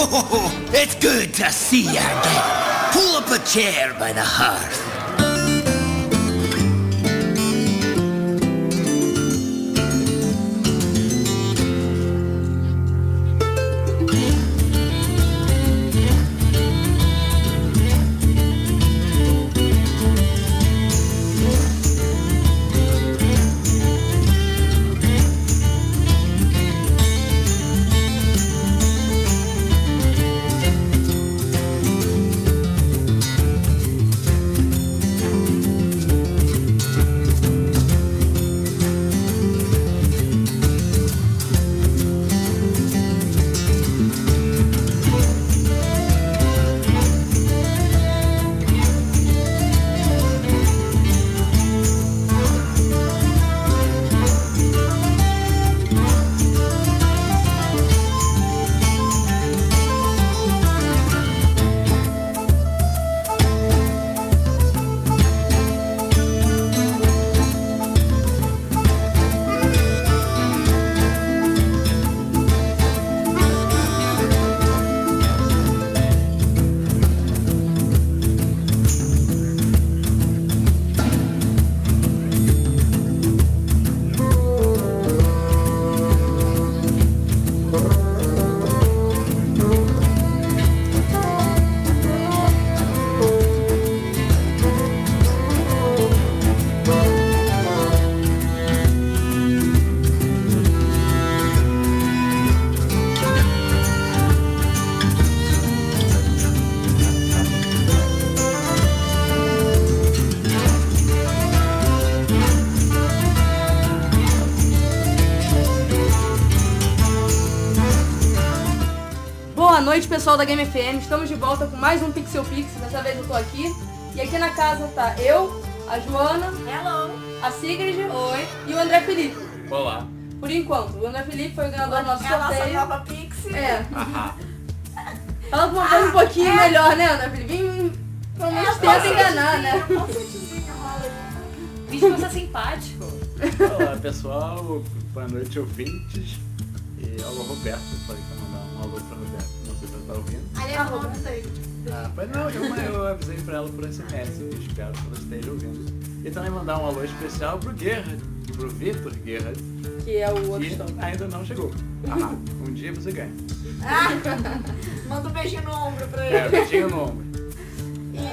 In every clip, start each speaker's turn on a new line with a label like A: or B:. A: Oh, it's good to see you again. Pull up a chair by the hearth.
B: Boa noite, pessoal da Game FM. Estamos de volta com mais um Pixel Pix. Dessa vez eu tô aqui. E aqui na casa tá eu, a Joana,
C: Hello!
B: a Sigrid Oi. e o André Felipe.
D: Olá.
B: Por enquanto, o André Felipe foi o ganhador do nosso
C: é a nossa
B: sorteio.
C: nova Pixie.
B: É.
D: Ahá.
B: Fala uma coisa um pouquinho melhor, né, André Felipe? Vem, pelo menos tenta enganar, né?
C: um
E: Vídeo você é simpático.
D: Olá pessoal, boa noite ouvintes. E alô Roberto, eu falei pra mandar um alô pra Roberto, não sei se ela tá ouvindo.
C: Ali é o nome dele.
D: Ah, mas não, eu, eu avisei pra ela por SMS, eu espero que ela esteja ouvindo. E também mandar um alô especial pro Guerra, pro Vitor Guerra,
B: Que é o outro.
D: que ainda não chegou. Ahá, um dia você ganha.
C: Manda um beijinho no ombro pra
D: É,
C: ele.
D: beijinho no ombro.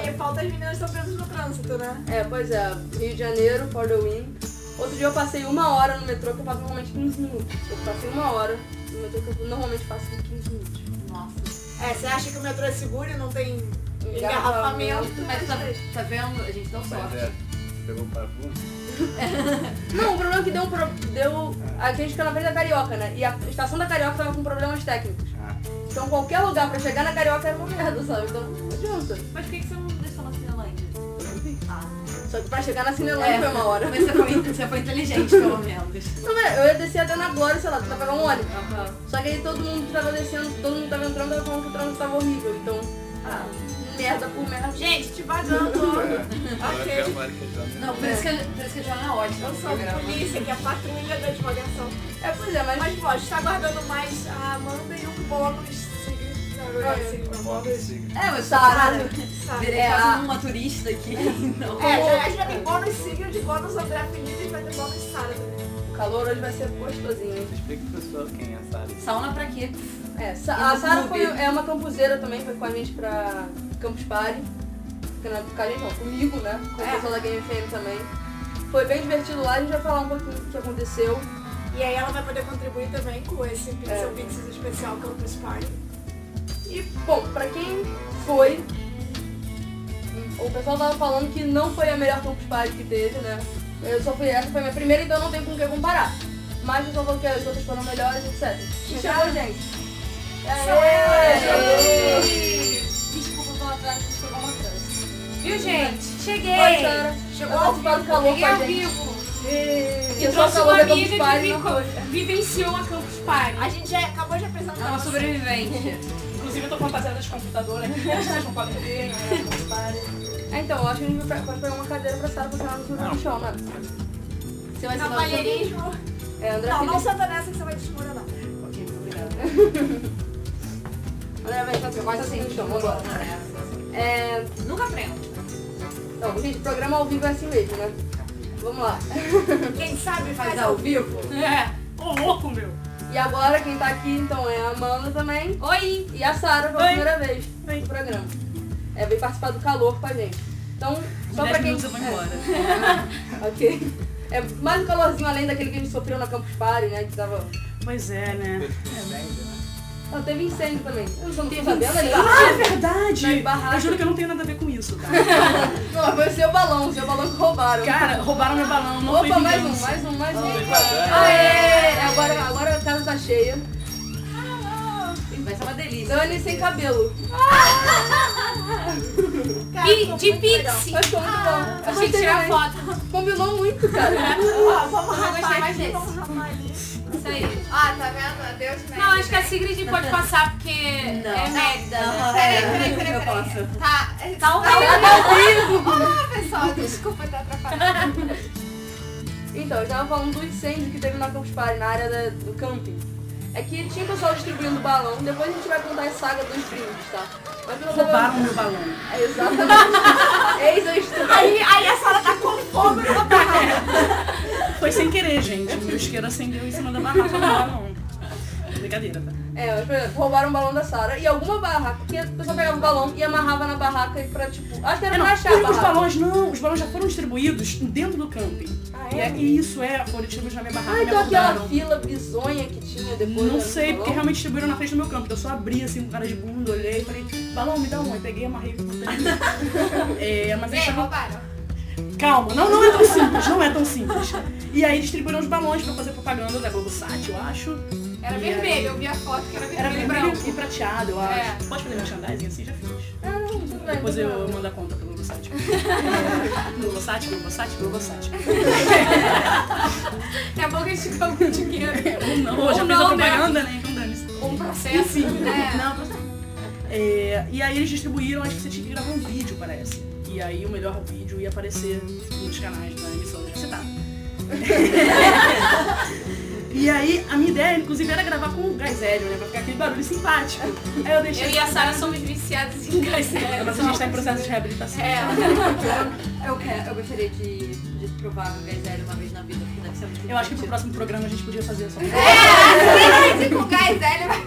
C: E falta as meninas que estão presas no trânsito, né?
B: É, pois é, Rio de Janeiro, for the win. Outro dia eu passei uma hora no metrô, que eu passo normalmente 15 minutos. Eu passei uma hora no metrô, que eu normalmente passo 15 minutos.
C: É, você acha que o metrô é seguro e não tem engarrafamento?
E: Mas tá, tá vendo? A gente deu
D: Mas
E: sorte.
D: é, pegou parafuso.
B: Não, o problema é que deu um pro... deu. A gente fica na frente da Carioca, né? E a estação da Carioca tava com problemas técnicos.
D: Ah,
B: Então qualquer lugar pra chegar na Carioca era uma merda, sabe? Então não adianta.
E: Mas por que que você não deixou na Cinelândia?
B: Só que pra chegar na
C: É.
B: Cinelândia foi uma hora.
E: Mas você foi, você foi inteligente, pelo menos.
B: Não, mas eu ia descer até na Glória, sei lá, pra pegar um ônibus. Só que aí todo mundo que tava descendo, todo mundo que tava entrando, tava falando que o trânsito tava horrível. Então, ah, merda por merda.
C: Gente, te vazando.
D: é, agora
C: ok.
D: agora que né? já-
E: Não, por isso que, eu- por isso que a Joana é ótima.
C: Eu
E: no
C: sou a
E: programa.
C: polícia, que é a patrulha da divulgação.
B: É, pois é, mas.
C: Mas, pô, a gente tá guardando mais a Amanda e o bônus. Sigrid, na verdade,
B: Olha.
C: Sigrid, não,
D: Bota e
C: bônus.
D: siga.
E: É, mas tá,
B: Sarada.
C: Sabe?
E: Virei
B: É,
E: quase
B: a-
E: uma turista aqui. Não.
C: É, já, a gente vai ter bônus Sigrid, bônus André Felipe e vai ter bônus Sara também.
B: O calor hoje vai ser gostosinho. hein?
D: Explica pro pessoal quem é a Sara.
E: Sauna pra quê?
B: É,
E: E
B: Sa- a
E: no
B: Sara
E: clube?
B: foi, é uma campuseira também, foi com a gente pra Campus Party. Fica na- Com a gente não, comigo, né? Com o
C: É.
B: pessoal da Game FM também. Foi bem divertido lá, a gente vai falar um pouquinho do que aconteceu.
C: E aí ela vai poder contribuir também com esse
B: É.
C: Pixel Pixels especial Campus Party.
B: E, bom, pra quem foi, o pessoal tava falando que não foi a melhor Campus Party que teve, né? Eu só fui, essa foi a minha primeira, então não tem com o que comparar. Mas o pessoal falou que as outras foram melhores, etc. E chegou, gente.
E: Desculpa pelo atraso, a gente pegou uma trânsito.
F: Viu, gente? Cheguei!
B: Oi, Sara.
C: Chegou
B: Ela
C: ao
B: participou do
C: vivo.
F: Cheguei
B: calor com a
F: ao
B: gente.
F: vivo! E
B: Porque só
F: trouxe
B: calor
F: uma
B: da
F: amiga
E: um
B: Campus
F: que
B: Party não
F: vive-
B: foi.
F: vivenciou a Campus
C: A
F: Party.
C: gente já acabou de apresentar.
E: É uma
C: nossa-
E: sobrevivente.
F: Inclusive, eu tô fantasiada de computadora aqui, as pessoas não podem ver.
E: um
B: É, então, eu acho que a gente vai- pode pegar uma cadeira pra Sara botar ela no
D: Não.
B: no chão, né? Você vai ser nosso-
C: Cavalheirismo.
B: É, André
C: Não, não
B: Felipe.
C: senta nessa que você vai desmoronar.
B: André vai estar
E: Eu quase assim, chamou agora. né?
B: É.
E: Nunca aprendo.
B: Não, gente, programa ao vivo é assim mesmo, né? Vamos lá.
C: Quem sabe faz
B: Mas
C: ao
B: Tá ao
C: vivo.
B: vivo.
E: É. Ô, louco, meu.
B: E agora quem tá aqui então é a Amanda também
E: Oi.
B: e a Sara pela
E: Oi.
B: primeira vez
E: Oi.
B: no programa. É, veio participar do calor com a gente. Então, só
F: Dez
B: pra quem.
F: minutos eu vou
B: é,
F: embora.
B: ok. É mais um calorzinho além daquele que a gente sofreu na Campus Party, né? Que tava.
G: Pois é, né?
B: Não, teve incêndio também. Eu não
E: Tá
B: tô sabendo, né? ali.
G: Ah, é verdade!
B: Na embarragem.
G: Eu juro que eu não tenho nada a ver com isso, tá?
B: Não, foi o seu balão, o seu balão que roubaram.
G: Cara, roubaram meu balão, não foi
B: Opa, mais um,
G: vingança.
B: mais um, mais um.
D: bacana.
B: Aê! Agora, agora a casa tá cheia.
E: Vai ser é uma delícia.
B: Dani sem cabelo.
E: Pi-
C: Cara, ficou
E: Ah, de
C: muito
E: pizza.
C: legal.
B: Mas ficou
E: Ah,
B: muito bom.
E: A gente tirar
B: né?
E: foto.
B: Combinou muito, cara.
C: Ó, vamos
E: Eu vou
C: rapar
E: gostar mais
C: aqui,
E: desse.
C: vamos rapar ali.
E: Isso aí.
H: Ah, tá vendo? Deus me
E: Não, acho que a Sigrid pode passar porque é merda.
H: Peraí, peraí, peraí, peraí. Tá, é-
E: Tá um
C: Tá
H: Olá, pessoal. Desculpa ter atrapalhado.
B: Então, eu tava falando do incêndio que teve na Campus Party, na área da- do camping. É que tinha o pessoal distribuindo balão, depois a gente vai contar a saga dos brindes, tá? Mas eu não vou-
G: Roubaram meu balão.
B: É, Exatamente. Eis a história.
C: Aí, aí a Sara tá com fome no barraco.
G: Foi sem querer, gente. O meu isqueiro acendeu em cima da barraca do balão. Brincadeira, tá?
B: É, mas, por exemplo, roubaram o balão da Sara e alguma barraca, porque a pessoa pegava o balão e amarrava na barraca e pra, tipo, acho que era
G: É, não,
B: pra achar a
G: os, os
B: barraca.
G: balões não, os balões já foram distribuídos dentro do camping.
B: Ah,
G: E
B: é?
G: é- E isso é, foram distribuídos na minha barraca.
B: Ah,
G: me
B: então aquela
G: abordaram.
B: fila bizonha que tinha depois
G: Não
B: né,
G: sei,
B: do
G: porque
B: balão.
G: realmente distribuíram na frente do meu campo. Eu só abri assim com cara de bunda, olhei e falei, balão, me dá um. Aí peguei, amarrei e botei. é, mas eles
H: Vem,
G: estavam.
H: roubaram.
G: Calma, não, não é tão simples, não é tão simples. E aí distribuíram os balões pra fazer propaganda da GloboSat, eu acho.
E: Era
G: E
E: vermelho, eu vi a foto que era
G: Era
E: vermelho e
G: vermelho
E: branco.
G: e prateado, eu acho.
E: É.
G: Pode fazer merchandising assim? Já fiz.
B: Ah, não, tudo bem.
G: Depois
B: tudo
G: eu
B: bem.
G: mando a conta pro GloboSat. GloboSat, GloboSat, GloboSat.
E: Daqui a pouco eles ficam com dinheiro.
G: Ou não,
E: Ou
G: já fez
E: não,
G: a
E: né?
G: propaganda, né? Então dane-se.
E: Um processo. né?
G: Não, mas- É, e aí eles distribuíram, acho que você tinha que gravar um vídeo, parece. E aí o melhor vídeo ia aparecer nos canais da emissora onde você tá. e aí a minha ideia, inclusive, era gravar com o gás hélio, né? Pra ficar aquele barulho simpático. Aí eu deixei.
E: Eu e a Sara somos viciados em gás hélio.
G: Mas a gente tá em processo de reabilitação.
E: É,
H: Eu, quero, eu gostaria de, de provar meu gás hélio uma vez na vida, porque
C: é
H: deve ser muito
G: Eu acho que pro próximo programa a gente podia fazer só.
E: É.
H: Gente, com gás hélio vai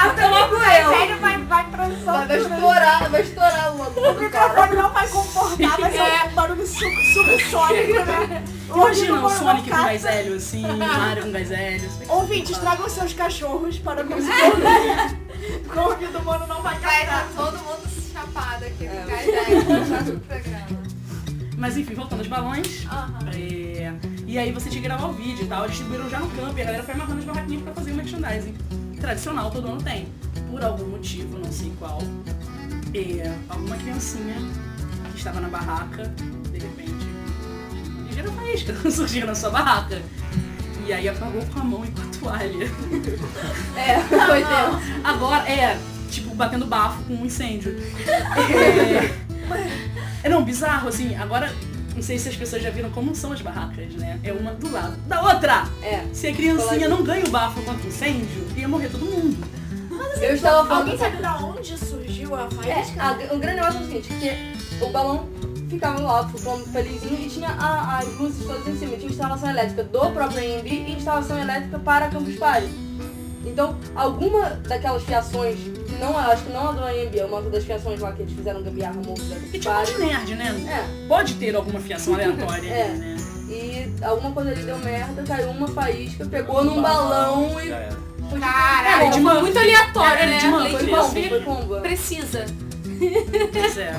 C: Até logo eu. Sério, vai, vai
B: Vai, vai
C: transando.
B: estourar, vai estourar o
C: O
B: balão.
C: microfone não vai comportar, vai ser um barulho sub- subsônico, né?
G: Imagina o
C: Ouvindo
G: Sonic
C: barulho
G: com gás hélio, assim, o Mario com gás hélio. assim.
C: Ouvintes, tragam seus cachorros para o músico. Com o ouvido humano não vai É.
H: vai
C: cantar.
H: estar todo mundo chapado aqui no gás hélio no programa.
G: Mas enfim, voltando aos balões. É, E aí você tinha que gravar o vídeo e tal. Eles distribuíram já no campo e a galera foi amarrando as barraquinhas pra fazer o merchandising. Tradicional, todo ano tem. Por algum motivo, não sei qual, é, alguma criancinha que estava na barraca, de repente, ligeira faísca surgiu na sua barraca. E aí apagou com a mão e com a toalha.
B: É, foi Deus.
G: Agora, é, tipo, batendo bafo com um incêndio. É, é, não, bizarro, assim, agora, não sei se as pessoas já viram como são as barracas, né? É uma do lado da outra!
B: É.
G: Se a criancinha não ganha o bafo contra o incêndio, ia morrer todo mundo.
B: Eu estava falando.
C: Então, Alguém sabe da onde surgiu a
B: É,
C: faísca?
B: a- o grande negócio é o seguinte, que o balão ficava lá, tipo, flutuando felizinho, e tinha a- as luzes todas em cima. Tinha instalação elétrica do próprio AMB e instalação elétrica para Campus Party. Então, alguma daquelas fiações, que não, acho que não a do AMB, é uma das fiações lá que eles fizeram gambiarra, morro da
G: E
B: Campus
G: tipo
B: Party.
G: de nerd, né?
B: É,
G: Pode ter alguma fiação aleatória,
B: É.
G: né?
B: e alguma coisa ali deu merda, caiu uma faísca, pegou num balão e...
D: Já era.
B: foi- tipo,
E: Caralho,
G: É, de
E: foi
G: mão.
E: muito aleatório,
G: É,
E: né?
G: de mão,
E: Lei
G: foi
E: de
B: Foi
G: de mão.
E: mão.
B: combo, foi combo.
E: Precisa.
G: Pois é.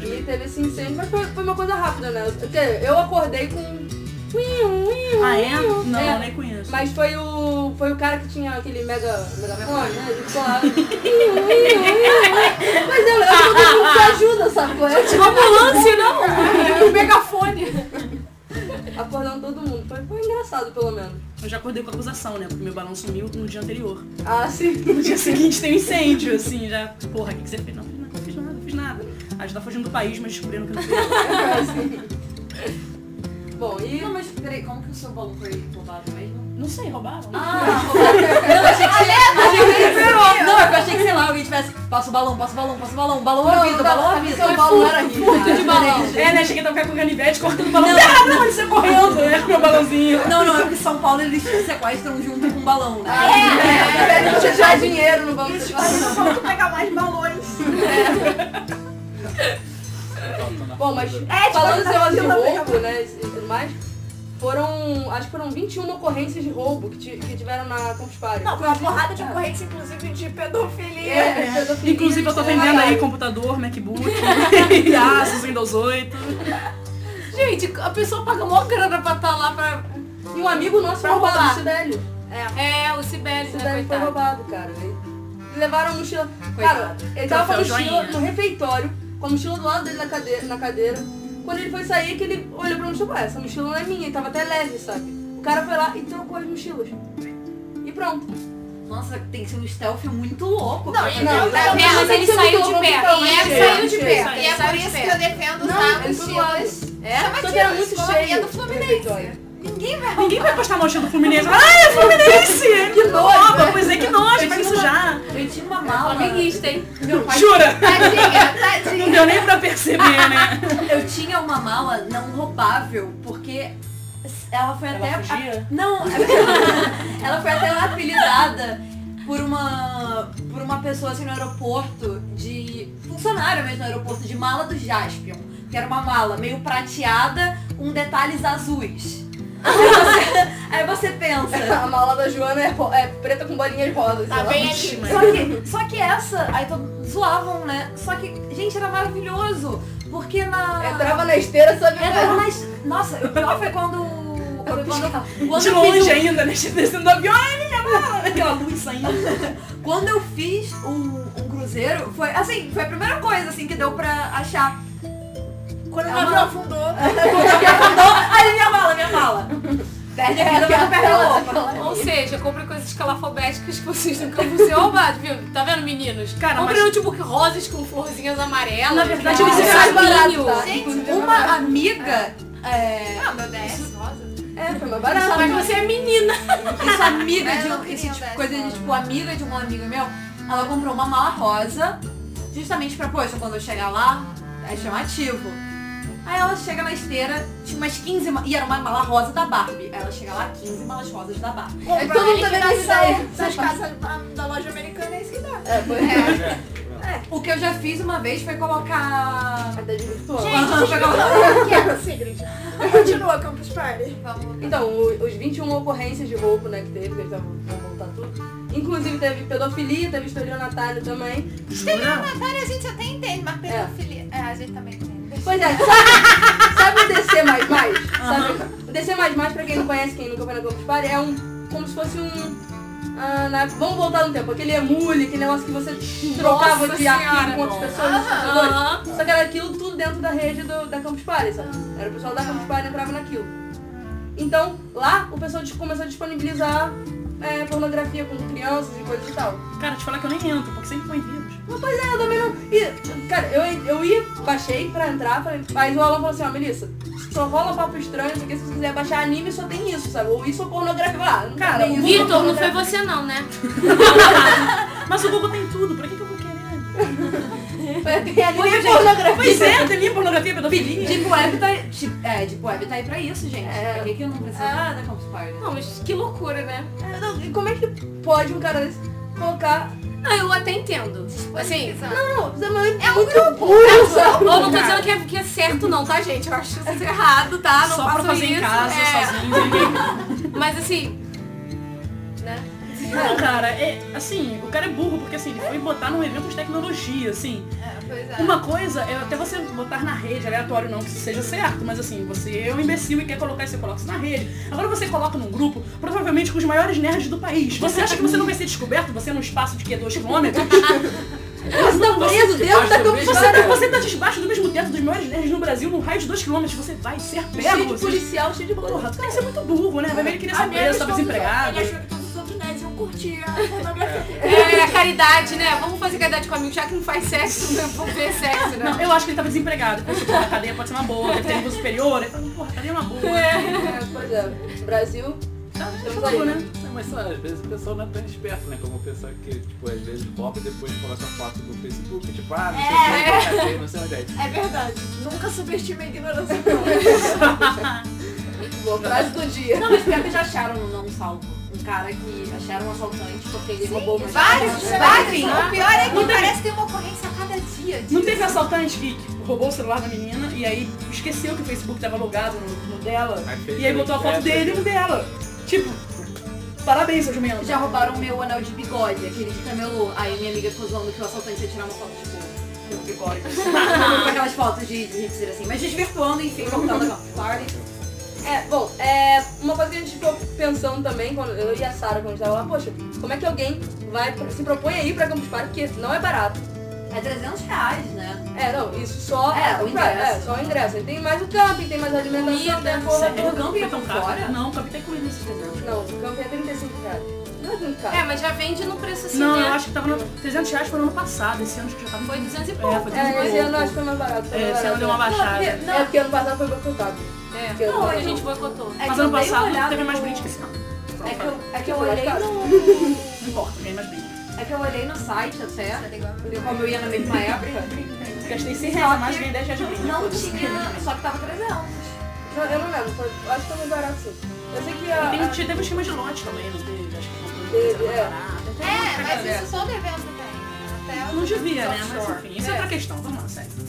B: E teve esse incêndio, mas foi, foi uma coisa rápida, né? Quer dizer, Eu acordei com. um uiu, uiu,
G: Ah, é?
B: uiu.
G: Não,
B: É,
G: nem conheço.
B: Mas foi o. Foi o cara que tinha aquele mega. megafone, né? Ele ficou lá. uiu, uiu, uiu. Mas eu, eu acho que todo mundo se ajuda, sabe? é? Eu
E: Uma ambulância, não! O megafone.
B: tive acordando todo mundo. Foi, foi engraçado, pelo menos.
G: Eu já acordei com acusação, né? Porque meu balão sumiu no dia anterior.
B: Ah, sim.
G: No dia seguinte tem um incêndio, assim, já. Porra, o que, que você fez? Não, fiz nada, não fiz nada, não fiz nada. A gente tá fugindo do país, mas descobrindo que não fez.
B: Bom, e
H: Não, mas peraí, como que o seu bolo foi roubado mesmo?
G: Não sei, roubaram?
H: Ah, roubado. Eu achei que você... Achei que ele virou. Não, eu achei que, sei lá, alguém tivesse... Passa o balão, passa o balão, passa o balão. Balão
B: Não,
H: ouvido,
B: não,
H: balão
B: sabe
H: ouvido.
B: seu balão era
H: Furto,
B: rico,
H: Furto de
B: né?
H: balão.
G: É, né? Cheguei a tocar com o canivete, cortando o balãozinho. Ah, não, ele
H: é
G: saiu correndo, né? Meu balãozinho.
H: Não, não, é porque São Paulo eles sequestram junto com o balão, né?
B: é, é, tirar dinheiro no banco. de trás.
F: Vamos pegar mais balões.
B: Bom, mas
F: tipo,
B: falando
F: tá
B: em negócio de
F: fila,
B: roubo, né, e tudo mais, foram, acho que foram 21 ocorrências de roubo que, ti- que tiveram na É. Conspire.
C: Não, foi uma porrada de ocorrência, inclusive, de pedofilia.
B: É.
G: Inclusive, eu tô vendendo aí computador, MacBook, Asus, Windows 8.
I: Gente, a pessoa paga mó grana pra estar lá pra.
B: E um amigo nosso foi
I: Pra roubar.
B: roubado, o Cidélio.
I: É, o Sibeli,
B: Esse
I: né,
B: daí foi
I: coitado.
B: roubado, cara. E Levaram a mochila. Cara,
I: Coitado.
B: ele tava com a
C: Então,
I: Troféu
B: mochila
I: joinha.
B: no refeitório, com a mochila do lado dele na cadeira. Na cadeira. Quando ele foi sair, que ele olhou pra mochila, ué, essa mochila não é minha, e tava até leve, sabe? O cara foi lá e trocou as mochilas. E pronto.
H: Nossa, tem que ser um stealth muito louco.
C: Não,
H: pra
C: e
H: fazer
C: não,
H: isso.
C: tá
I: É,
C: vendo?
I: mas ele
B: Você
I: saiu
B: mudou
I: de pé.
B: completamente.
I: E é,
B: Ele
I: saiu de
B: saiu
I: pé.
C: E é
I: Ele
C: por
I: saiu de
C: isso que
I: pé.
C: eu defendo os
B: Não, eles
C: mochilas.
B: foram lá, eles-
C: É,
B: Só que era muito cheio.
C: do
B: o
C: Fluminense.
B: refeitório.
C: Ninguém vai
G: Ninguém vai postar a mochila do Fluminense. Ai, é Fluminense! Que nojo! Pois é, que nojo, vai me sujar.
H: Eu tinha uma mala.
I: Flamenguista, hein?
G: Jura?
C: Tadinha,
G: Não
C: tadinha.
G: deu nem pra perceber, né?
H: Eu tinha uma mala não roubável, porque ela foi até.
G: Ela fugia?
H: Não, é ela foi até apelidada por uma. por uma pessoa assim no aeroporto de. funcionário mesmo no aeroporto, de mala do Jaspion. Que era uma mala meio prateada, com detalhes azuis. Aí você, aí você pensa.
B: A mala da Joana é, ro- é preta com bolinhas rosas.
C: Tá
B: ela-
C: bem ali.
H: Só que, só que essa, aí todo, zoavam, né? Só que, gente, era maravilhoso. Porque na.
B: Entrava na esteira,
C: É,
B: sabe?
H: Entrava nas. É, Nossa, o pior foi quando. Foi quando, eu- quando
G: De
H: eu fiz
G: longe
H: o-
G: ainda, né? Descendo do avião. Ai, minha mala! Aquela luz saindo.
H: quando eu fiz um, um cruzeiro, foi assim, foi a primeira coisa assim que deu pra achar.
C: Quando o
H: É uma-
C: navio afundou.
H: Quando eu me afundou, aí minha mala, minha mala. Perde a vida, mas não perde a roupa.
I: Ou
C: né?
I: seja, compre coisas escalafobéticas que vocês nunca vão ser roubados, viu? Tá vendo, meninos?
G: Cara,
I: compre
G: mas-
I: notebook rosas com florzinhas amarelas.
G: Na verdade,
I: um
H: é
G: eles
B: eram
I: saquinho.
B: baratos, tá?
H: Gente, uma amiga. É,
C: Ah, meu DS rosa.
B: É, foi mais
I: Só
B: barato.
I: que você é menina.
H: isso amiga de
C: É, eu
H: um,
C: queria
H: isso,
C: um
H: tipo,
C: dessa
H: coisa de
C: mala.
H: tipo amiga de um amigo meu, ela comprou uma mala rosa, justamente pra, poxa, quando eu chegar lá, é chamativo. Aí ela chega na esteira, tinha umas 15 ma- e era uma mala rosa da Barbie. Aí ela chega lá, 15 malas rosas da Barbie.
B: É que todo mundo tá vendo a ideia.
C: Essas casas da, da loja americana é isso que dá.
B: É, foi.
H: O que eu já fiz uma vez foi colocar.
B: Até de virtual.
H: foi colocar-
C: Quieto, Sigrid. Continua, Campus Party.
B: Então, o- os 21 ocorrências de roubo, né, que teve, que eles vão vão voltar tudo. Inclusive teve pedofilia, teve estelionatário também.
G: Jura?
C: Cara, a gente até entende, mas pedofilia... É, a gente também entende.
B: Pois é, sabe, sabe o DC++? Sabe? O DC++, pra quem não conhece, quem nunca foi na Campus Party, é um, como se fosse um... ah, na- vamos voltar no tempo, aquele emule, aquele negócio que você trocava de arquivo
I: Senhora.
B: com outras pessoas, nos computadores.
I: Aham.
B: Só que era aquilo tudo dentro da rede do- da Campus Party, sabe? Era o pessoal da Campus Party entrava naquilo. Então, lá, o pessoal dis- começou a disponibilizar é, pornografia com crianças e coisas e tal.
G: Cara, te falar que eu nem entro, porque sempre põe vírus.
B: Eu também não... E, cara, eu, eu ia, baixei pra entrar, falei- mas o Alan falou assim, ó, Melissa, só rola papo estranho, isso aqui, se você quiser baixar anime, só tem isso, sabe? Ou isso ou pornografia. Ah, não
G: Cara,
B: tem
G: o
B: isso,
I: Vitor, não foi
B: pornografia.
I: você não, né?
G: Mas o Google tem tudo, pra que, que eu vou querer?
B: Foi- Tem anime e
G: Pois é,
B: pornografia.
G: Pois é, tem minha pornografia pedofilia.
H: Deep Web tá. Deep- é, Deep Web tá aí pra isso, gente.
B: É.
H: Por que, que eu não preciso da Campus Party?
I: Ah, Não, mas que loucura, né?
B: É, não, e Como é que pode um cara desse colocar...
I: Não, eu até entendo. Assim,
B: Não, você é tá? muito burro, sabe?
I: eu não tô dizendo que é, que é certo não, tá, gente? Eu acho isso errado, tá? Não
G: Só
I: faço
G: pra fazer
I: isso.
G: em casa,
I: é.
G: sozinho.
I: Mas assim, né?
G: Não, cara, é, assim, o cara é burro, porque assim, ele foi botar num evento de tecnologia, assim.
C: Pois é.
G: Uma coisa é até você botar na rede, aleatório não que isso seja certo, mas assim, você é um imbecil e quer colocar isso, você coloca isso na rede. Agora você coloca num grupo, provavelmente com os maiores nerds do país. Você acha que você não vai ser descoberto, você é num espaço de quê? Dois quilômetros?
B: Você tá preso dentro da Campus
G: Você tá,
B: Party.
G: você tá debaixo do mesmo teto dos maiores nerds no Brasil, num raio de 2km, você vai ser
B: Cheio
G: pego.
B: de
G: Você-
B: policial, cheio de
G: é Porra, tu tem que ser muito burro, né? Vai ver que queria ser preso, tava
C: Ele
B: tá
G: desempregado.
C: achou que todos os outros nerds iam
H: curtir a pornografia.
I: É, caridade, né? Vamos fazer caridade com amigo, já que não faz sexo, não vou ver sexo, né?
G: Não, eu acho que ele tava desempregado. Pensei, pô, a cadeia pode ser uma boa, deve ter nível superior. Eu falei, porra, a cadeia é uma boa.
B: É, pois é. Brasil, estamos aí.
G: Falou, né?
D: Não, mas só, às vezes o pessoal não é tão esperto, né? Como o pessoal que, tipo, às vezes copa e depois coloca foto no Facebook, tipo, ah, não sei o que, não sei onde é.
C: É verdade. Nunca subestime a ignorância.
B: Muito boa. Frase do dia.
H: Não, mas pior que já acharam um não salvo. Um cara que acharam um assaltante porque ele roubou uma
C: Vários,
I: né?
H: escola.
C: vários. O pior é que parece que tem uma ocorrência a cada dia.
G: Não teve assaltante que que roubou o celular da menina e aí esqueceu que o Facebook tava logado no, no dela.
D: Aí fez
G: E aí botou a foto
D: essa,
G: dele e no dela. Tipo, parabéns, seus menos.
H: Já roubaram o meu anel de bigode, aquele de camelô. Aí minha amiga ficou zoando que o assaltante ia tirar uma foto, tipo, com bigode. Com aquelas fotos de, de hipster assim. Mas desvirtuando, enfim, voltando agora. Party.
B: É, bom, é, uma coisa que a gente ficou pensando também, quando eu e a Sara, quando a gente tava lá, poxa, como é que alguém vai, se propõe a ir pra Campus Party, que não é barato.
H: É 300 reais, né?
B: É, não, isso só
H: É, o ingresso.
B: É, só o ingresso. Aí tem mais o camping, tem mais a alimentação, tem a porra.
G: Sério?
H: o Gambi é
G: Foi tão
H: por
G: caro?
H: fora?
G: Não, o Gambi tem comida nesses desenhos.
B: Não, o camping é 35 reais. Não é muito caro.
I: É, mas já vende no preço assim,
G: Não,
I: né?
G: eu acho que tava no 300 reais foi no ano passado, esse ano acho que já tava...
I: Foi 200 e pouco.
G: É, foi 300
B: É,
G: e
B: esse
G: pouco.
B: ano eu acho que foi mais barato. foi
G: É,
B: mais
G: esse ano
B: barato.
G: deu uma baixada.
B: Não, porque- É porque ano passado foi boicotado.
I: É.
B: Porque ano
H: Não,
I: A
B: passado-
I: gente boicotou.
H: É
G: Mas
H: que eu
G: ano
H: dei uma
G: passado
H: olhada
G: teve mais
H: no-
G: brinde que esse ano.
H: É que eu, é que eu
B: Foi mais
H: olhei
B: caro.
H: no.
G: Não importa, ganhei mais brinde.
H: É que eu olhei no site até, como eu ia na mesma época,
G: Gastei 100 reais a mais, ganhei 10 reais de brinde.
H: não tinha, só que tava 300.
B: Não, eu não lembro, foi- eu acho que foi mais barato sim. Eu sei que a.
G: Tem,
B: a-
G: teve um esquema de lote também, não teve, acho que comprou
B: Teve,
G: coisa
B: é.
G: barata. Teve uma
C: É, mas
G: parada
C: isso só o evento tem. Até
G: Não devia, né?
C: Offshore.
G: Mas enfim, isso é outra questão. Vamos lá, sério.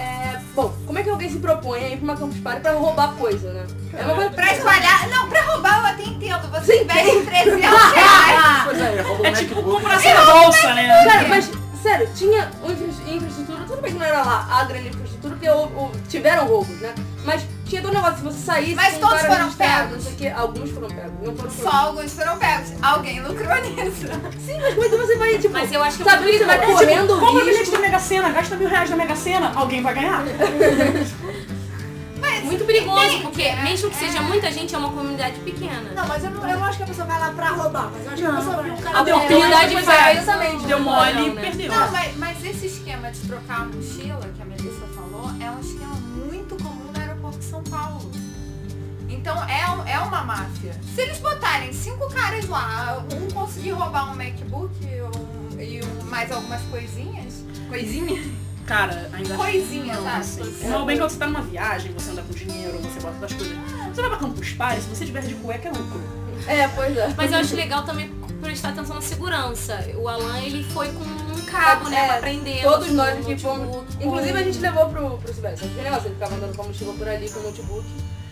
B: É, bom, como é que alguém se propõe a ir pra uma Campus Party pra roubar coisa, né? É uma coisa.
C: Pra espalhar. Não, pra roubar eu até entendo. Você investe em 300 reais.
D: Pois é, roubou
G: É
D: um
G: tipo
D: MacBook.
G: comprar essa bolsa, né?
B: Cara, mas sério, tinha uma infra- infraestrutura, tudo bem que não era lá a grande infraestrutura, porque o- o- tiveram roubos, né? Mas tinha todo um negócio, se você saísse,
C: Mas
B: com um
C: todos
B: cara
C: foram
B: registrado,
C: pegos.
B: não sei o quê, alguns foram pegos, não foram
C: Só alguns foram pegos. Alguém lucrou nisso.
B: Sim, mas como é que você vai, tipo,
I: Mas eu acho que
B: sabe que você vai
G: Tipo,
B: correndo o
G: compra bilhete
B: risco?
G: da Mega Sena, gasta mil reais na Mega Sena, alguém vai ganhar.
I: é muito perigoso, porque
C: é.
I: mesmo que seja muita gente, é uma comunidade pequena.
C: Não, mas eu não, eu não acho que a pessoa vai lá pra roubar. Mas eu acho que a pessoa viu um cara.
G: A
I: deu
C: É,
I: oportunidade
G: mas
I: faz.
G: é,
I: Exatamente.
G: Deu mole
I: Não,
G: e
I: né?
G: perdeu.
C: Não, mas, mas esse esquema de trocar a mochila que a Melissa falou é um esquema muito comum no aeroporto de São Paulo. Então é, um- é uma máfia. Se eles botarem cinco caras lá, um conseguir roubar um MacBook e um- e um- mais algumas coisinhas,
H: Coisinha.
G: Cara, ainda assim,
C: coisinhas,
G: Não,
C: acho.
G: assim. Não, bem quando você tá numa viagem, você anda com dinheiro, você bota das coisas. Você vai pra Campus Party, se você tiver de cueca, é lucro.
B: É, pois é.
I: Mas eu acho legal né, também prestar atenção na segurança. O Alan, ele foi com um cabo, né?
B: É,
I: Pra prender.
B: Todos
I: o
B: nós aqui
I: notebook,
H: tipo,
B: fomos.
I: com-
B: Inclusive a gente levou pro, pro Sibéria. Sabe que é negócio? Ele ficava andando com a mochila por ali, com o notebook.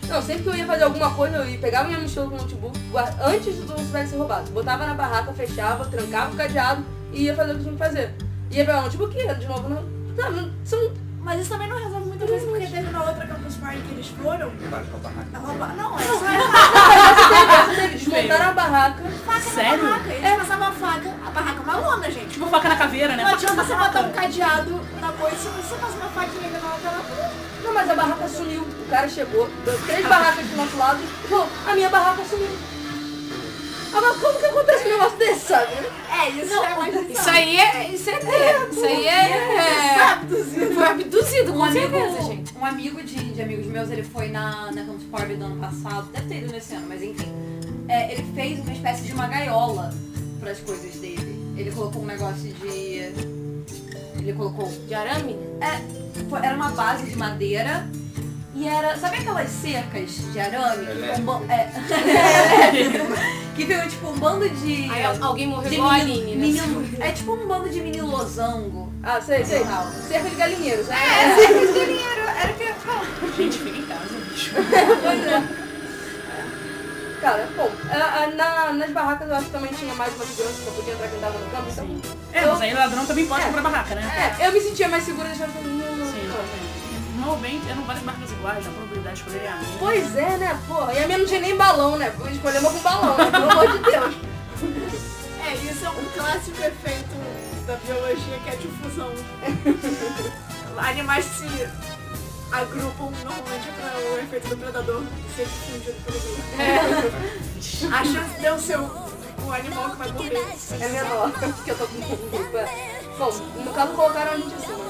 B: Não, sempre que eu ia fazer alguma coisa, eu ia pegava minha mochila com o notebook, guar- antes do Sibéria ser roubado. Botava na barraca, fechava, trancava o cadeado e ia fazer o que tinha que fazer. Ia pegar o notebook e ia de novo não. Não, não, são-
C: Mas isso também não resolve muita coisa, porque teve na outra Campus Party que eles foram.
D: Vários roubar.
C: Roubar. Não, é só
B: eles desmontaram a barraca.
G: Sério?
C: faca. Eles passavam a faca, a barraca é uma lona, gente.
G: Tipo faca na caveira, né?
C: Não adianta você botar um cadeado na coisa, se você passa uma faquinha ainda na outra, ela
B: Não, mas a barraca sumiu. O cara chegou, deu três barracas do nosso lado e falou, a minha barraca sumiu. Agora, como que acontece um negócio desse, sabe?
C: É, isso é mais
I: Isso aí é. Isso é. ter. Isso aí é. é... Foi abduzido,
H: Um
I: com
H: amigo,
I: certeza, gente.
H: um amigo de, de amigos meus, ele foi na, na Campus Party do ano passado, deve ter ido nesse ano, mas enfim. É, ele fez uma espécie de uma gaiola pras coisas dele. Ele colocou um negócio de. Ele colocou
I: De arame?
H: Foi- Era uma base de madeira e era. Sabe aquelas cercas de arame? Que ficam um ba- é. que ficam tipo um bando
B: É.
H: de.
I: Aí al- alguém morreu
H: de
I: igual a
H: mini-
I: Aline, né?
H: mini- é tipo um bando de mini losango.
B: Ah, sei, sei.
H: Não.
B: Cerca de galinheiros, né?
G: Gente, fica em casa, bicho.
I: É.
B: Cara, bom, a- a- na- nas barracas eu acho que também tinha mais uma segurança, só podia entrar quem tava no campo, então...
G: É, mas aí ladrão também pode
B: É.
G: comprar barraca, né?
B: É, eu me sentia mais segura deixando todo mundo...
G: Sim, exatamente. Não, bem, eram várias marcas iguais, a probabilidade de escolher é a mesma.
B: Pois é, né, porra? E a minha não tinha nem balão, né? Eu escolhi uma com balão, né? Pelo amor de Deus.
C: É, isso é um clássico efeito da biologia que é a difusão. Animais se agrupam normalmente para o
G: É.
C: efeito do predador ser difundido pelo grupo. A chance de eu ser o,
G: o animal que vai morrer.
B: É menor, porque eu tô com um grupo. é. Bom, no caso colocaram a gente acima.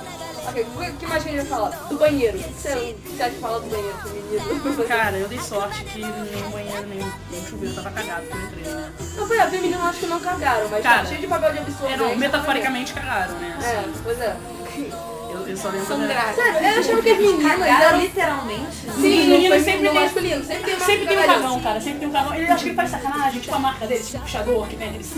B: Ok, o que- o que mais que a gente vai falar? Do banheiro. O que você você acha que fala do banheiro feminino?
G: Cara, eu dei sorte que nenhum banheiro, nenhum nenhum chuveiro tava cagado quando eu entrei. né?
B: Não foi a ah, feminino, acho que não cagaram, mas
G: Cara,
B: tá cheio de papel de absorvente.
G: É, não, metaforicamente cagaram, né?
B: É,
G: Assim,
B: pois é.
G: eu, eu só lembro da-
I: Sandrado.
B: Sério, eu achava que as meninas
H: Cagaram
B: eram...
H: literalmente.
B: Sim,
G: Menino
B: foi
G: sempre
B: no
G: tem-
B: masculino, sempre tem uma
G: Sempre tem um
B: cagalhão.
G: cagão, cara, sempre tem um cagão. Ele acha que ele faz sacanagem, tipo a marca dele, tipo puxador que tem aquele cinto.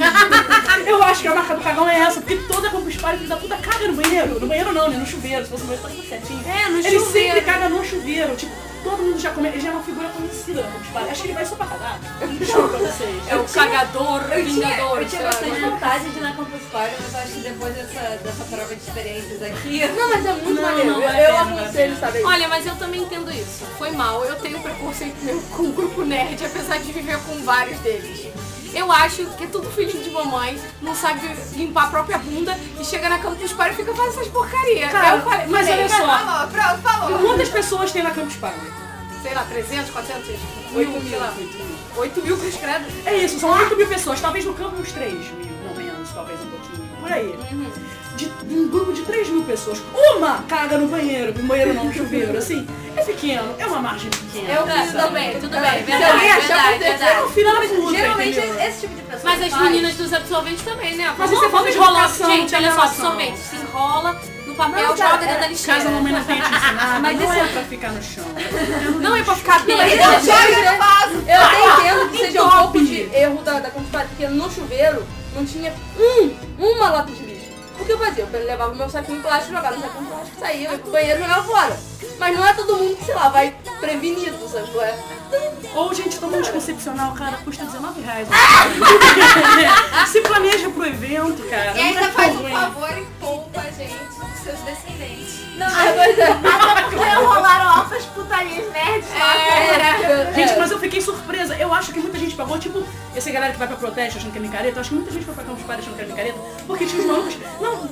G: Eu acho que a marca do cagão é essa, porque toda compra espalha, filho da puta caga no banheiro. No banheiro não, né? No chuveiro, se você ver, tá tudo certinho.
I: É, no
G: Ele
I: chuveiro.
G: sempre caga no chuveiro, tipo, todo mundo já come, ele já é uma figura conhecida na compra espalha. Acho que ele vai só pra cagar. Juro pra vocês.
I: É o cagador,
H: Eu tinha,
I: vingador,
H: eu tinha
I: sei lá.
H: bastante
G: né?
H: vontade de ir na Campus Party, mas eu acho que depois dessa, dessa prova de experiências aqui...
B: Não, mas é muito
G: Não,
B: maneiro.
G: não
B: eu
G: vale a
B: eu
G: pena, não vale a
B: aconselho,
G: pena.
B: sabe?
I: Olha, mas eu também entendo isso. Foi mal. Eu tenho preconceito meu com o grupo nerd, apesar de viver com vários deles. Eu acho que é tudo filho de mamãe, não sabe limpar a própria bunda e chega na campus party e fica fazendo essas É porcarias.
G: Cara,
I: eu falei,
G: mas
I: tem,
G: olha só,
C: Falou, pronto, falou.
G: quantas pessoas tem na Campus Party?
I: sei lá, 300, 400,
G: Oito
I: 8 mil, sei lá.
G: oito mil.
I: 8 mil cruz credo.
G: É isso, são 8 mil pessoas, talvez no campo uns 3 mil, não menos, talvez um pouquinho, por aí. De um grupo de 3 mil pessoas, uma caga no banheiro, no banheiro não, no chuveiro, assim, é pequeno, é uma margem pequena.
I: Eu
G: sabe?
I: tudo bem, tudo bem,
B: Se alguém
I: verdade,
B: achar
I: verdade,
B: que você-
I: verdade.
G: No final da puta,
H: Geralmente
G: entendeu?
H: esse tipo de pessoa
I: Mas as
H: faz.
I: meninas dos absorventes também, né?
G: Mas
I: Mas
G: isso é
I: vamos,
G: falta
I: vamos
G: de
I: enrolar.
G: relação,
I: Gente, olha só,
G: relação.
I: absorvente. Se enrola no papel,
B: Não, cara,
I: joga
B: é-
I: dentro da
G: Caso a
I: lixeira.
G: mamãe não tenha te ensinado,
H: Mas
G: não
H: isso-
G: é pra ficar no chão.
I: Não é pra ficar bem.
B: Mas
I: né?
B: eu joga no vaso. Eu até entendo que seja um pouco de erro da, da Campus Party, porque no chuveiro não tinha um, uma lata de lixo. O que eu fazia? Eu levava meu saquinho plástico, jogava no saquinho plástico, saía, ia pro banheiro e jogava fora. Mas não é todo mundo que, sei lá, vai prevenido, sabe? qual É.
G: Ou, gente, toma um anticoncepcional, cara, custa 19 reais. Se planeja pro evento, cara.
C: E ainda
G: não é
C: faz um
G: tão ruim.
C: favor e poupa a gente dos seus descendentes.
B: Não, mas é.
E: Rolaram altas putarias nerds.
B: é,
G: Gente, mas eu fiquei surpresa. Eu acho que muita gente pagou, tipo, essa galera que vai pra protesto achando que é micareta. Eu acho que muita gente foi pra Campus Party achando que é micareta. Porque tinha uns malucos. Não,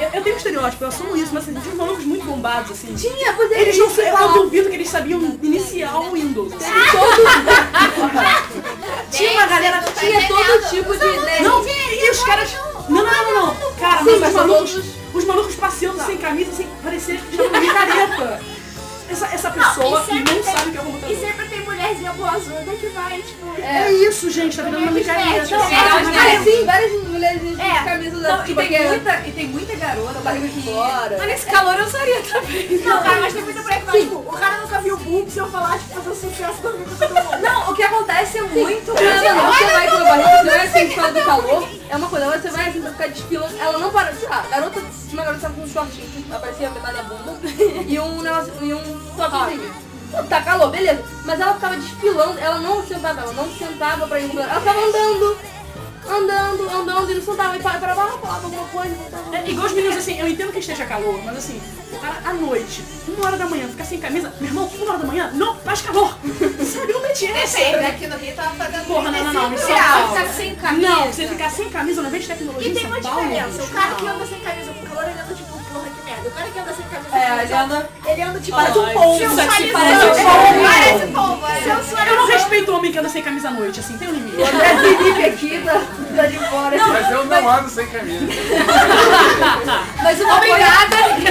G: eu, eu tenho um estereótipo, eu assumo isso, mas assim, tinha uns malucos muito bombados, assim.
B: Tinha, pois é,
G: Eles não sei, eu
B: falar.
G: duvido que eles sabiam iniciar o Windows. assim.
B: Tinha uma galera,
G: é
I: é
B: tinha todo tipo de nerd.
G: Não, e os caras. Não, não, não, não. Cara,
B: Sim,
G: mas os
B: mas
G: malucos.
B: todos-
G: Os malucos passeando sem camisa, sem parecer que estavam micareta. Essa, essa pessoa não,
E: sempre tem-
G: sabe o que é computador.
E: E sempre tem mulherzinha boazuda que vai, tipo...
G: É isso, gente, tá virando uma micareta.
E: Não,
B: Cara,
E: mas-
B: cara, sim, várias mulheres de
E: É.
B: camisa da
H: Não, e,
B: tipo, que
H: tem
B: é
H: muita, e tem muita garota
B: barriga de fora.
I: Mas nesse calor eu usaria também.
E: Não, cara, mas tem muita mulher que vai, tipo, o cara nunca viu boobs, eu falar, tipo, fazer um sucesso da vida pra todo mundo.
H: Não, o que acontece é muito.
B: Não, não, você vai pro barriga, você
C: né?
B: vai assim, por causa do calor, é uma coisa, agora você vai assim pra ficar desfilando, ela não para, sei lá, a garota, uma garota tava com um shortinho, que aparecia a metade da bunda, e um negócio, e um topzinho.
C: Ah.
B: Pô, Tá calor, beleza, mas ela ficava desfilando, ela não sentava, ela não sentava pra ir no banheiro, ela ficava andando, andando, andando, e não sentava, e para, para, para, falava alguma coisa, voltava.
G: É, igual os meninos, assim, eu entendo que esteja calor, mas assim, o cara à noite, uma hora da manhã, ficar sem camisa, meu irmão, uma hora da manhã, não faz calor. Sabe como é que é?
C: Depende,
B: né?
C: aqui no Rio tava fazendo
G: Porra, não, não, não, me
C: 35
G: solta.
C: graus.
I: Tá sem camisa.
G: Não, você ficar sem camisa no evento de tecnologia
E: E
G: em
E: tem uma
G: São Paulo.
E: diferença. O
G: bicho,
E: cara
G: não.
E: que anda sem camisa com calor, ele anda tipo, porra, que merda. O cara que anda sem camisa
H: É,
E: com
H: ele
E: calor,
H: anda-
E: ele anda tipo, É,
G: Parece um
H: Ai,
G: pombo.
H: sensualizando.
G: Parece um pombo.
C: Parece pombo, é.
G: Eu não respeito o homem que anda sem camisa à noite, assim, tem um limite.
B: André Felipe aqui, tá, tá de fora.
D: Mas eu não ando sem camisa.
H: Mas uma
I: Obrigada.
H: é coisa.
I: é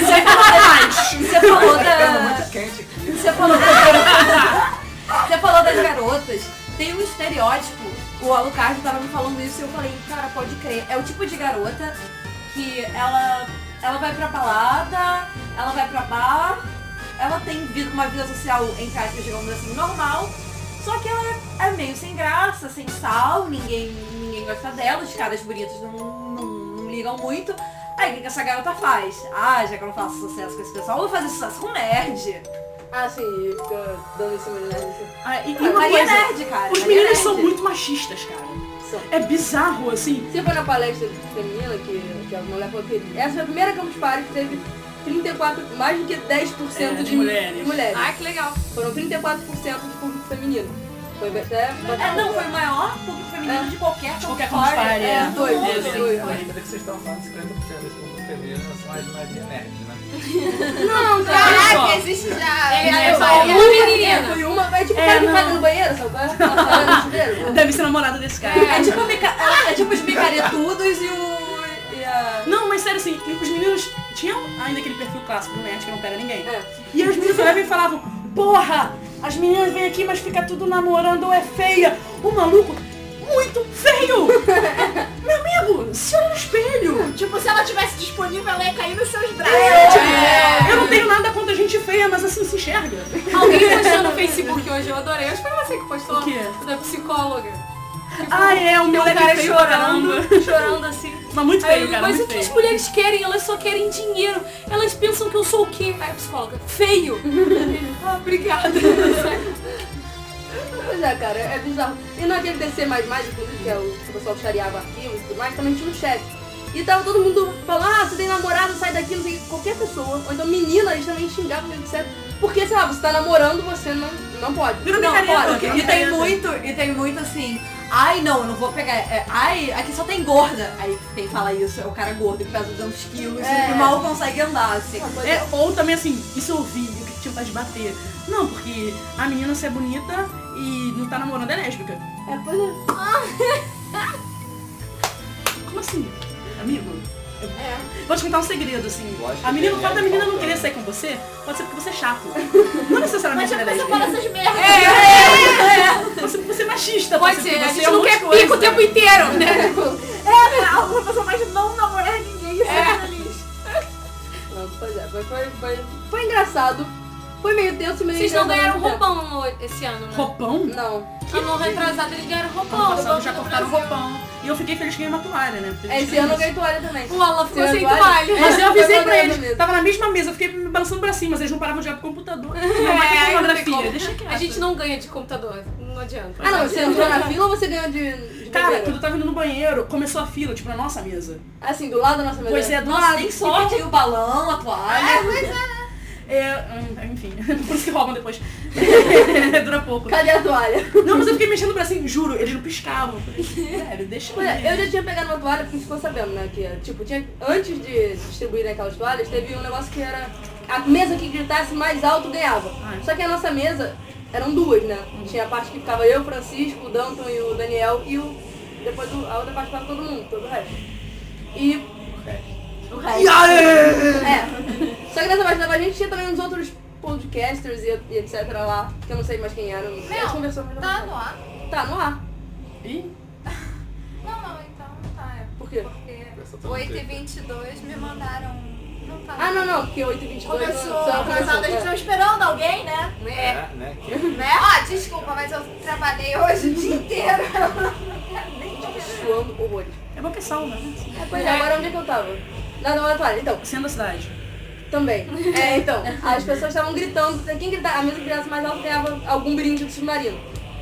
H: Você falou
D: tá Ficando
H: da.
D: muito quente aqui.
H: Você falou das- Você falou das garotas. Tem um estereótipo. O Alucard tava me falando isso e eu falei, cara, pode crer. É o tipo de garota que ela, ela vai pra balada, ela vai pra bar, ela tem vida- uma vida social, entre aspas, digamos assim, normal. Só que ela é meio sem graça, sem sal, ninguém, ninguém gosta dela, os caras bonitos não, não, não ligam muito. Aí o que que essa garota faz? Ah, já que eu não faço sucesso com esse pessoal, eu vou fazer sucesso com nerd.
B: Ah, sim, fica dando em cima de nerd, assim.
G: Ah, e, e
H: Maria
G: uma coisa,
H: nerd, cara.
G: os
H: Maria
G: meninos
H: nerd.
G: são muito machistas, cara.
B: São.
G: É bizarro, assim.
B: Você foi na palestra feminina que, que a mulher falou que essa foi a primeira Campus Party que teve 34, mais do que 10%
G: É,
B: de,
G: de mulheres.
B: mulheres.
I: Ai, que legal.
B: Foram 34% de público feminino. Foi até
H: É, não, foi o maior público feminino de qualquer
G: De qualquer campus party, é.
H: É,
B: Dois,
H: dois,
B: dois,
H: dois.
B: dois.
D: Ainda que vocês estão falando 50% das pessoas femininas são as novinhas nerd, né?
B: Não,
C: Caraca, existe já.
I: É,
C: Eu-
I: só é
B: uma
I: menina.
B: Foi uma, é tipo
G: É,
B: cara que
G: não.
B: caga no banheiro, sabe? é? Ela caga no chuveiro.
G: Deve ser namorada desse cara.
H: É tipo, a Mica- é tipo os micaretudos e o... E a...
G: Não, mas sério assim, os meninos tinham ainda aquele perfil clássico do nerd que não pega ninguém.
B: É.
G: E os meninos olhavam e falavam, porra, as meninas vêm aqui, mas fica tudo namorando ou é feia. O maluco, muito feio! Meu amigo, se olha no espelho.
I: Tipo, se ela tivesse disponível, ela ia cair nos seus braços.
C: É,
I: É.
G: Eu não tenho nada contra gente feia, mas assim, se enxerga.
I: Alguém postou no Facebook hoje, eu adorei. Acho que foi você que postou.
G: O quê?
I: Da psicóloga.
G: Ah, é, um
I: Tem um
G: moleque
I: cara
G: feio pra caramba.
I: chorando, chorando assim.
G: Mas muito
I: Aí,
G: feio, cara,
I: mas o
G: muito
I: que
G: feio.
I: as mulheres querem? Elas só querem dinheiro. Elas pensam que eu sou o quê? Aí a psicóloga, feio. ah, obrigada.
B: Pois é, cara, é bizarro. E naquele DC, inclusive, que é o que o pessoal chariava arquivos e tudo mais, também tinha um chefe. E tava todo mundo falando, ah, você tem namorado, sai daqui, não sei o que, qualquer pessoa. Ou então menina, eles também xingavam, etc. Porque, sei lá, você tá namorando, você não, não pode.
G: Vira
B: não,
G: micareta,
B: pode.
G: vira
H: E tem
G: Micareta.
H: muito, e tem muito assim... Ai, não, eu não vou pegar... é, ai, aqui só tem gorda. Aí quem fala isso é o cara gordo que pesa 200 quilos
I: É.
H: e mal consegue andar, assim.
G: É, ou também assim, isso eu vi, eu que tinha vontade de bater. Não, porque a menina se é bonita e não tá namorando, é lésbica.
B: É, pois é.
G: Como assim? Amigo? Eu-
E: É.
H: É,
G: Vou te contar um segredo, assim.
D: Eu acho
G: A
D: que
G: menina, o
D: tem, né,
G: fato da menina não
D: faltando.
G: querer sair com você, pode ser porque você é chato. Não necessariamente
I: Mas
G: ela
I: já
H: né?
G: é
I: começa a
G: lésbica.
I: falar essas merdas.
H: É.
G: Pode ser porque você é machista,
I: Pode
G: porque
I: ser, a
G: você
I: gente
G: é um
I: não
G: monte
I: quer
G: de coisa.
I: pico o tempo inteiro, né?
E: Alguma pessoa mais não namorar ninguém e ser feliz.
B: Não, pois é, foi, foi, foi, foi engraçado. Foi meio tenso, meio
I: Vocês não
B: engraçado
I: ganharam
B: ao mesmo tempo.
I: roupão no- esse ano, né?
G: Roupão?
B: Não.
I: Ano retrasado eles ganharam
G: Ano
I: roupão.
G: passado já
I: Banco do
G: cortaram
I: Brasil.
G: roupão. E eu fiquei feliz que ganhei uma toalha, né? Porque a gente
B: é, Esse
G: fez
B: ano eu
G: isso.
B: ganhei toalha também.
I: O Alan ficou
B: Você
I: sem
B: ganhou
I: toalha.
G: Mas eu avisei
B: Foi
G: pra
B: banheiro
G: eles,
B: mesmo.
G: tava na mesma mesa, eu fiquei me balançando pra cima, mas eles não paravam de olhar pro computador. Minha mãe
I: É,
G: tá
I: aí
G: falando
I: não
G: da
I: tem
G: filha,
I: como.
G: deixa quieto.
I: A gente não ganha de computador, não adianta.
B: Ah, não, você entrou na fila ou você ganhou de. de
G: Cara,
B: bobeira?
G: quando eu tava indo no banheiro, começou a fila, tipo, na nossa mesa.
B: Assim, do lado da nossa mesa.
G: Pois é, do
H: Nossa,
G: lado,
H: tem
G: que
H: sorte aí o balão, a toalha.
G: É, hum, enfim, por isso que roubam depois. Dura pouco.
B: Cadê a toalha?
G: Não, mas eu fiquei mexendo o bracinho, juro, eles não piscavam. Eu falei, Sério, deixa eu
B: Pois
G: ver.
B: é, eu já tinha pegado uma toalha porque ficou sabendo, né? Que, tipo, tinha, antes de distribuírem aquelas toalhas, teve um negócio que era a mesa que gritasse mais alto ganhava.
G: Ah, é.
B: Só que a nossa mesa eram duas, né? Tinha a parte que ficava eu, o Francisco, o Danton e o Daniel e o. Depois o- a outra parte ficava todo mundo, todo o resto. E. O resto. É. Só que nessa parte a gente tinha também uns outros podcasters e, e etc lá, que eu não sei mais quem era. Não, sei. a gente conversou mas não
C: Tá
B: sei.
C: no ar?
B: Tá, no ar.
G: Ih,
C: Não, não, então não tá. É
B: Por quê?
C: porque 8h22 me mandaram. Não tá.
B: Ah, não, não, porque 8h22
E: Começou
B: só é.
E: atrasado, a gente tava esperando alguém, né?
C: É.
D: É, né? Que
C: Né? Ó, desculpa, mas eu trabalhei hoje o dia inteiro.
B: suando horrores.
G: é bom pessoal, né?
B: É, pois é, agora onde é que eu tava? Na nova toalha, então,
G: Sendo a cidade.
B: também. É, então, as pessoas estavam gritando, quem gritar, a mesa que gritasse mais alto ganhava algum brinde do submarino.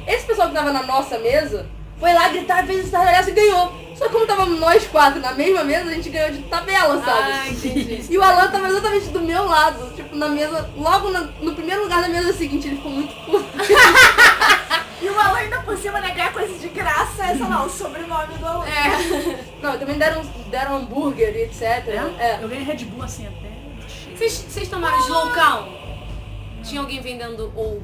B: Esse pessoal que tava na nossa mesa foi lá gritar, fez esse taralhaço e ganhou. Só que como tava nós quatro na mesma mesa, a gente ganhou de tabela, sabe?
G: Tá,
I: Ah,
G: assim.
I: entendi.
B: E o Alan tava exatamente do meu lado, tipo, na mesa, logo na- no primeiro lugar da mesa seguinte, ele ficou muito puto.
E: E o Alan ainda por cima, né? Ganhar coisa de graça, é, sei lá, o sobrenome do Alan.
I: É,
B: Não, também deram, deram hambúrguer e etc. É.
G: Eu ganhei Red Bull assim até. cheio.
I: Vocês, vocês tomaram slow calm? Tinha alguém vendendo ou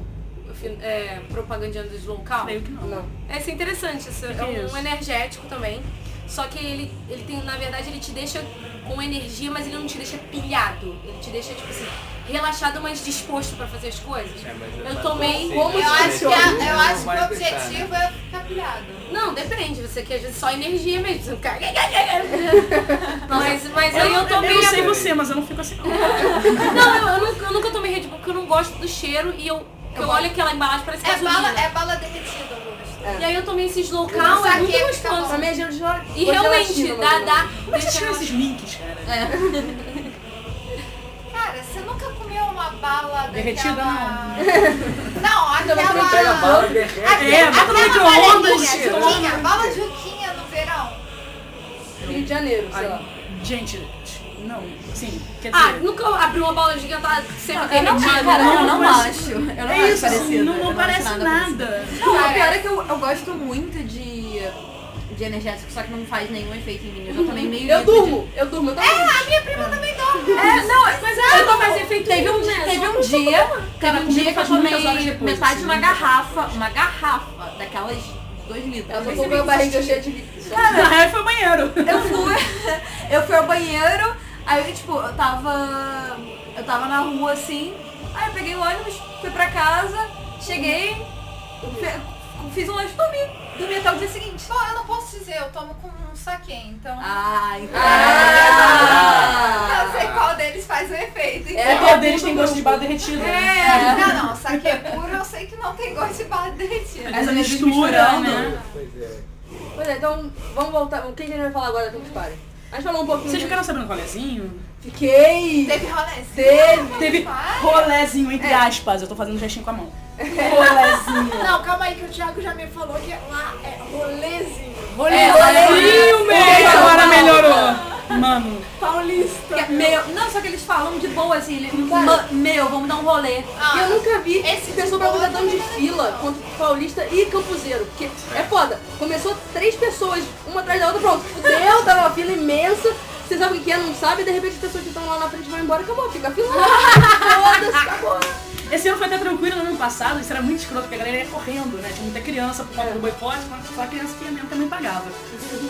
I: enfim, é, propagandeando slow calm?
G: Creio que não.
B: Não.
I: Esse é interessante, esse é
G: que é
I: um
G: isso?
I: energético também. Só que ele, ele tem, na verdade, ele te deixa com energia, mas ele não te deixa pilhado. Ele te deixa, tipo assim, relaxado, mas disposto pra fazer as coisas.
D: É, mas
I: eu
D: é pra
I: tomei
D: você,
I: como
D: né?
I: se
C: Eu acho que,
I: fosse...
C: a- eu
D: Não
C: acho que
D: vai
C: o
D: fechar, né?
C: objetivo é ficar pilhado.
I: Não, depende, você quer às vezes só energia mesmo. Você não fica... Mas, mas aí eu tomei
G: eu não sei
I: a-
G: você, mas eu não fico assim. não.
I: Não, eu, eu nunca, eu nunca tomei Red Bull porque eu não gosto do cheiro e eu, eu, olho aquela embalagem, parece
E: um
C: É
I: gasolina.
C: bala, é bala derretida, Augusto.
H: é.
I: E aí eu tomei esses low
C: Eu não
I: cal, é
C: saquei
I: muito
C: que
I: gostoso.
B: Pra mim, a gente
I: E
H: é
I: realmente, dá, dá.
G: Como é que vocês
I: deixa
G: tiram
I: eu-
G: esses links, cara?
C: Cara, você nunca comeu uma bala
G: Derretida,
C: daquela... Não,
B: Também pega a
C: aquela...
B: bala, derrete.
G: É, bota no
E: um
G: micro-ondas.
C: Juquinha, Juquinha, bala Juquinha no verão.
B: Rio de Janeiro, sei lá.
G: Ai, Gente, não. não. Sim, quer dizer...
I: Ah, nunca abriu uma bola gigantada sempre
H: Eu não,
I: derretida.
H: cara, eu não
G: mas-
H: acho. Eu não
G: é
H: acho
G: isso, assim,
H: parecido.
G: não,
H: eu
G: não
H: acho
G: parece
H: parecido.
G: nada.
H: Não, o pior é que eu, eu gosto muito de, de energético, só que não faz nenhum efeito em mim. Eu também meio.
B: Eu
H: livre
B: durmo, eu durmo, eu também.
C: A minha prima também dorme.
H: de- É, não, é-
I: Mas é, não faz efeito
H: teve um,
I: nenhum, né?
H: teve um dia. Teve
G: Cara,
H: um
G: comigo
H: dia que eu
G: faz muitas horas
H: tomei
G: depois,
H: metade de
G: assim,
H: uma
G: muitas
H: garrafa. Uma garrafa daquelas de dois litros.
B: Eu
H: Eu
B: tô tá
H: fui-
B: com a minha barriga cheia de líquido.
G: Na real, foi banheiro.
H: eu fui, eu fui ao banheiro, aí tipo, eu tava. Eu tava na rua assim, aí eu peguei o ônibus, fui pra casa, cheguei, fe- fiz um lanche e dormi. Dormi até o dia seguinte.
C: Bom, eu não posso dizer, eu tomo com um saque, então.
H: Ah, então. Ah!
B: Ah!
E: Ah.
C: Não sei qual deles faz o efeito. então.
G: É, o deles tem gosto de barro derretido. né?
C: É, não, não, saque puro eu sei que não tem gosto de barra derretida.
G: Essa
H: Eles
G: mistura,
H: misturando.
G: né?
D: Pois é.
B: Pois é, então vamos voltar. O que a gente vai falar agora da Pink Party? A gente falou um pouquinho.
G: Vocês
B: de-
G: ficaram sabendo qual rolezinho?
B: Fiquei!
C: Teve rolezinho.
B: Teve!
G: É, Teve
C: Vai.
G: rolezinho, entre aspas. Eu tô fazendo um gestinho com a mão. É. Rolezinho.
E: Não, calma aí que o Thiago já me falou que lá é rolezinho.
G: Rolezinho, meu! Agora melhorou. Mano,
E: Paulista.
H: Que- Meu, não, só que eles falam de boa assim, eles, "Ma- meu, vamos dar um rolê.
B: E eu nunca vi esse pessoa pra
C: bola
B: lutar tão de
C: também não é
B: fila quanto paulista e campuseiro. Porque é foda. Começou três pessoas, uma atrás da outra, pronto. Fudeu, tava uma fila imensa. Você sabe o que é, não sabe, e de repente as pessoas que estão lá na frente vão embora, acabou, fica a fila. Foda-se, acabou.
G: esse ano foi até tranquilo, no ano passado isso era muito escroto, porque a galera ia correndo, né? Tinha muita criança por causa do boicote, mas só a criança que ia mesmo também pagava.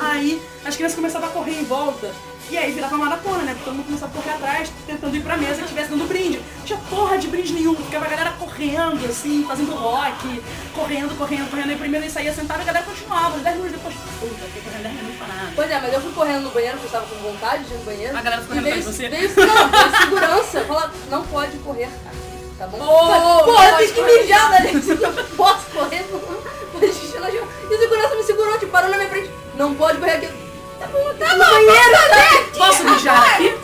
G: Aí as crianças começavam a correr em volta, e aí virava uma maratona, né? Porque todo mundo começava a correr atrás, tentando ir pra mesa que estivesse dando brinde. Não tinha porra de brinde nenhum, ficava a galera correndo, assim, fazendo rock, correndo, correndo, correndo. Aí primeiro eles saíam sentados, a galera continuava, 10 minutos depois, puta, fiquei correndo 10 minutos pra nada.
B: Pois é, mas eu fui correndo no banheiro, porque eu estava com vontade de ir no banheiro.
G: A galera ficou
B: E
G: correndo
B: veio-
G: atrás de você?
B: Veio, não, veio segurança, falar, não pode correr aqui, tá bom?
H: Oh,
B: Pô,
H: não
B: eu fiz
H: pode
B: que
H: correr.
B: mijar, velho, não posso correr, não pode xixi na janela. E o segurança me segurou, tipo, parou na minha frente, não pode correr aqui. Tá bom, tá no banheiro,
C: né?
B: tá?
G: Posso mijar aqui?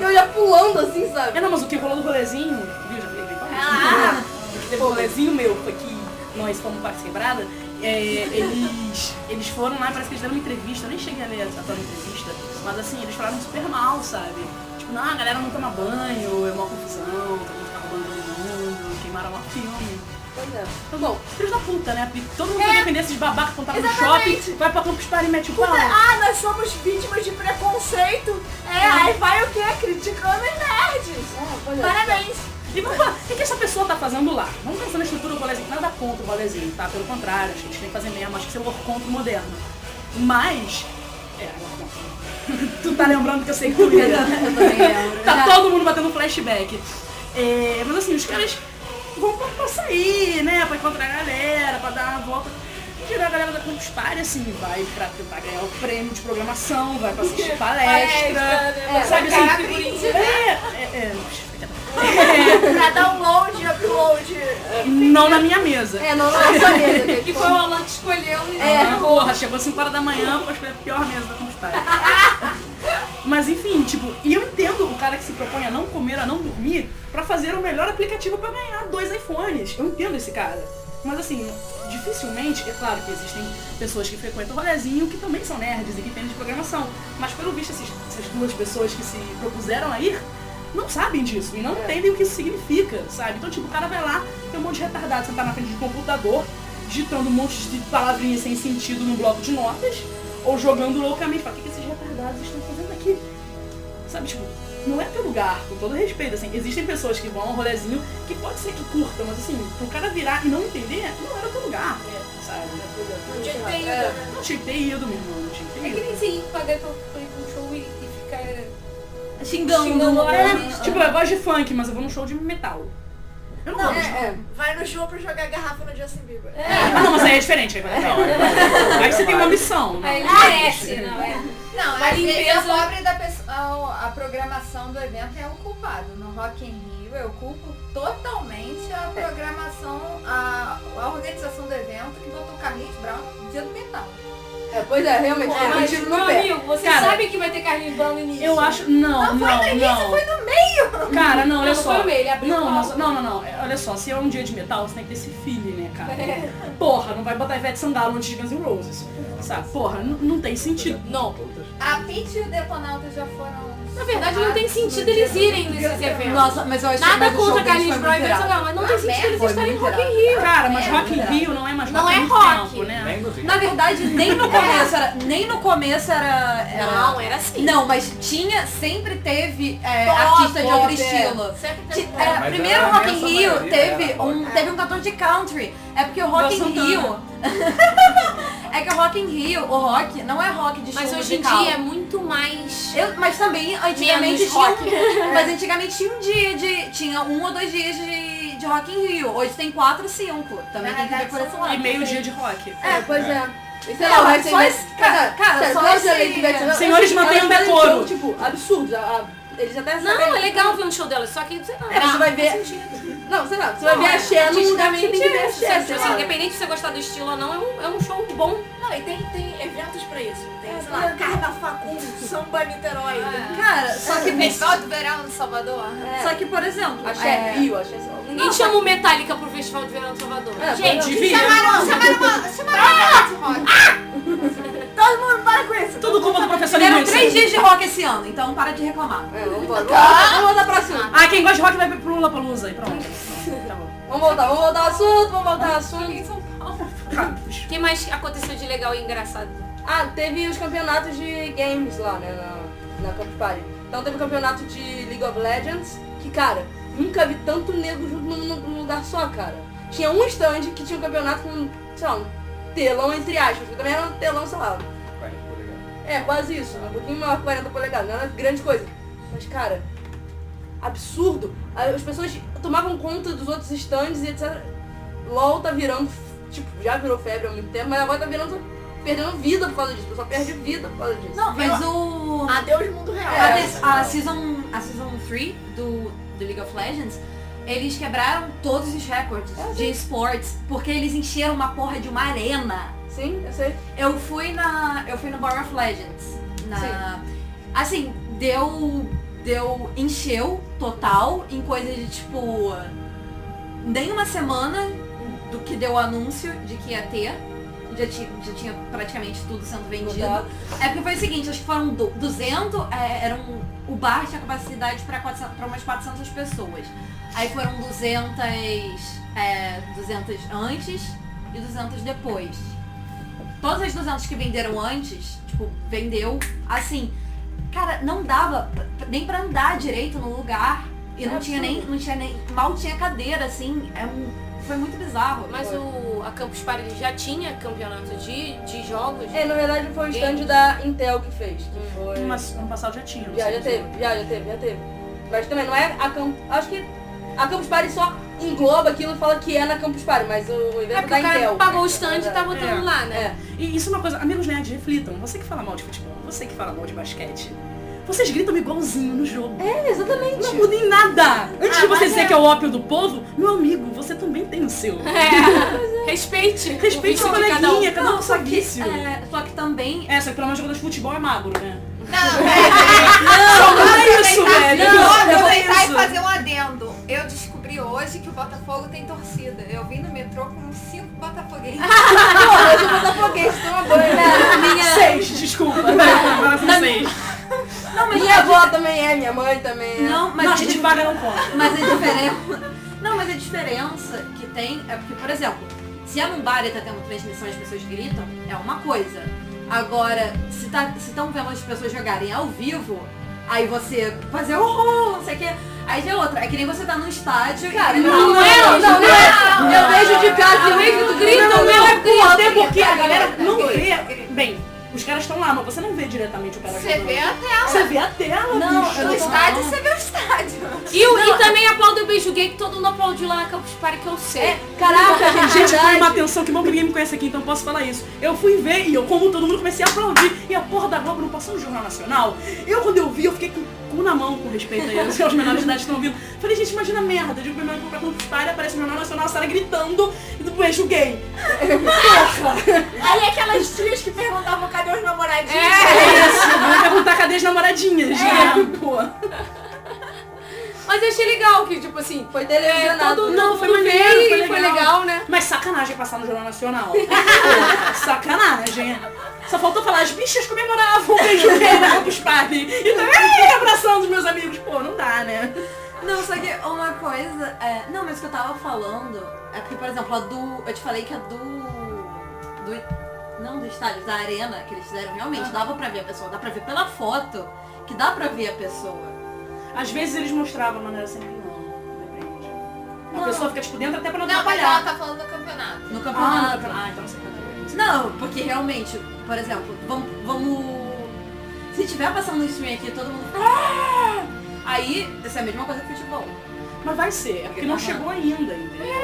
B: Eu já pulando assim, sabe?
G: É, não, mas o que rolou do rolezinho, viu? Já falei,
B: Ah!
G: O que teve um rolezinho meu foi que nós fomos para quebrada. é, eles, eles foram lá, parece que eles deram uma entrevista, eu nem cheguei a ler a tal entrevista, mas assim, eles falaram super mal, sabe? Tipo, não, a galera não toma banho, é uma confusão, todo mundo fica roubando todo mundo, queimaram um filme.
B: Pois é.
G: Então, bom, filhos da puta, né? Porque todo mundo vai depender desses babacas quando tá no shopping, vai pra Campus Party e mete o pau.
E: Ah, nós somos vítimas de preconceito. É, aí vai o quê? Criticando e nerds.
B: pois é.
E: Parabéns.
G: E vamos falar, o que, que essa pessoa tá fazendo lá? Vamos pensar na estrutura do rolezinho. Nada contra o rolezinho, tá? Pelo contrário, acho que a gente tem que fazer mesmo. Acho que isso é um contra o moderno. Mas... É, agora não. tu tá lembrando que eu sei que tu ia.
H: Eu também lembro.
G: Tá todo mundo batendo flashback. É, mas assim, os caras vão pra, pra sair, né? Pra encontrar a galera, pra dar uma volta. Em geral, a galera da Campus Party, assim, vai pra tentar ganhar o prêmio de programação, vai pra assistir palestra.
B: É,
E: né?
G: sabe
C: Pra
B: tipo,
G: assim?
C: brinde,
H: né?
G: É, é,
B: é.
E: Pra download, upload.
G: é, não na minha mesa.
B: É, não, não é essa mesa, né?
I: Que foi o Alan que escolheu e
G: É, porra, chegou 5 horas da manhã, acho que foi a pior mesa da Campus Mas enfim, tipo, e eu entendo o cara que se propõe a não comer, a não dormir, pra fazer o melhor aplicativo pra ganhar dois iPhones. Eu entendo esse cara. Mas assim, dificilmente, é claro que existem pessoas que frequentam o rolezinho que também são nerds e que entendem de programação. Mas pelo visto, esses- essas duas pessoas que se propuseram a ir não sabem disso e não entendem o que isso significa, sabe? Então, tipo, o cara vai lá, tem um monte de retardado sentar na frente de um computador, digitando um monte de palavrinhas sem sentido num bloco de notas, ou jogando loucamente. Fala, o que, que esses retardados estão fazendo aqui? É Sabe, tipo, não é teu lugar, com todo respeito, assim. Existem pessoas que vão ao rolezinho que pode ser que curtam, mas assim, pro cara virar e não entender, não era teu lugar,
I: É,
G: sabe?
I: Não tinha que ter ido,
B: É,
I: né?
G: Não tinha que ter ido, meu irmão, não tinha que ter
I: É
G: ido.
I: que nem se pagar pra pra ir pra um show e, e ficar.
H: Xingando.
I: Xingando
H: uma
I: a
H: vez.
G: É, tipo, eu gosto de funk, mas eu vou num show de metal. Eu não, gosto.
B: É, é.
E: Vai no show pra jogar garrafa no Justin Bieber.
G: Ah, não, mas aí é diferente. Aí, vai- aí você tem uma missão. né?
I: Aí ele merece, não é?
C: Não,
I: Mas
C: às vezes
I: limpeza-
C: a pobre da pessoa, a programação do evento é o culpado. No Rock in Rio eu culpo totalmente a programação, a, a organização do evento que botou o Carlinhos Brown no dia do metal.
B: É, pois é, realmente, é, um
I: Mas,
B: tiro
I: meu
B: no pé.
I: amigo, você
G: Cara,
I: sabe que vai ter Carlinhos Brown no início.
G: Eu acho. Não, não. Não, foi no início, foi no meio! Cara, não, olha
I: Não,
G: só.
I: foi no meio, ele abriu
G: não,
I: o
G: mas,
I: palco.
G: não, não, não. É, Olha só, se é um dia de metal, você tem que ter esse feeling, né, cara?
I: É.
G: Porra, não vai botar Ivete Sangalo antes de Guns N' Roses. Sabe? Porra, n- não tem sentido.
I: Não.
C: A Pitty e o Detonautas já foram.
I: Na verdade, não tem sentido eles irem nesses eventos.
H: Nossa, mas eu achei
I: Nada
H: mas o
I: contra
H: show deles
I: Carlinhos
H: foi
I: Brown e
H: muito irado.
I: Versailles, mas não tem sentido eles
H: foi
I: estarem em
H: muito
I: Rock in Rio.
G: Cara, mas Rock in Rio não é mais
I: Não
G: rock
I: é
G: há muito
I: rock.
G: tempo, né?
D: Bem bonito.
H: Na verdade, nem no começo era. Nem no começo era.
E: É.
H: era-
I: Não, era assim.
H: Não, mas tinha, sempre teve é,
E: Pop,
H: artista de outro
E: pop, é.
H: estilo.
I: Sempre
H: Que,
I: tem-
H: é,
D: Mas
H: primeiro
D: era
H: Rock in
D: imensa
H: Rio
D: maioria,
H: teve
D: era
H: um,
D: rock.
H: teve um cantor de country. É porque o Rock
G: Léo
H: in
G: Santana.
H: Rio. é que o Rock in Rio, o rock não é rock de estilo
I: Mas hoje em
H: musical.
I: dia é muito mais.
H: Eu- mas também antigamente
I: Menos
H: tinha. um-
I: rock. né? É.
H: mas antigamente tinha um dia de. Tinha um ou dois dias de, de Rock in Rio. Hoje tem quatro, cinco. Também
C: Na
H: tem que ver
C: realidade,
H: por esse
C: são
I: é
H: lado.
G: E meio dia de rock.
B: É, pois é. né? E sei
H: Não,
B: lá,
H: mas
B: tem
H: só
B: mais-
H: esse- cara, cara,
B: sério,
H: só
B: quando
H: esse-
B: eu lembro que vai ser-
G: Senhores,
B: eu-
G: mantenham
B: elas
G: decoro.
B: são, Tipo, absurdos. a- a- Eles até
I: Não, é legal ver um show delas, só que. Sei lá,
B: É, você vai ver-
I: Não, faz sentido.
B: Não, sei lá, você vai ver
I: é,
B: a Xé num lugar que você tem que ver a Xé, sei
I: Assim,
B: lá.
I: independente de você gostar do estilo ou não, é um, é um show bom.
E: Não, e tem, tem eventos pra isso. É, Tem, É. sei lá, Carna Facum, Samba Niterói.
H: Cara, só que.
C: Festival do verão no Salvador.
E: É.
I: É.
H: Só que, por exemplo,
B: A
H: é,
B: Xé Rio, a Xé sei lá.
I: Ninguém chama o Metallica pro Festival de Verão de Salvador.
B: tá. É,
I: Gente,
G: Devia.
C: Chamaram, chamaram uma.
E: Ah!
C: Chamaram uma banda de rock.
E: Todo mundo para com isso.
G: Tudo culpa do professor
H: Tiveram
G: linguista.
H: três dias de rock esse ano, então para de reclamar.
B: É, vamos embora.
H: Vamos da próxima.
G: Ah, quem gosta de rock vai pro Lula Palusa. E pronto. Tá bom.
B: Vamos voltar, vamos voltar ao
I: Ah.
B: assunto, vamos voltar ao assunto.
G: Cabos.
I: o que mais aconteceu de legal e engraçado?
B: Ah, teve os campeonatos de games lá, né, na, na Campus Party. Então teve o campeonato de League of Legends, que, cara, nunca vi tanto nego junto num, num lugar só, cara. Tinha um stand que tinha um campeonato com, sei lá, um telão entre aspas, que também era um telão, sei lá,
D: Vai, tá ligado.
B: É, quase isso. Um pouquinho maior que 40 polegadas. Não era grande coisa. Mas, cara, absurdo. Aí As pessoas tomavam conta dos outros stands e etc. LOL tá virando, tipo, já virou febre há muito tempo, mas agora tá virando, perdendo vida por causa disso. O pessoal perde vida por causa disso. É,
H: Não, mas o.
E: Adeus mundo real.
H: A,
I: é.
H: des- a season, a season 3 do, do League of Legends, eles quebraram todos os recordes de esportes, porque eles encheram uma porra de uma arena.
B: Sim, eu sei.
H: Eu fui na. Eu fui no Bar of Legends. Na, assim, deu. Deu. Encheu total em coisa de tipo. Nem uma semana do que deu o anúncio de que ia ter. Já tinha, já tinha praticamente tudo sendo vendido. É porque foi o seguinte, acho que foram du- 200, é, era um- o bar tinha capacidade para umas 400 pessoas. Aí foram 200, é, 200 antes e 200 depois. Todas as 200 que venderam antes, tipo, vendeu assim. Cara, não dava p- p- nem pra andar direito no lugar. E não tinha nem, não tinha nem, mal tinha cadeira, assim. É um, foi muito bizarro.
I: Mas o, a Campus Party já tinha campeonato de, de jogos?
B: É, na verdade foi o stand da Intel que fez. Que foi.
G: Mas no passado já tinha. não
B: Já,
G: sei
B: já
G: se-
B: teve, já, já teve, já teve. Mas também não é a Campus. Acho que a Campus Party só engloba aquilo e fala que é na Campus Party, mas o
I: É
H: Tá
B: evento
I: porque
B: da
I: o cara
B: Intel.
I: pagou o stand e tá
G: É.
I: botando lá, né?
G: E isso é uma coisa, amigos nerds, reflitam. Você que fala mal de futebol, você que fala mal de basquete, vocês gritam igualzinho no jogo.
B: É, exatamente.
G: Não muda em nada. Antes
C: Ah,
G: de você
C: mas
G: dizer
C: é-
G: que é o ópio do povo, meu amigo, você também tem o seu.
I: É. Respeite.
G: Respeite
I: o
G: o
I: vício de cada um.
G: coleguinha, cada um com seu
H: que,
G: vício.
H: é, só que também
G: É, só que pelo menos jogador de futebol é magro, né?
C: Não,
H: Tipo,
C: pera.
G: Não, não é isso, velho.
C: Eu vou
G: Não é
C: aproveitar e
G: isso.
C: fazer um adendo. Eu descobri hoje que o Botafogo tem torcida. Eu vim no metrô com uns cinco botafoguenses.
H: né?
G: Seis, desculpa. Agora são seis.
B: Minha avó também é, minha mãe também é.
H: Não, mas
G: Não, tipo, a
H: a
G: gente
H: dif-
G: vaga não conta.
H: mas a diferença. Não, mas a diferença que tem é porque, por exemplo, se a Mumbari tá tendo transmissão e as pessoas gritam, é uma coisa. Agora, se tá, se estão vendo as pessoas jogarem ao vivo, aí você fazer uhul, não sei o quê. Aí já é outra. É que nem você tá num estádio e. é um
B: não, é, não, não, não. Eu vejo de casa, eu vejo do grito,
G: Não,
B: meu
G: não,
B: é
G: não, até
B: porra.
G: porque a galera não vê. Bem, os caras estão lá, mas você não vê diretamente o cara
C: Você
G: jogando.
C: vê a tela.
G: Você vê a tela,
H: Não,
G: bicho.
H: eu não
C: No
H: tô-
C: estádio você vê o estádio.
I: E, o- e também
H: é
I: aplaude o beijo gay que todo mundo aplaudiu lá na Campus Party que eu sei.
B: Caraca, gente,
G: Gente, foi uma
B: verdade.
G: atenção, que bom que ninguém me conhece aqui, então eu posso falar isso. Eu fui ver e eu, como todo mundo, comecei a aplaudir. E a porra da Globo não passou no Jornal Nacional. Eu, quando eu vi, eu fiquei com o cu na mão com respeito a isso, que os menores de idade estão ouvindo. Falei, gente, imagina a merda. Digo, meu irmão, comprar com história, aparece o Jornal Nacional, a Sara gritando e do beijo gay.
E: Aí aquelas tias que perguntavam cadê os namoradinhos.
G: É isso, vai perguntar cadê as namoradinhas, né? Pô.
I: Mas eu achei legal que, tipo assim,
B: Foi televisionado.
I: todo
G: Não, foi
I: mundo
G: maneiro,
I: veio
G: foi
I: e foi
G: legal.
I: legal, né?
G: Mas sacanagem passar no Jornal Nacional. Pô, sacanagem. nojento. Só faltou falar, as bichas comemoravam o beijo gay na Campus Party. E também abraçando os meus amigos. Pô, não dá, né?
H: Não, só que uma coisa. é, não, mas o que eu tava falando é porque, por exemplo, a do. Eu te falei que a do. do não do estádio, da arena que eles fizeram
C: Ah.
H: realmente, dava pra ver a pessoa. Dá pra ver pela foto que dá pra ver a pessoa.
G: Às vezes eles mostravam, mas não era sempre não. Depende. A
H: Não.
G: pessoa fica tipo dentro até pra não
C: Não, mas ela
G: atrapalhar.
C: tá falando do campeonato. tá.
H: No
G: Ah, no
H: campeonato.
G: campeonato. Ah, então não sei quando
H: Não, porque realmente, por exemplo, vamos. vamos- se tiver passando um stream aqui, todo mundo. "Ah!", Aí, isso é a mesma coisa que futebol.
G: Mas vai ser, é porque não
H: Aham.
G: chegou ainda, entendeu?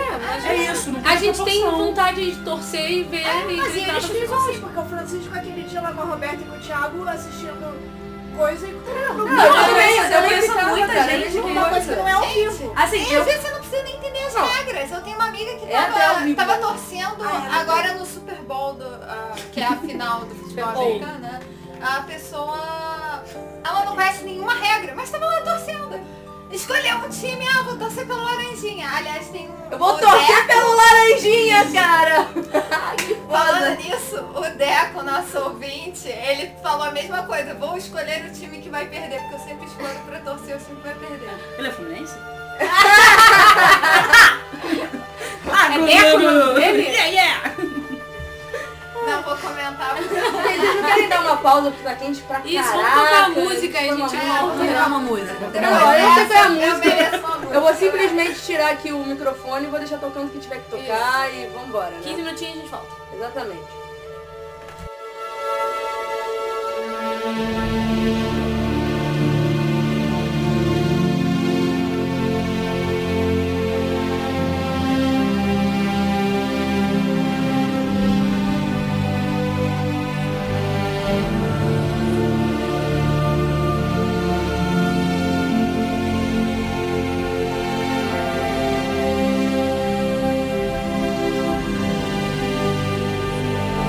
G: É isso, não
I: A gente tem um
G: proporção.
I: vontade de torcer e ver
H: É,
I: e
E: Mas
I: gritar
E: eles
I: pra
E: ficam assim, porque o
C: é
E: Francisco aquele dia lá com a Roberta e com o Thiago assistindo coisa e. Não, não,
H: eu também- eu conheço muita
E: gente
H: gente que
E: uma coisa que não é ao vivo.
H: Assim,
C: E
H: eu.
C: às vezes você não precisa nem entender as regras. Eu tenho uma amiga que
H: É até ao
C: tava,
H: vivo.
C: tava torcendo
E: Ah, é,
C: agora no Super Bowl, do, ah, que é a final do futebol americano, né? A pessoa. Ela não conhece nenhuma regra, mas tava lá torcendo. Escolheu um time, ah, vou torcer pelo Laranjinha. Aliás, tem um.
H: Eu vou
C: o
H: torcer
C: Deco-
H: pelo laranjinha, cara!
C: Falando nisso, o Deco, nosso ouvinte, ele falou a mesma coisa. Vou escolher o time que vai perder, porque eu sempre escolho pra torcer o time que vai perder.
G: Ele é fluminense?
H: Ah,
I: É Deco o nome dele?
G: Yeah, yeah!
C: Não vou comentar porque
B: Vocês não querem dar uma pausa porque tá quente pra
I: Isso, vamos
B: caraca.
I: tocar a música aí,
B: Foi uma
C: É,
I: gente.
B: merda.
I: Vamos
H: Vamos gravar uma música.
B: Não, eu não sei qual é a
C: eu
B: música.
C: mereço uma música.
B: Eu vou simplesmente tirar aqui o microfone e vou deixar tocando o que tiver que tocar e vambora,
I: 15
B: né?
I: minutinhos e a gente volta.
B: Exatamente.
C: Thank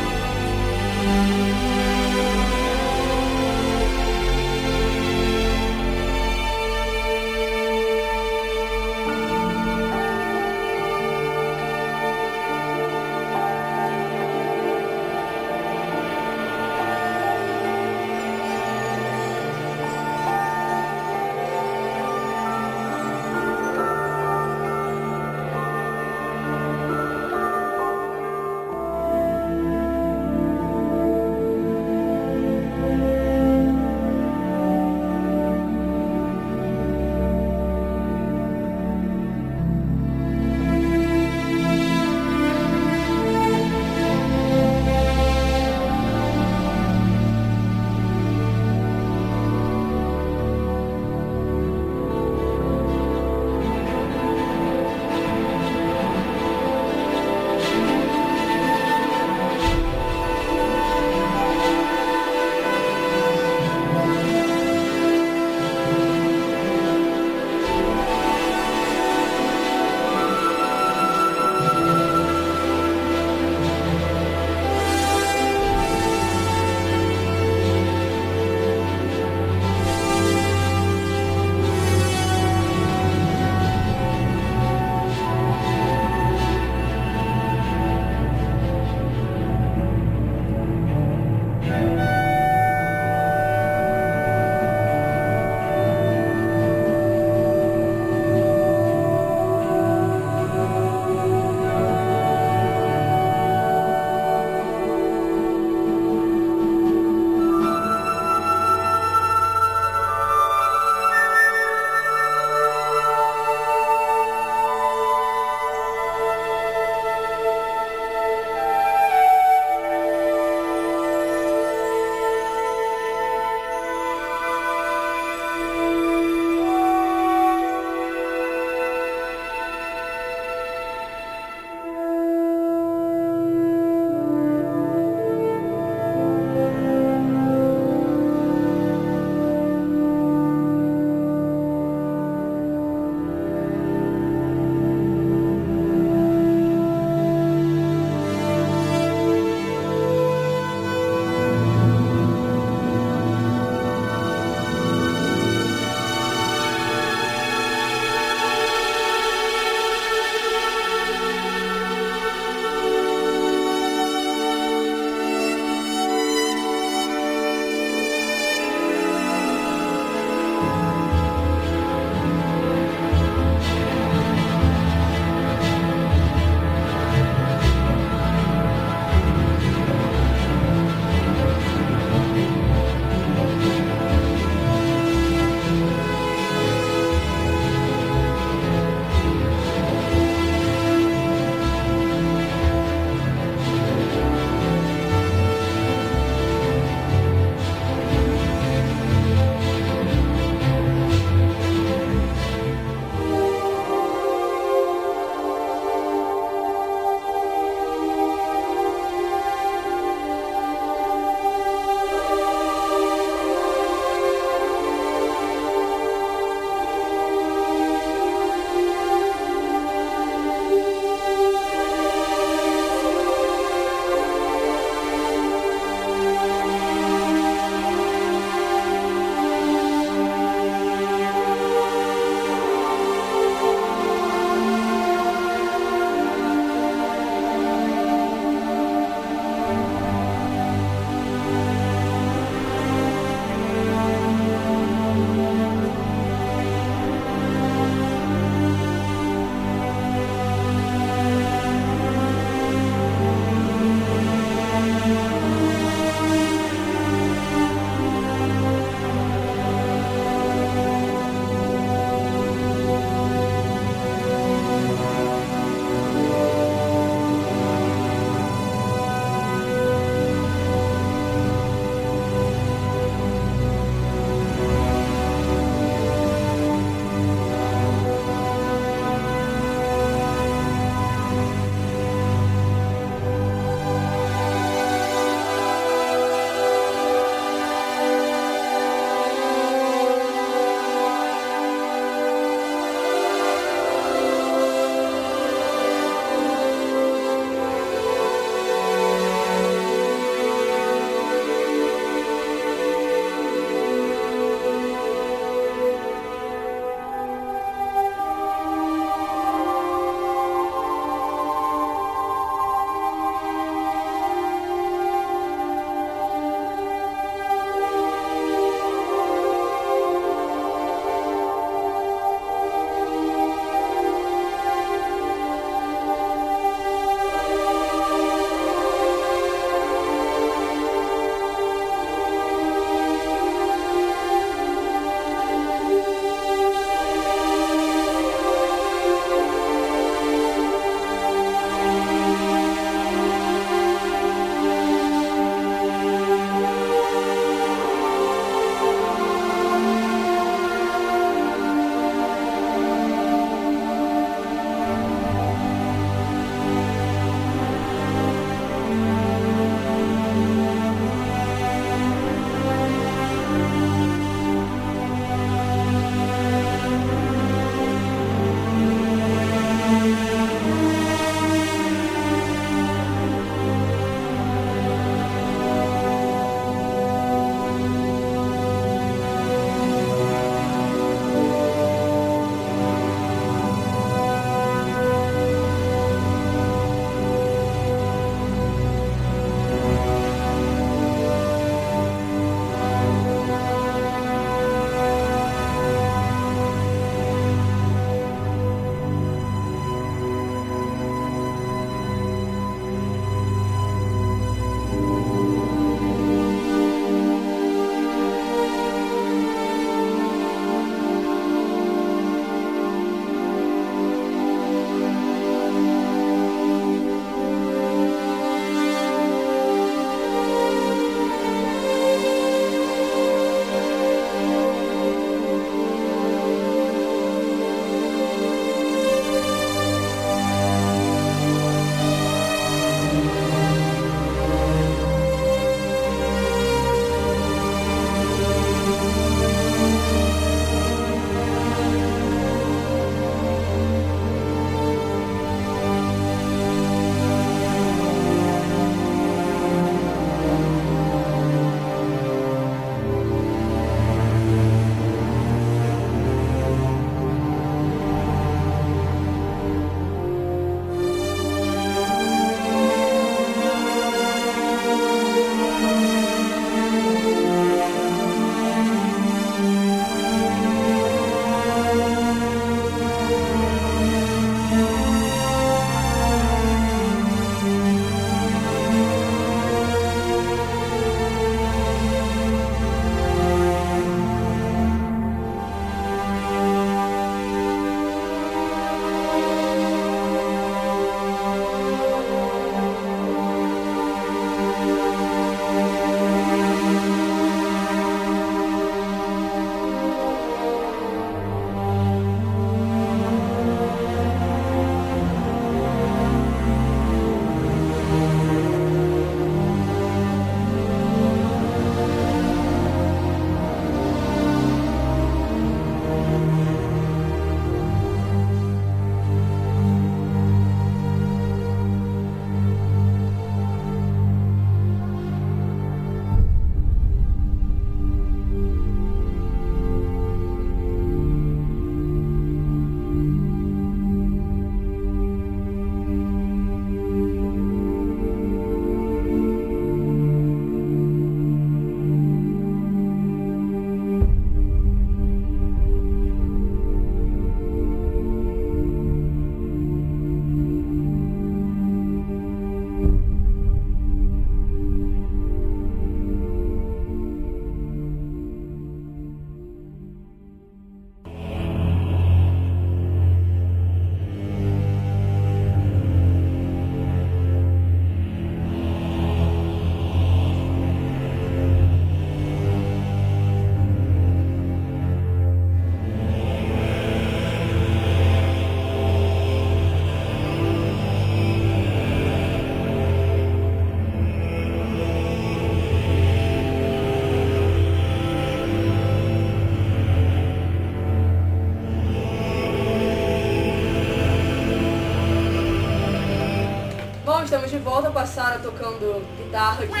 B: Bom, estamos de volta com a Sarah tocando guitarra aqui.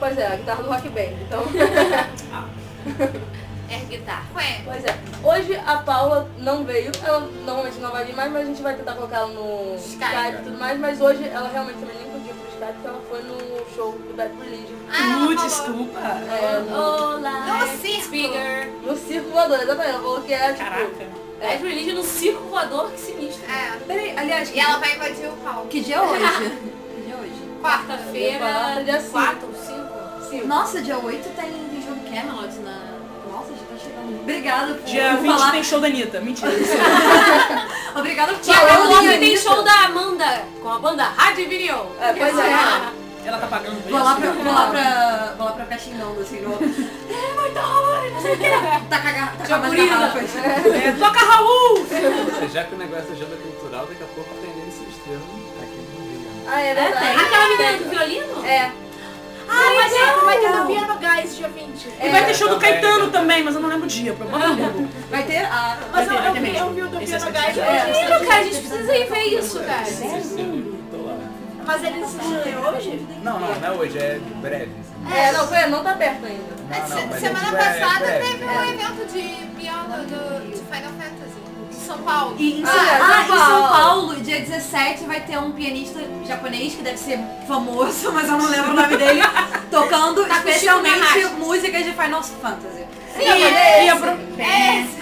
B: Pois é, a guitarra do Rock Band, então...
C: É guitarra. Ué,
B: Pois é. Hoje a Paula não veio, ela normalmente não vai vir mais, mas a gente vai tentar colocar ela no
C: Skype.
B: Skype e tudo mais, mas hoje ela realmente também nem podia ir pro Skype porque ela foi no show do Bad Religion.
C: ah, ela
G: Uh,
C: falou.
G: desculpa.
B: É, no,
C: No circo.
B: no Circo Voador, exatamente. Ela falou que é tipo.
G: Caraca.
B: É,
I: É religião no circo voador que se mistura.
C: É.
H: Peraí, aliás,
C: E ela vai invadir o palco.
H: que dia é hoje? que dia é hoje?
I: Quarta-feira,
B: Dia cinco.
I: 4 ou 5.
H: Nossa, dia 8 tem, tem show do Camelot na... Nossa, já tá chegando. Obrigada por
G: Dia 20
H: falar.
G: tem show da Anitta. Mentira. é
H: Obrigada por
I: Dia
H: falar.
I: 14 tem
H: Anitta.
I: show da Amanda com a banda Radivinion.
B: É, pois é.
I: Ah,
G: Ela tá pagando por
H: Vou lá
G: isso.
H: pra, vou lá pra, vou lá pra ficar xingando, assim, no... É muito ruim, não sei o quê. Tá Taca, gar- taca mais
I: Jamboree.
H: garrafas.
G: É, toca Raul!
D: Já que o negócio é agenda cultural, daqui a pouco tem nesse extremo aqui no Rio. né?
B: Ah, é verdade.
I: né? Aquela menina do violino?
B: É.
E: Ai, mas é, vai ter no Piano Guys dia 20.
G: E vai
D: É,
G: ter show do
D: também,
G: Caetano
D: né?
G: também, mas eu não lembro o dia. Provavelmente.
H: Vai ter a...
E: Mas eu,
G: vai ter,
E: eu,
G: vai ter
E: vi- eu
G: mesmo.
E: vi o do
G: Esse é
E: Piano
G: só
E: Guys.
G: de-
E: hoje.
I: Menino, cara, a gente precisa ir ver isso, cara.
D: Sim, tô lá.
E: Mas ele se estreou hoje?
D: Não, não, não é hoje, é breve.
B: É, não, foi, não tá aberto ainda.
D: Não, não, mas
C: Semana
D: é breve,
C: passada
D: breve. É.
C: teve um evento de piano do, de Final Fantasy. Em São Paulo.
H: E em São,
B: Ah, São
H: ah, em São
B: Paulo.
H: Paulo, dia 17, vai ter um pianista japonês que deve ser famoso, mas eu não lembro o nome dele, tocando
I: Tá com
H: especialmente
I: Chico
H: músicas de Final Fantasy.
G: E, e, É. a pro-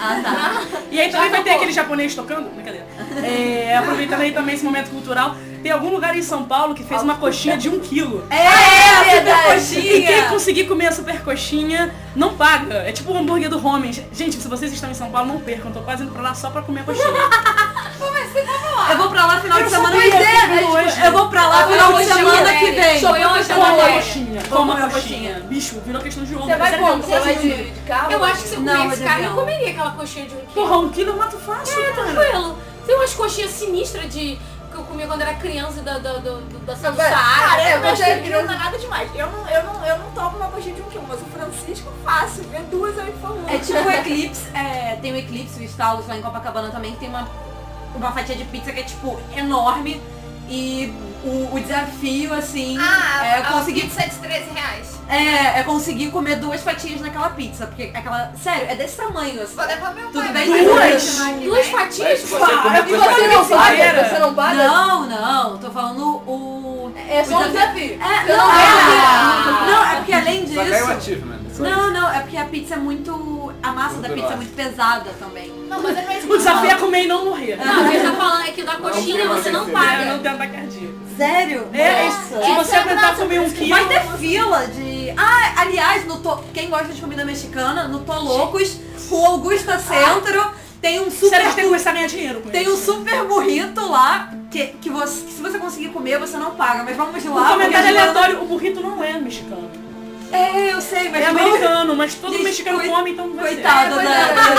H: Ah, tá.
G: e aí também vai ter aquele japonês tocando? Brincadeira. É, aproveitando aí também esse momento cultural, tem algum lugar em São Paulo que fez uma coxinha de um quilo.
H: É, é
G: E quem conseguir comer a super coxinha não paga. É tipo o hambúrguer do Homens. Gente, se vocês estão em São Paulo, não percam. Tô quase indo pra lá só pra comer a coxinha.
H: Eu vou pra lá final de semana que
G: sabia,
H: vem.
G: é tipo assim, eu fui hoje.
H: Eu vou pra lá final de
I: coxinha,
H: semana
I: né?
H: que vem.
I: Sou eu achando
G: Coma a
I: maneiro.
G: coxinha. Coma a coxinha. Bicho, virou questão de ombro.
B: Você vai
G: Sério
B: como?
G: mesmo,
B: Você vai
G: sozinho.
B: de, de carro?
I: Eu acho que se eu
H: Não, mas
I: comesse
H: é
I: cara, eu
H: não.
I: comeria aquela coxinha de um quilo.
G: Porra, um quilo eu mato fácil, cara.
I: Tranquilo. Tem umas coxinhas sinistras de... que eu comia quando era criança da, da, da, da Santa
B: Agora-
I: Sara.
B: Ah, é,
E: Mas
B: você
E: é,
B: é
E: não dá nada demais. Eu não, eu não, eu não tomo uma coxinha de um quilo, mas o Francisco faço. Vê duas aí, por favor.
H: É tipo o Eclipse, é, tem o Eclipse, o Stalos lá em Copacabana também, que tem uma, uma fatia de pizza que é tipo enorme. E o, o desafio, assim,
C: Ah,
H: é
C: a
H: conseguir
C: pizza de 13 reais.
H: É, é conseguir comer duas fatias naquela pizza, porque aquela. Sério, é desse tamanho, assim.
C: Vou levar meu
H: Tudo
C: pai.
H: bem
C: mas-
H: que
G: Duas?
I: Duas fatias?
D: Mas se você comer
B: E você não paga? Você não paga?
H: Não, não, tô falando o.
B: É só um
H: O
B: desafio.
H: É, não,
B: Ah!
H: é, não, é porque além
D: Só caiu o
H: disso.
D: achievement. só isso.
H: Não, não, é porque a pizza é muito. A massa da pizza é muito pesada também.
C: Não, mas ele vai
G: O desafio é comer e não morrer.
I: Não, o que eu tô falando é que da coxinha você não
G: É,
I: paga.
G: não tem ataque cardíaco.
H: Sério?
G: É, se você aguentar comer um quilo...
H: Vai ter fila de. Ah, aliás, no to... quem gosta de comida mexicana, no Tolocos, Rua Augusta Centro, tem um super.
G: Sério, a gente tem que começar a ganhar dinheiro com
H: Tem um
G: isso.
H: super burrito lá que, que, você, que se você conseguir comer, você não paga. Mas vamos lá.
G: Um
H: porque
G: comentário
E: é
H: a gente-
G: aleatório, o burrito não é mexicano.
H: É, eu sei, mas
G: É
H: vamos-
G: americano, mas todo mexicano
H: Coi-
G: come, então vai ser.
E: É,
H: Coitada da, da,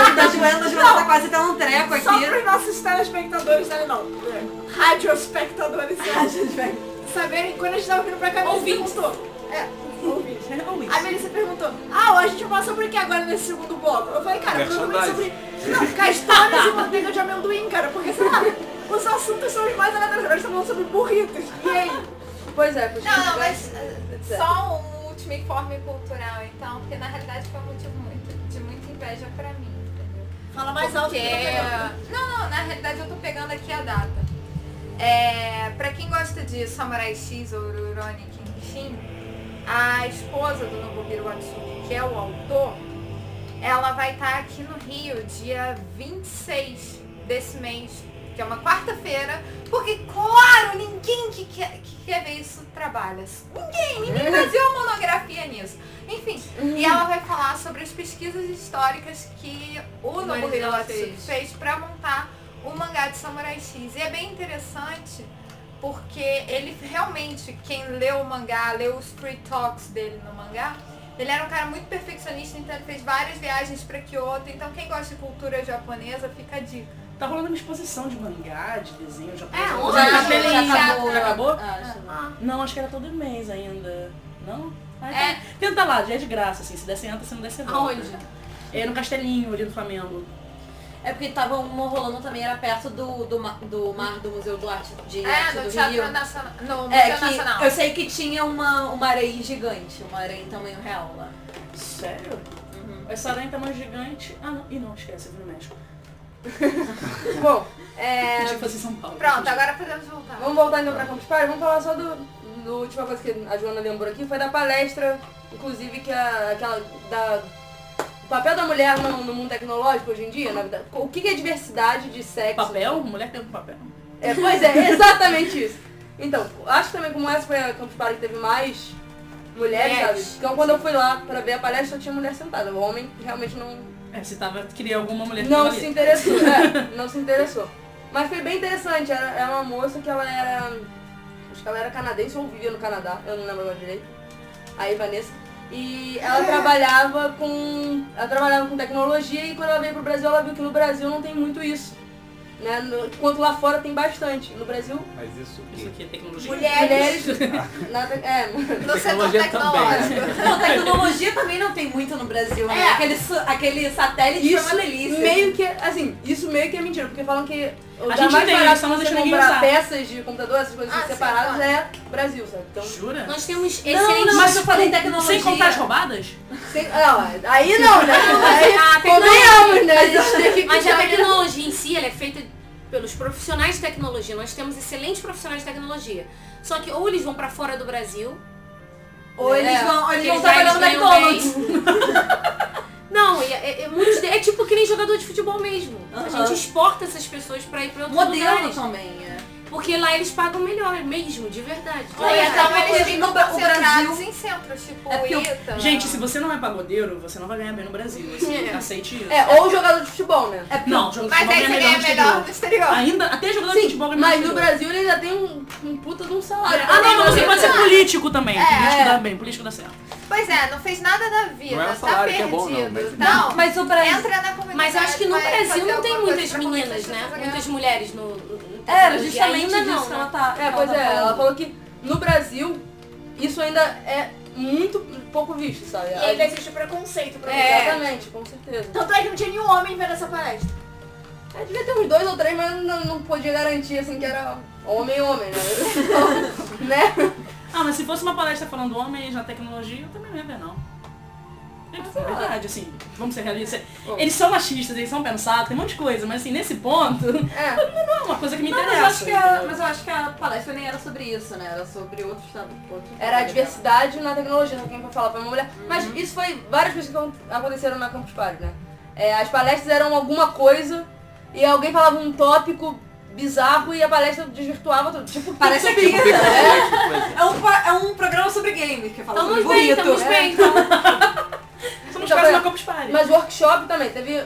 H: da Joana, a Joana tá quase dando um treco aqui.
E: Só pros nossos telespectadores, né? Não, é, radiospectadores. né. Saberem, quando a gente tava vindo pra cá, a Melissa
I: Ouvintes.
E: perguntou. É, ouvintes.
G: É ou isso?
E: A Melissa perguntou, ah, hoje a gente vai falar sobre o que agora nesse segundo bloco? Eu falei,
D: É
E: cara, provavelmente sobre. Não, castanhas e manteiga de amendoim, cara, porque sei lá, os assuntos são os mais aleatórios. Agora estamos falando sobre burritos. E aí?
B: Pois é, pois
C: Não, não, mas eh, só um último informe cultural, então, porque na realidade foi um motivo muito, de muita inveja pra mim, entendeu?
E: Fala mais alto
C: Porque...
E: que eu tô pegando.
C: Não, não, na realidade eu tô pegando aqui a data. É, pra quem gosta de Samurai X ou Rurouni Kenshin, a esposa do Nobuhiro Watsuki, que é o autor, ela vai estar aqui no Rio dia 26 desse mês, que é uma quarta-feira, porque, claro, ninguém que quer, que quer ver isso trabalha. Ninguém, ninguém fazia uma monografia nisso. Enfim, e ela vai falar sobre as pesquisas históricas que o Nobuhiro
I: dela
C: Watsuki
I: fez.
C: fez para montar o mangá de Samurai X. E é bem interessante porque ele realmente, quem leu o mangá, leu os free talks dele no mangá, ele era um cara muito perfeccionista, então ele fez várias viagens para Kyoto. Então quem gosta de cultura japonesa, fica a dica.
G: Tá rolando uma exposição de mangá, de desenho japonês.
I: É,
G: Já
I: onde?
G: acabou?
I: Beleza.
G: Já acabou?
H: Ah, acho que-
G: Não, acho que era todo mês ainda. Não? Ah,
C: É.
G: então Tenta lá, já é de graça, assim. Se der, você entra, se não der, você volta.
I: Aonde?
G: É no Castelinho, ali do Flamengo.
H: É porque tava uma rolando também, era perto do, do, ma- do mar do Museu do Arte de
C: É,
H: Arte
C: no
H: do
C: Teatro
H: Rio.
C: Nacional. No Museu
H: É,
C: Nacional.
H: que eu sei que tinha uma, uma areia gigante, uma areia em tamanho real lá.
G: Sério? Essa aranha tá mais gigante. Ah, não. Ih, não, esquece, eu vi no México.
B: Bom,
G: É... Tinha que fazer em São Paulo.
C: Pronto, agora podemos voltar.
B: Vamos voltar então pra Campus Party, vamos falar só do, do última coisa que a Joana lembrou aqui, foi da palestra, inclusive, que a, que ela- da, o papel da mulher no, no mundo tecnológico hoje em dia, na vida- o que que é diversidade de sexo.
G: Papel? Mulher tem um papel.
B: É, pois é, exatamente isso. Então, acho também como essa foi a Campus Party que teve mais mulheres,
C: Mulheres.
B: sabe? Então quando eu fui lá pra ver a palestra, só tinha mulher sentada, o homem realmente não,
G: É, se tava, queria alguma mulher que
B: não
G: tava ali.
B: se interessou, é, não se interessou. Mas foi bem interessante, era, era uma moça que ela era. Acho que ela era canadense ou vivia no Canadá, eu não lembro agora direito. Aí Vanessa. E ela trabalhava com. Ela trabalhava com tecnologia e quando ela veio pro Brasil, ela viu que no Brasil não tem muito isso. Né? No- Enquanto lá fora tem bastante. No Brasil,
D: Mas isso o
G: Isso
D: quê?
G: aqui é tecnologia.
B: mulheres.
C: Mulheres
B: nada, é,
C: no setor
D: Tecnologia também, né?
C: tecnológico.
H: Não, tecnologia também não tem muito no Brasil, né?
C: É.
H: Aquele, su- aquele satélite
B: isso
H: foi uma delícia.
B: meio que. é- Assim, isso meio que é mentira, porque falam que o lugar
G: gente
B: mais
G: tem,
B: barato
G: só não
B: pra você
G: deixa ninguém
B: comprar
G: usar.
B: peças de computador, essas coisas
C: Ah,
B: assim
C: sim,
B: separadas,
C: claro.
B: é Brasil, sabe? Então.
G: Jura?
I: Nós temos
H: Não,
I: excelentes...
H: não, mas eu falei tecnologia.
G: Sem contar as roubadas?
B: Sem- não, ah, aí não, né?
H: é
B: Aí,
I: Ah, tem-
B: convenhamos, né? A gente tem que
I: Mas a
B: cuidar, né?
I: tecnologia em si, ela é feita pelos profissionais de tecnologia. Nós temos excelentes profissionais de tecnologia. Só que ou eles vão pra fora do Brasil...
H: Ou eles
I: É,
H: vão, ou eles
I: porque
H: vão
I: lá
H: trabalhar no
I: eles ganham
H: McDonald's.
I: bem. Não, e é, é, muitos de- é tipo que nem jogador de futebol mesmo. A
H: Aham.
I: gente exporta essas pessoas pra ir pra outros
H: Modelo
I: lugares.
H: também, é.
I: Porque lá eles pagam melhor mesmo, de verdade.
C: Ou
H: Olha,
C: então
H: tá
C: eles
H: uma
C: ficam
H: coisa- o Brasil-
C: concentrados em centros, tipo
H: É porque o-
C: Ita.
G: Gente, se você não é pagodeiro, você não vai ganhar bem no Brasil. Assim,
I: É.
G: Aceite isso.
B: É, ou jogador de futebol, né?
H: É porque
G: Não, jogador de
C: Mas
G: futebol
C: aí
G: ganha
C: você
G: melhor
C: ganha
G: no
C: melhor
G: exterior.
C: no exterior.
G: Ainda, até jogador de futebol é ganha
B: Mas
G: melhor
B: no
G: exterior.
B: Brasil ele ainda tem um, um puta de um salário.
G: Ah, não, mas você
B: Mas-
G: pode ser político também. político
B: é.
G: dá bem, político dá certo.
C: Pois é, não fez nada da vida,
D: Não é o
C: tá
D: salário que é
C: perdido.
D: bom, não, mas-
C: Não,
H: Mas o Brasil.
C: entra na comunidade.
I: Mas eu acho que no
C: vai fazer
I: Brasil não tem
C: alguma
I: muitas
C: coisa pra
I: meninas,
C: comunidade,
I: né?
C: pra ganhar.
I: Muitas mulheres no. no- no-
H: Era
I: e
H: justamente
I: ainda
H: disso que
I: não.
H: ela
I: né?
H: tá.
B: É,
H: que
B: pois
H: tá
B: é, ela
H: falando.
B: falou que no Brasil isso ainda é muito pouco visto, sabe?
E: E
B: A
E: ainda
B: gente-
E: existe preconceito pra
C: É.
B: Exatamente, com certeza.
E: Tanto é que não tinha nenhum homem vendo essa palestra.
B: É, devia ter uns dois ou três, mas não, não podia garantir assim que era homem homem, né? Então, né?
G: Ah, mas se fosse uma palestra falando homens na tecnologia, eu também não ia ver, não. É que, é verdade, assim, vamos ser realistas. Eles são machistas, eles são pensados, tem um monte de coisa, mas assim, nesse ponto,
B: É.
G: não é assim. uma coisa que me
H: Não, mas,
G: interessa.
H: eu acho que a,
G: entendeu?
H: mas eu acho que a palestra nem era sobre isso, né? Era sobre outro estado. Outro
B: Era a
H: estado.
B: diversidade na tecnologia, só quem foi falar foi uma mulher. Mas
H: Uhum.
B: isso foi várias coisas que acon- aconteceram na Campus Party, né? É, as palestras eram alguma coisa e alguém falava um tópico bizarro e a palestra desvirtuava tudo. Tipo,
H: Parece
B: que
H: aqui.
D: Tipo, coisa.
H: É um, pa- é um programa sobre games que fala
I: Estamos
H: sobre
I: bem,
H: bonito.
I: estamos
H: É.
I: bem. Então.
G: Somos
B: Então,
G: quase
B: é-
G: uma Campus Party.
B: Mas workshop também, teve.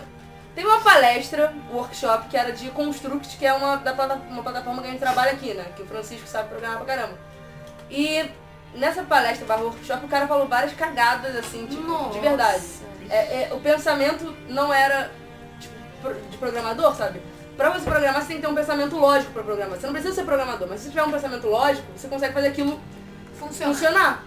B: Teve uma palestra, workshop, que era de Construct, que é uma, da, plata- uma plataforma que a gente trabalha aqui, né? Que o Francisco sabe programar pra caramba. E nessa palestra barra workshop o cara falou várias cagadas, assim, tipo, de
I: Nossa.
B: verdade. É, é, o pensamento não era tipo, pro- de programador, sabe? Pra você programar, você tem que ter um pensamento lógico pra programar. Você não precisa ser programador, mas se você tiver um pensamento lógico, você consegue fazer aquilo
C: Funciona.
B: funcionar.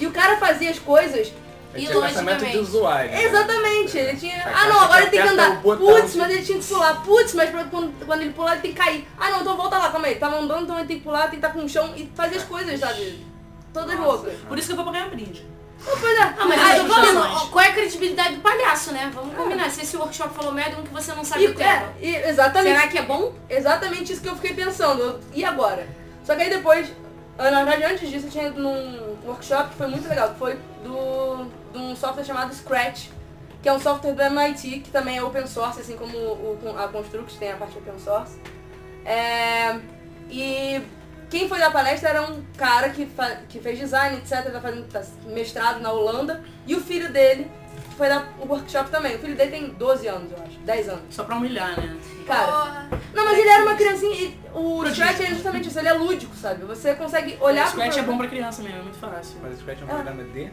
B: E o cara fazia as coisas
D: Ele tinha É tipo, pensamento de
I: logicamente.
D: usuário. né?
B: Exatamente, ele tinha.
D: Aí
B: Ah
D: você
B: não, agora ele tem que
D: aperta
B: andar.
D: o botão
B: Putz,
D: de-
B: mas ele tinha que pular. Putz, mas pra- quando, quando ele pular ele tem que cair. Ah não, então volta lá, calma aí. Tava andando, então ele tem que pular, tem que estar com o chão e fazer as coisas, sabe? Todas loucas.
G: Por isso que eu vou pra ganhar brinde.
B: Pois é.
I: Ah, mas
B: Aí,
I: eu tô
B: vamos-
I: falando, ó, qual é a credibilidade do palhaço, né? Vamos combinar. Se esse workshop falou merda, um que você não sabe o
B: E,
I: que é.
B: é, e exatamente,
I: Será que é bom?
B: exatamente isso que eu fiquei pensando. Eu- E agora? Só que aí depois, ah, na verdade antes disso eu tinha ido num workshop que foi muito legal, que foi do, de um software chamado Scratch, que é um software do MIT, que também é open source, assim como o, a Construct tem a parte open source. É, e quem foi da palestra era um cara que, fa- que fez design, etc, tá fazendo tá mestrado na Holanda, e o filho dele que foi dar o workshop também. O filho dele tem 12 anos, eu acho, 10 anos.
G: Só pra humilhar, né?
B: Cara,
C: Porra.
B: não, mas ele era uma criancinha e o Scratch é justamente isso, ele é lúdico, sabe? Você consegue olhar
G: o Scratch é
B: pro
G: bom pra criança mesmo, é muito fácil.
D: Mas o Scratch é um
B: Ah.
D: programa de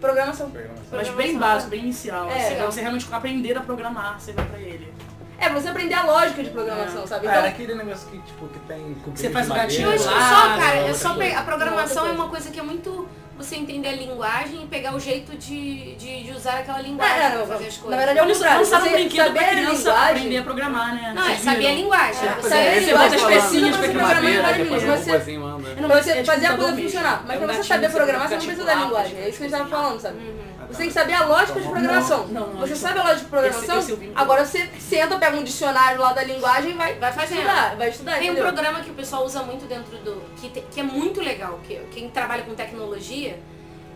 B: programação.
D: programação.
G: Mas bem básico, bem inicial.
B: É.
G: assim, pra você realmente aprender a programar, você vai pra ele.
B: É, pra você aprender a lógica de
G: É.
B: programação, sabe?
D: Cara,
B: Então,
D: aquele negócio que, tipo, que tem... cubinho
G: Você
D: de
G: faz o
D: madeira.
G: gatinho
I: Eu acho que
G: lá,
I: só,
G: outra
I: cara, é só pe-
G: coisa.
I: a programação
B: Outra
I: é uma coisa que é muito você entender a linguagem e pegar o jeito de, de, de usar aquela linguagem
B: É,
I: pra
B: não,
I: fazer as
B: na
I: coisas.
B: verdade é o contrário.
G: Lançaram um
B: Você
G: brinquedo
B: saber
G: pra
B: a
G: criança
B: linguagem-
G: aprender a programar, né?
I: Não, é
G: Vocês
I: saber a
G: viram?
I: linguagem.
B: É,
I: saber a
B: você
I: linguagem.
G: bota as
D: tipo,
G: pecinhas pra
B: Você
G: queimar
B: programa em
G: madeira,
B: vários
G: depois
B: minutos,
G: joga
B: mas
D: Um
B: você
D: robozinho anda.
G: Não,
B: Pra
G: mas é
B: você
G: de
B: fazer a
G: computador
B: coisa
G: mesmo.
B: funcionar. Mas
G: É um
B: pra você
G: gatinho,
B: saber
G: você
B: programar, você
G: fica
B: não precisa da
G: articulado,
B: linguagem.
G: tipo,
B: É isso que a gente tava
G: assim.
B: falando, sabe? Você tem que saber a lógica de programação.
G: Não, não,
B: Você
G: isso
B: sabe a lógica de programação,
G: esse eu vi no
B: agora você senta, pega um dicionário lá da linguagem e vai,
I: Vai fazendo.
B: estudar. Vai estudar,
I: Tem um
B: entendeu?
I: programa que o pessoal usa muito dentro do. que, te- que é muito legal, que quem trabalha com tecnologia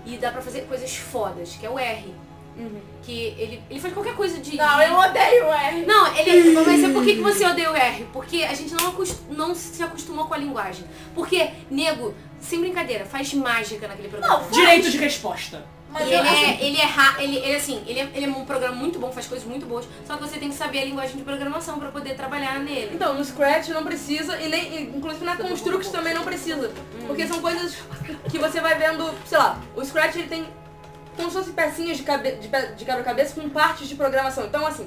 I: e dá pra fazer coisas fodas, que é o R. Que ele, ele faz qualquer coisa de.
E: Uhum. Não,
I: de-
E: eu odeio o R.
I: Não, ele. Mas é por que que você odeia o R? Porque a gente não, acos- não se acostumou com a linguagem. Porque, nego, sem brincadeira, faz mágica naquele programa.
G: Direito de resposta.
E: Mas
I: E
E: eu,
I: ele,
E: assim,
I: é, ele é ra- ele, ele, assim, ele é, ele é um programa muito bom, faz coisas muito boas, só que você tem que saber a linguagem de programação pra poder trabalhar nele.
B: Então, no Scratch não precisa, e nem, e, inclusive na Construct também não precisa. Porque são coisas que você vai vendo, sei lá, o Scratch ele tem como se fossem pecinhas de, cabe- de, pe- de quebra-cabeça com partes de programação. Então, assim,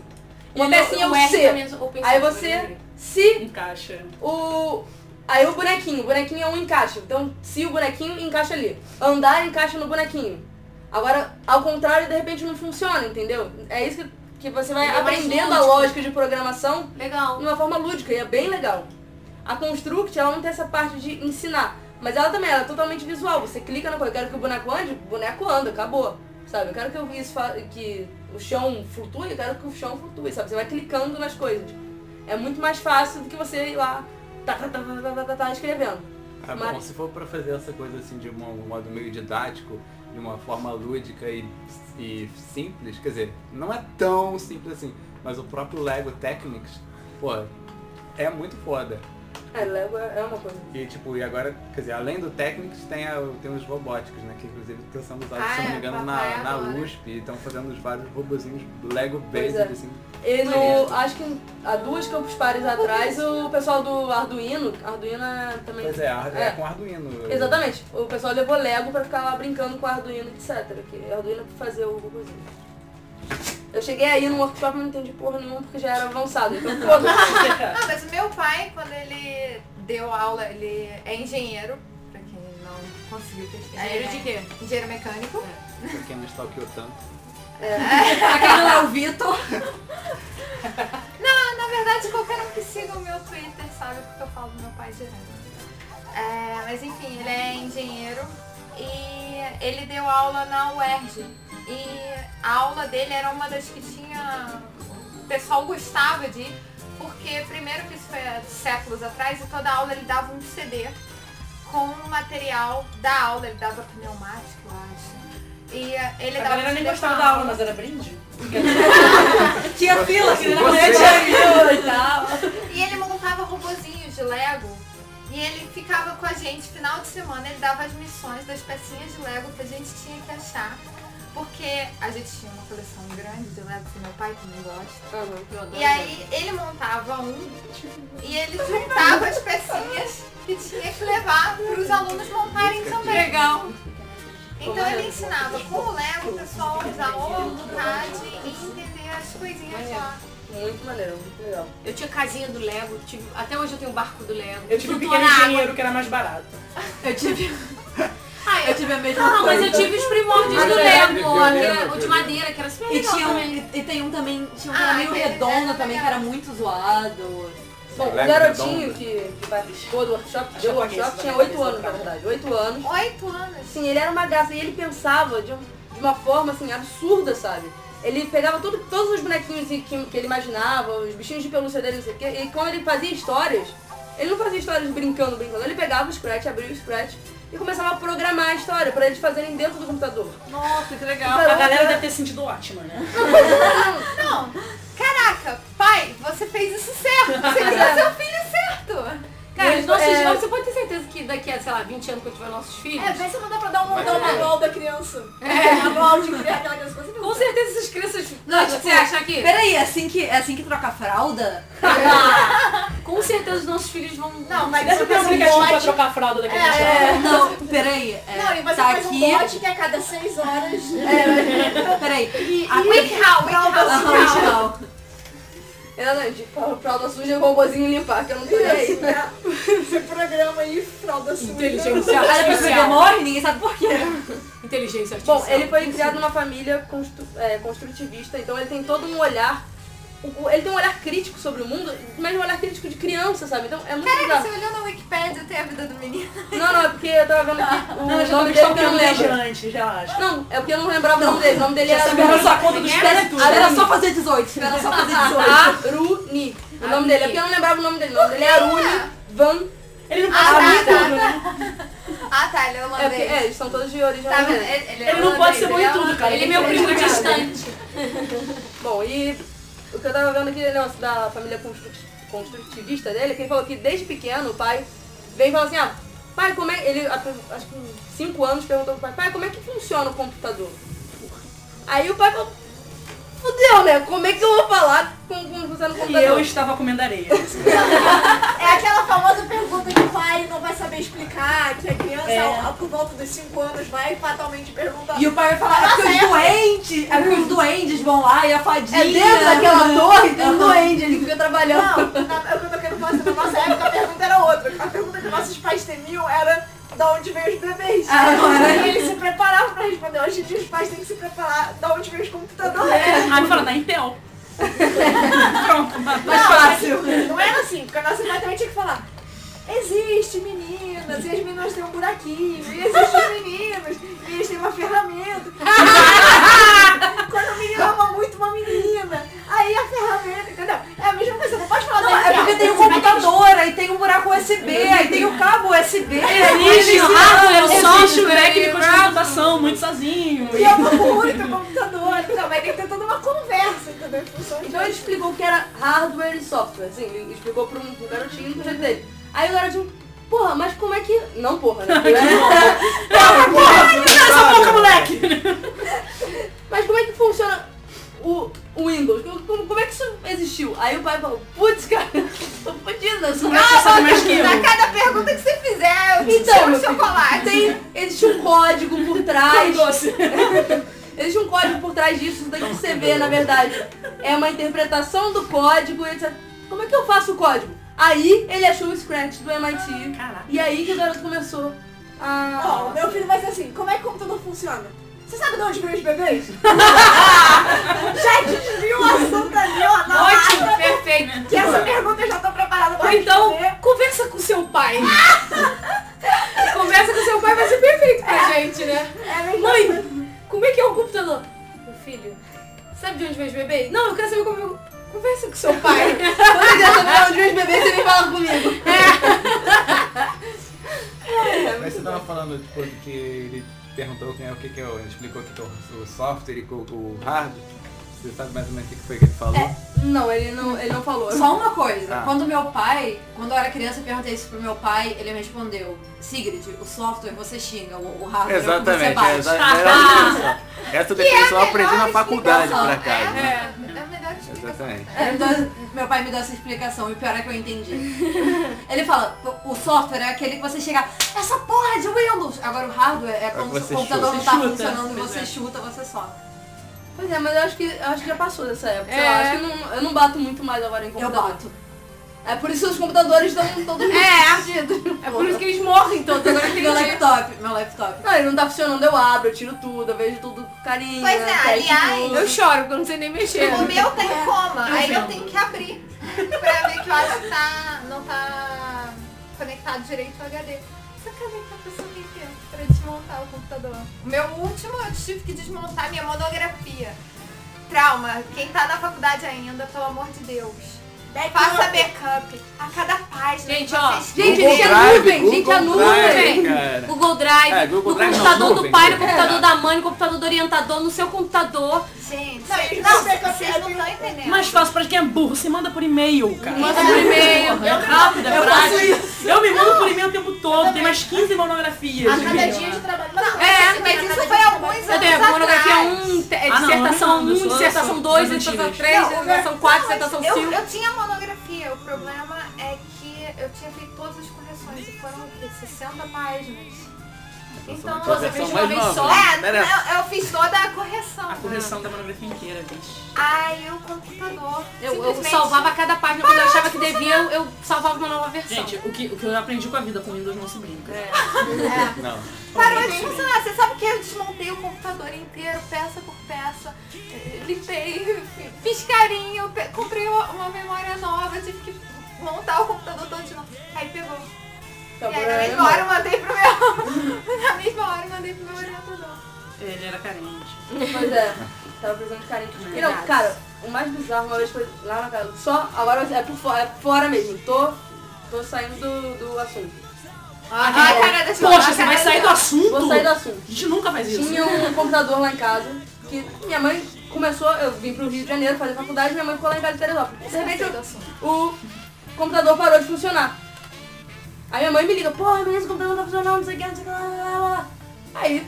B: uma
I: Ele-
B: pecinha é
E: um
B: o
I: R
B: C.
I: também é open
B: Aí
I: source,
B: você,
I: né?
B: se
G: Encaixa.
B: o. Aí o bonequinho, o bonequinho é um encaixe. Então, se o bonequinho encaixa ali. Andar encaixa no bonequinho. Agora, ao contrário, de repente não funciona, entendeu? É isso que, que você vai
I: Ele é mais
B: aprendendo a
I: lúdico.
B: lógica de programação
I: Legal.
B: de uma forma lúdica e é bem legal. A Construct, ela não tem essa parte de ensinar, mas ela também ela é totalmente visual. Você clica na coisa, eu quero que o boneco ande, o boneco anda, acabou. Sabe, eu quero que, eu isso fa- que o chão flutue, eu quero que o chão flutue, sabe? Você vai clicando nas coisas. É muito mais fácil do que você ir lá tá, tá, tá, tá, tá, tá, tá, tá, escrevendo.
D: Ah, bom,
B: Mas-
D: se for pra fazer essa coisa assim de um, um modo meio didático, de uma forma lúdica e, e simples, quer dizer, não é tão simples assim, mas o próprio Lego Technics, pô, é muito foda.
B: É, Lego é é uma coisa.
D: E tipo, e agora, quer dizer, além do Technics tem, a, tem os robóticos, né? Que inclusive estão sendo usados,
C: Ah,
D: se não me
C: é,
D: engano,
C: papai
D: na, na
C: adora.
D: USP e estão fazendo os vários robozinhos Lego
B: Pois
D: based,
B: é.
D: assim.
B: E no, acho que há duas campus pares atrás, o pessoal do Arduino, Arduino é também
D: Pois é, ar- é,
B: É.
D: com Arduino.
B: Exatamente. O pessoal levou Lego pra ficar lá brincando com Arduino, etc. Que Arduino é pra fazer o robôzinho. Eu cheguei aí no workshop e não entendi porra nenhuma porque já era avançado. Então, foda-se.
C: Não, mas o meu pai, quando ele deu aula, ele é engenheiro, pra quem não conseguiu pesquisar.
I: Dinheiro
C: ele
I: de
C: é
I: quê?
C: Engenheiro mecânico.
D: Pra quem não stalkeou tanto.
H: Pra quem não é o Vitor,
C: Não, na verdade, qualquer um que siga o meu Twitter sabe porque eu falo do meu pai direto. É, mas enfim, ele é engenheiro e ele deu aula na UERJ. E a aula dele era uma das que tinha. O pessoal gostava de ir, porque primeiro que isso foi há séculos atrás, e toda aula ele dava um CD com o material da aula, ele dava pneumático, eu acho. E eh, ele
G: A
C: dava.
G: galera
C: um
G: nem
C: CD
G: gostava
C: com a
G: da
C: aula.
G: aula, mas era brinde.
H: tinha fila, que não
B: é
D: Você-
H: tinha e tal.
C: E ele montava robozinhos de Lego. E ele ficava com a gente, final de semana, ele dava as missões das pecinhas de Lego que a gente tinha que achar. Porque a gente tinha uma coleção grande de Lego, que meu pai também gosta.
B: Uhum.
C: E aí ele montava um e ele juntava as pecinhas que tinha que levar para os alunos montarem também. Legal. Então ele ensinava com o Lego o pessoal a usar o CAD e entender as coisinhas lá.
B: muito maneiro, muito legal.
I: Eu tinha casinha do Lego, tive- até hoje eu tenho barco do Lego.
G: Eu tive um
I: tudo
G: pequeno
I: na água.
G: engenheiro que era mais barato.
H: Eu tive,
I: Ah,
H: eu
I: eu
H: tive a mesma
I: Não, mas
H: coisa.
I: eu tive os primórdios do
D: é,
I: Lego,
D: eu
I: ó, que
D: lembro,
I: era- o de
D: eu
I: madeira, que era super
H: E,
I: legal
H: tinha um,
I: também.
H: e tem um também, tinha um que era
C: Ah,
H: meio
C: aquele
H: redondo
C: era
H: também, que era muito zoado.
B: Bom, o
D: Lego
B: garotinho
D: redondo.
B: que, que participou do workshop, deu
G: Acho
B: o
G: que eu conheço,
B: workshop, tinha
I: né?
B: 8
G: também conheço,
B: anos, na
G: cara.
B: verdade. 8 anos.
C: Oito anos.
B: Assim, ele era uma graça e ele pensava de, um- de uma forma, assim, absurda, sabe? Ele pegava tudo, todos os bonequinhos que, que ele imaginava, os bichinhos de pelúcia dele, não sei o quê, e quando ele fazia histórias, ele não fazia histórias brincando, brincando. Ele pegava o Scratch, abria o Scratch e começava a programar a história pra eles fazerem dentro do computador. Então,
H: Nossa, que legal.
G: A galera deve ter sentido ótima, né?
C: Não! Caraca, pai, você fez isso certo! Você viu seu filho certo!
I: Cara, os nossos
B: É.
I: jogos, você pode ter certeza que daqui a, sei lá, 20 anos, quando tiver nossos filhos,
E: É, vê se não dá pra dar um dar um manual da criança. É. Manual de criar aquela criança. Você viu?
I: com certeza essas crianças...
H: Não,
I: você
H: tipo,
I: acha que...
H: Peraí, é assim que, é assim que troca a fralda?
I: Com certeza os nossos filhos vão...
E: Não, mas você
G: Você tem um
E: faz um
G: aplicativo pra
E: bot.
G: trocar a fralda daquele
H: É, não, peraí. É,
E: Não, e você
H: tá
E: faz um
H: aqui.
E: bot que a cada seis horas. É,
H: peraí.
E: E, e,
H: A-
E: e,
C: Wick How, Wick How.
H: Aham, legal.
B: Exatamente, É, pra fralda suja e robozinho limpar, que eu não assim, conheço.
E: Esse programa aí, fralda suja.
I: Inteligência
H: Aí depois você
I: artificial.
H: morre, ninguém sabe por quê.
I: Inteligência artificial.
B: Bom, ele foi criado numa família constru- é, construtivista, então ele tem todo um olhar. o- o- Ele tem um olhar crítico sobre o mundo, mas um olhar crítico de criança, sabe? Então é muito
C: Caraca,
B: legal.
C: você olhou na Wikipédia, tem a vida do menino.
B: Não, não, é porque eu tava vendo aqui o
G: Não,
B: nome
G: já tô é
B: dele que eu não
G: stalkeando desde
B: lembro.
G: antes, relaxa.
B: Não, é porque eu né, não lembrava o nome dele. O nome dele era
G: Espera só conta dos pés e tudo. é
H: Espera
B: Ah,
H: só fazer 18, espera só fazer 18.
B: Aruni. O nome dele é porque eu não lembrava o nome dele. O nome dele é Aruni Van.
G: Ele não
C: Ah,
G: pode ser
C: tá,
G: tudo, né?
C: Ah, tá, ele é
B: É, porque,
C: holandês.
B: é, eles são todos de origem
C: Tá vendo?
B: holandesa.
C: Ele, ele é
G: Ele não pode ser bom em
C: holandês,
G: tudo, cara.
I: Ele é meu primo distante.
B: Bom, e o que eu tava vendo aqui nossa, da família constru- construtivista dele, que ele falou que desde pequeno o pai veio e falou assim, ah, pai, como é. Ele acho que com 5 anos perguntou pro pai, pai, como é que funciona o computador? Aí o pai falou, fudeu, né? Como é que eu vou falar como, como funciona o
G: E
B: computador?
G: eu estava comendo areia.
E: É aquela famosa pergunta que o pai não vai saber explicar, que a
C: É.
E: criança, ao- por volta dos 5 anos, vai fatalmente perguntar.
H: E o pai vai falar, é porque os doentes, é porque os doentes vão lá e a fadinha.
B: É dentro daquela torre tem um doente, ele fica trabalhando.
E: Não, na, é o que eu quero falar, assim, na nossa época a pergunta era outra. A pergunta que nossos pais temiam era da onde veio os bebês.
H: Ah, não era?
E: e eles se preparavam pra responder. Hoje em dia os pais têm que se preparar da onde veio os computadores.
H: É,
G: Aí fala, da Intel. Pronto, matou.
E: Não, mas Não era assim, porque a nossa mãe também tinha que falar. Existe meninas, e as meninas têm um buraquinho, e existem meninos, e eles têm uma ferramenta. Quando o menino ama muito uma menina, aí a ferramenta, entendeu? É a mesma coisa, não pode falar
H: Não,
E: da
H: é porque
E: entrada,
H: tem um
E: você vai ter que
H: computador, aí tem um buraco USB, aí tem o cabo USB.
G: Existe
H: Eles-
G: hardware,
H: Existe técnico
G: software, técnico
H: de
G: de computação, muito sozinho.
E: E eu amo muito o computador, então vai ter que ter toda uma conversa, entendeu? Em função de-
B: Então ele explicou que era hardware e software, assim, ele explicou pra um, pra um garotinho do jeito dele. Aí o garotinho, porra, mas como é que. Não, porra, né?
G: Cala essa boca, moleque!
B: Mas como é que funciona o, o Windows? Como, como- como é que isso existiu? Aí o pai falou, putz, cara, tô fodida, isso não
G: Você sabe mais que eu.
C: A cada pergunta que você fizer, eu te
B: Então,
C: tiro
B: meu
C: um chocolate.
B: tem, existe um código por
G: Ai,
B: trás.
G: doce.
B: Existe um código por trás disso, isso daqui que você vê, na verdade. É uma interpretação do código, etc. Como é que eu faço o código? Aí ele achou o Scratch do MIT.
G: Caraca.
B: E aí que o garoto começou
E: Ó, o
B: a.
E: meu filho vai ser assim, como é que o computador funciona? Você sabe de onde veio os bebês? já desviou a assunto ali, ó, na
I: Ótimo,
E: lata,
I: perfeito.
E: que essa pergunta eu já tô preparada
I: Ou
E: pra
I: então,
E: responder.
I: conversa com seu pai. conversa com seu pai vai ser perfeito pra gente, né?
E: É a mesma coisa.
I: Mãe, como é que é o computador? Meu filho, sabe de onde veio os bebês? Não, eu quero saber como... eu- Conversa com seu pai.
B: Quando eu quiser saber onde meus bebês, você vem falar comigo.
D: Mas você tava falando tipo, que ele perguntou quem é o que, que é o. Ele explicou o que que é o o software e o, o hardware. Você sabe mais ou menos o que que foi que ele falou?
B: Não, ele não, ele não falou.
H: Só uma coisa,
D: Ah.
H: quando meu pai, quando eu era criança, eu perguntei isso pro meu pai, ele me respondeu, Sigrid, o software você xinga, o, o hardware é o que você
D: Exatamente, é,
H: bate.
D: exa- era isso. Essa definição eu aprendi na
C: melhor
D: faculdade, por
H: explicação.
D: acaso. né?
C: É a melhor explicação.
D: Exatamente.
H: Ele me deu- É, então, meu pai me deu essa explicação e o pior é que eu entendi. Ele fala, o software é aquele que você chega, essa porra é de Windows! Agora o hardware é como
D: que
H: se
D: você
H: o computador
D: chuta.
H: não tá
G: Chuta,
H: funcionando e
G: pois
H: você
G: é.
H: chuta, você só.
B: Pois é, mas eu acho que, eu acho que já passou dessa época. Sei
I: É.
B: lá, acho que não- eu não bato muito mais agora em
H: Eu
B: computador.
H: bato.
B: É por isso que os computadores estão todos
I: É, é por isso que eles morrem todos. Agora eu
H: Meu
I: entendi.
H: laptop, meu laptop.
B: Não, ele não tá funcionando, eu abro, eu tiro tudo, eu vejo tudo com carinho.
C: Pois é,
B: teste
C: aliás,
B: tudo.
I: Eu choro, porque eu não sei nem mexer.
C: O meu tá
E: É.
C: em coma, aí eu tenho que abrir pra ver que o Alex tá, não tá conectado direito ao HD. Só que eu nem tô pensando em tempo pra desmontar o computador. O meu último eu tive que desmontar minha monografia. Trauma, quem tá na faculdade ainda, pelo amor de Deus. Faça backup a cada página.
I: Gente,
C: que
I: ó,
C: vocês
B: Gente,
D: Google
B: gente, a
D: Drive,
B: nuvem, gente, a
D: Google
B: nuvem.
D: Drive, cara.
I: Google Drive,
D: É, Google
I: no
D: Drive não,
I: computador do
D: nuvem,
I: pai, no
D: nuvem.
I: computador
D: É.
I: da mãe, no computador do orientador, no seu computador.
C: Gente,
E: Não,
C: vocês-
E: e
C: não,
E: fazer backup é
C: vocês não estão entendendo.
G: Mais fácil pra quem é burro, se manda por e-mail, cara.
I: Manda por e-mail.
G: É rápido, é prático. Eu me mando por e-mail o tempo todo, tem mais 15 monografias.
E: A cada dia de trabalho. Mas,
I: É,
E: mas
C: Mas
E: a cada
C: isso foi
E: dia de
C: há
E: trabalho.
C: alguns
I: Eu
C: anos
I: tenho monografia
C: atrás.
I: 1,
G: Ah, não,
I: é, dissertação
G: eu não
I: 1,
G: sou-
I: dissertação
G: sou-
I: 2,
G: sou
I: dissertação
G: antigas.
I: 3,
E: Não,
I: dissertação
E: eu-
I: 4, dissertação
C: Eu,
I: 5.
C: eu tinha monografia, o problema é que eu tinha feito todas as correções e foram o quê? 60 páginas.
D: Então,
C: Então,
D: a
C: você
D: versão
C: fez
D: mais
C: uma vez
D: nova.
C: só?
D: Pera.
C: É, eu, eu fiz toda a correção.
G: A correção da manobra inteira, bicho.
C: Aí o computador.
I: Eu, eu
C: simplesmente-
I: salvava cada página quando eu achava que devia, eu, eu salvava uma nova versão.
G: Gente, o que, o que eu aprendi com a vida com Windows não se brinca.
D: Não.
C: É, Parou de funcionar. Você sabe que eu desmontei o computador inteiro, peça por peça, eh, limpei, fiz carinho, pe- comprei uma memória nova, tive que montar o computador todo de novo. Aí pegou.
B: Então,
C: e aí na mesma hora eu mandei pro meu. na mesma hora eu mandei pro meu orientador.
G: Ele era carente.
B: Mas é, tava precisando de carinho. E não, cara, o mais bizarro uma vez foi lá na casa. Só agora é por fora, é por fora mesmo. Tô, tô saindo do, do assunto.
C: Ah,
B: que bom.
C: cara, deixa eu
G: Poxa,
C: falar,
G: você vai
C: cara,
G: sair do
C: deixa eu-
G: assunto?
B: Vou sair do assunto.
G: A gente nunca faz isso.
B: Tinha um computador lá em casa que minha mãe começou, eu vim pro Rio de Janeiro fazer faculdade, minha mãe ficou lá em casa em Teresópolis. De repente
C: do
B: eu-
C: assunto.
B: o computador parou de funcionar. Aí minha mãe me liga, porra, menina, esse computador não tá funcionando, não sei o que, não sei o que, lá, lá, lá, lá. Aí,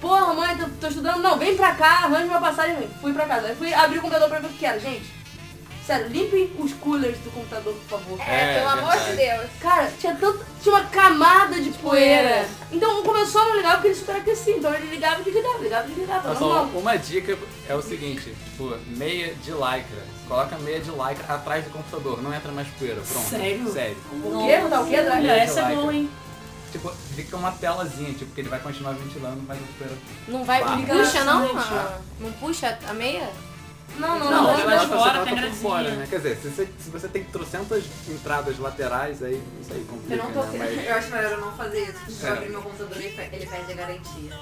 B: porra, mãe, tô, tô estudando, não, vem pra cá, arranja uma passagem, vem. Fui pra casa, aí fui abrir o computador pra ver o que era, gente. Sério, limpem os coolers do computador, por favor.
C: É,
D: É,
C: pelo amor de
D: verdade.
C: Deus.
B: Cara, tinha tanto. Tinha uma camada de poeira. Então começou a não ligar porque ele superaquecia. Então ele ligava e desligava, ligava e desligava.
D: Então, Só
B: Normal.
D: uma dica é o seguinte, tipo, meia de lycra. Coloca meia de lycra atrás do computador, não entra mais poeira, pronto.
G: Sério?
D: Sério.
B: O quê? Botar o quê atrás?
G: Olha, essa é boa, hein?
D: Tipo, fica uma telazinha, tipo, que ele vai continuar ventilando, mas a poeira...
I: não vai,
D: Bah.
I: não puxa não?
G: Exatamente.
I: Ah, Não puxa a meia?
B: Não, não,
G: Não,
B: não.
G: ela é de
D: Você
G: fora,
D: bota
G: tem
D: por
G: gradezinha.
D: fora, né? Quer dizer, se você, se você tem trocentas entradas laterais, aí isso aí complica,
H: Eu não tô.
D: né? Mas-
H: Eu acho melhor eu não fazer isso, porque se eu
D: É.
H: abrir meu computador ele pe- ele perde a garantia.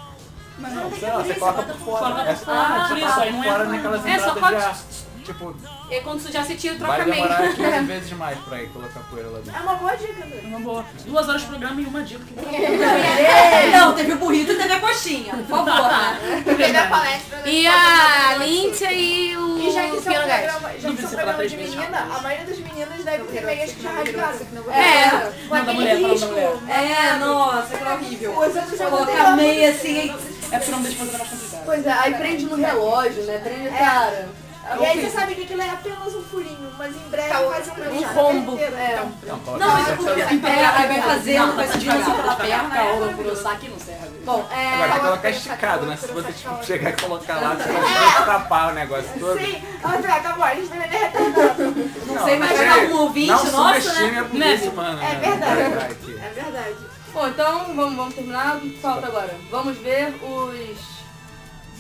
G: Mas
D: Não, sei lá, você coloca por fora. né?
G: Coloca por fora, Ah, por isso, aí não
D: fora
G: entra.
D: naquelas
I: É, só
D: entradas
I: pode-
D: de ar. Tipo,
I: E aí, É quando sujar, você tira e troca a
D: vai
I: meia.
D: demorar 15 vezes mais pra ir colocar poeira lá dentro.
E: É uma boa dica, velho.
G: Uma boa. Duas horas de programa e uma dica.
H: Não, teve o burrito e teve a coxinha, por favor. né?
C: Teve a palestra. né,
I: E
C: falando
I: a
C: sobre o assunto.
I: Líncia e o
E: E já que isso é um
I: Piano Gás.
E: programa, já
G: Não
E: que isso é um
G: precisa
E: programa
G: falar
E: de
G: três
E: menina, a maioria das meninas deve ter meias que já rasgaram.
I: É.
E: Com
G: Manda a
E: aquele
G: mulher, fala da
E: risco.
G: mulher.
H: É, nossa, que horrível.
E: Os outros já
H: Colocar a
E: botaram.
H: meia assim, aí
G: É porque o nome da esposa era mais complicado.
B: Pois é, aí prende no relógio, né? Prende, cara.
E: E aí você sabe que aquilo é apenas um furinho, mas em breve
C: Tá,
E: faz um
I: Um
E: puxado.
I: combo.
E: É.
D: Não, coloca
H: Não,
D: essa-
H: é porque é, aí vai fazendo, vai subindo assim pela perna.
G: Tacar aula por saque não serve.
B: Bom, é.
D: Agora vai
C: Coloca
D: colocar
C: essa
D: esticado, né?
C: coisa,
D: Se você
C: essa
D: tipo,
C: coisa.
D: chegar e colocar lá, você vai tapar o negócio todo.
E: Sim, outra, acabou, a gente também é retardado.
D: Não
H: sei, mas
D: é-
H: pegar um ouvinte
D: não
H: nosso,
D: subestime
H: né?
D: a polícia, mano.
E: É
D: né?
E: verdade.
D: Vai aqui.
E: É verdade.
B: Bom, então vamos, vamos terminar. O que Falta agora. Vamos ver os.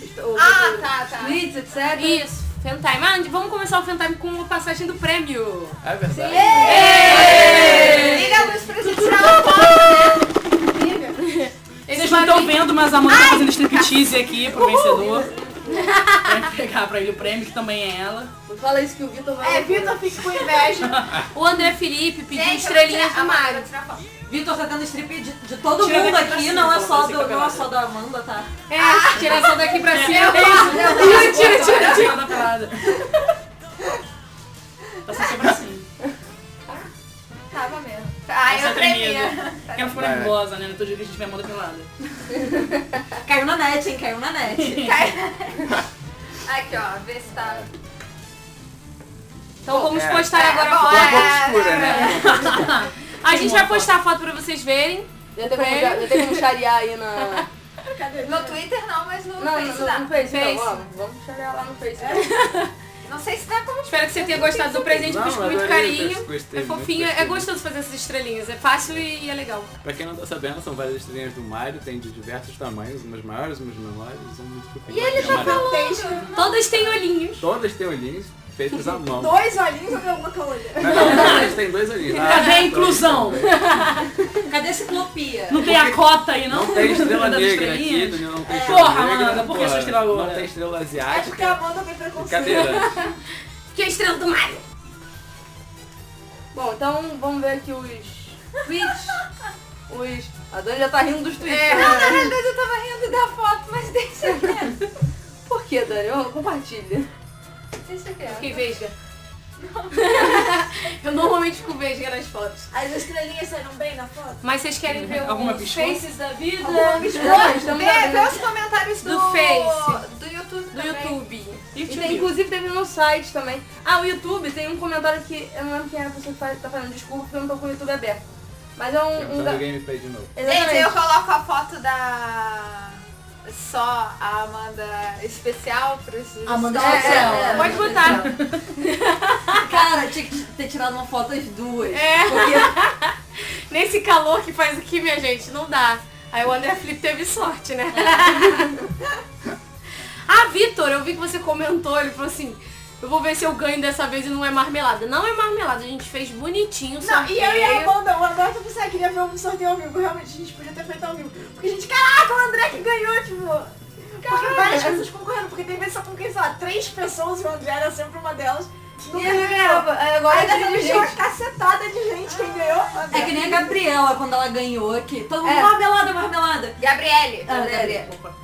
B: os- os-
C: Ah, tá, tá.
B: os Tweets, etc.
I: Isso, Fentime. Ah, vamos começar o Fentime com a passagem do prêmio.
D: É verdade.
C: Liga a luz pra gente tirar uma foto.
G: Vocês não estão vendo, mas a Amanda tá fazendo striptease aqui pro vencedor. Pra pegar pra ele o prêmio, que também é ela.
B: Fala isso que o Vitor vai.
E: É, Vitor fica com inveja.
I: O André Felipe pediu
C: Gente,
I: estrelinhas do
C: eu vou tirar-
I: Mario.
C: vou tirar foto.
H: Vitor tá tendo strip de, de todo
G: Tira
H: mundo
G: daqui pra
H: aqui,
G: cima,
H: não é
G: então,
H: só do,
G: você tá
H: não é
G: pelado.
H: só da Amanda, tá?
I: É, tira essa daqui pra cima.
G: Tira,
I: É tira, tira,
G: tira. Tá sem sobrancelha.
C: Tava mesmo. Ai,
G: Essa
C: Tá eu tremia.
G: tremida. Porque ela ficou
D: Vai, vai.
G: nervosa, né? No outro dia que a gente vê a Amanda pelada.
H: Caiu na net, hein? Caiu na net.
C: Aqui, ó, vê se tá.
I: Então vamos
D: É.
I: postar agora.
C: bom,
D: Ficou um pouco
C: é,
D: escura, né?
I: A gente vai postar a foto pra vocês verem.
B: Já tem como, já, já tem como charear aí na.
C: No Twitter não, mas no
B: Não,
C: Face
B: no,
C: dá.
B: no Face,
I: Face.
B: então, vamos, vamos charear lá no Face. então.
C: Não sei se dá
H: Ah,
C: como
I: Espero que você tenha gostado do presente,
D: Não,
I: fiz com
D: eu
I: muito
D: adorei,
I: carinho.
D: gostei,
I: É
D: muito
I: fofinho, é
D: gostei.
I: gostoso fazer essas estrelinhas. É fácil e e é legal.
D: Pra quem não tá sabendo, são várias estrelinhas do Mario, tem de diversos tamanhos, umas maiores, umas menores, são muito fofinhas. E ele já falou!
I: Todas têm olhinhos.
D: Todas têm olhinhos feitos à mão.
E: Dois olhinhos ou meu boca olha?
D: Não, não, todas têm dois olhinhos. Ah,
G: Cadê a
D: todas
G: inclusão?
D: têm dois.
H: Cadê a ciclopia?
G: Não tem a cota aí, não?
D: Não tem estrela
G: Das
D: negra aqui,
G: estrelinhas?
D: Daniel, não tem estrela
G: Porra,
D: negra.
G: Amanda, por que
D: porra,
G: sua estrela
D: Não
G: agora?
D: tem estrela
E: É porque a
D: asiática.
E: Amanda tem preconceito.
D: Cadeirante.
I: Que é a estrela do Mario.
B: Bom, então vamos ver aqui os tweets. Os... A Dani já tá rindo dos tweets. né?
C: É, Na realidade eu tava rindo da foto, mas deixa quieto.
B: Por que, Dani? Ô, compartilha.
C: Deixa quieto.
I: Fiquei vesga. Eu normalmente fico vesga nas fotos.
E: As estrelinhas saíram bem na foto?
I: Mas vocês querem ver
G: Alguma
I: os
G: bichona?
I: faces da vida?
B: Não, estamos
C: Vê, vê
B: abrindo.
C: os comentários do,
I: Do Face.
C: Do YouTube
I: Do
C: também.
I: YouTube.
G: E
B: E
G: tio
B: tem,
G: Bill?
B: inclusive teve no site também. é um Ah, o YouTube tem um comentário que eu não lembro quem era a pessoa que faz- tá falando. Desculpa porque eu não tô com o YouTube aberto. Mas é um. um
D: Começando
B: ga-
D: o gameplay de novo.
B: Exatamente.
C: Gente, eu coloco a foto da. Só a Amanda especial pros.
H: Amanda
C: É,
H: especial.
C: é, é.
I: Pode botar.
H: Cara, tinha que ter tirado uma foto as duas.
I: É.
H: Porque
I: Nesse calor que faz aqui, minha gente, não dá. Aí o André Flip teve sorte, né? ah, Vitor, eu vi que você comentou, ele falou assim, eu vou ver se eu ganho dessa vez e não é marmelada. Não é marmelada, a gente fez bonitinho. o
E: Não, e eu e a
I: sorteio.
E: Amanda, o André foi pensar que queria ver um sorteio ao vivo. Realmente, a gente podia ter feito ao vivo. Porque a gente, caraca, o André que ganhou, tipo... Porque várias pessoas concorrendo, porque tem vezes só com quem, sei lá, três pessoas e o André era sempre uma delas.
B: E
E: Nunca
B: ele
E: ganhou.
B: ganhava. Aí Agora
E: Aí
B: é
E: dessa
B: de
E: vez tinha uma
B: gente.
E: cacetada de gente quem ganhou. André.
H: é que nem a Gabriela quando ela ganhou aqui. Todo mundo, "Ah,
B: É.
H: marmelada, marmelada.
C: É, Gabriele.
H: Ah,
C: Gabriele.
G: Opa.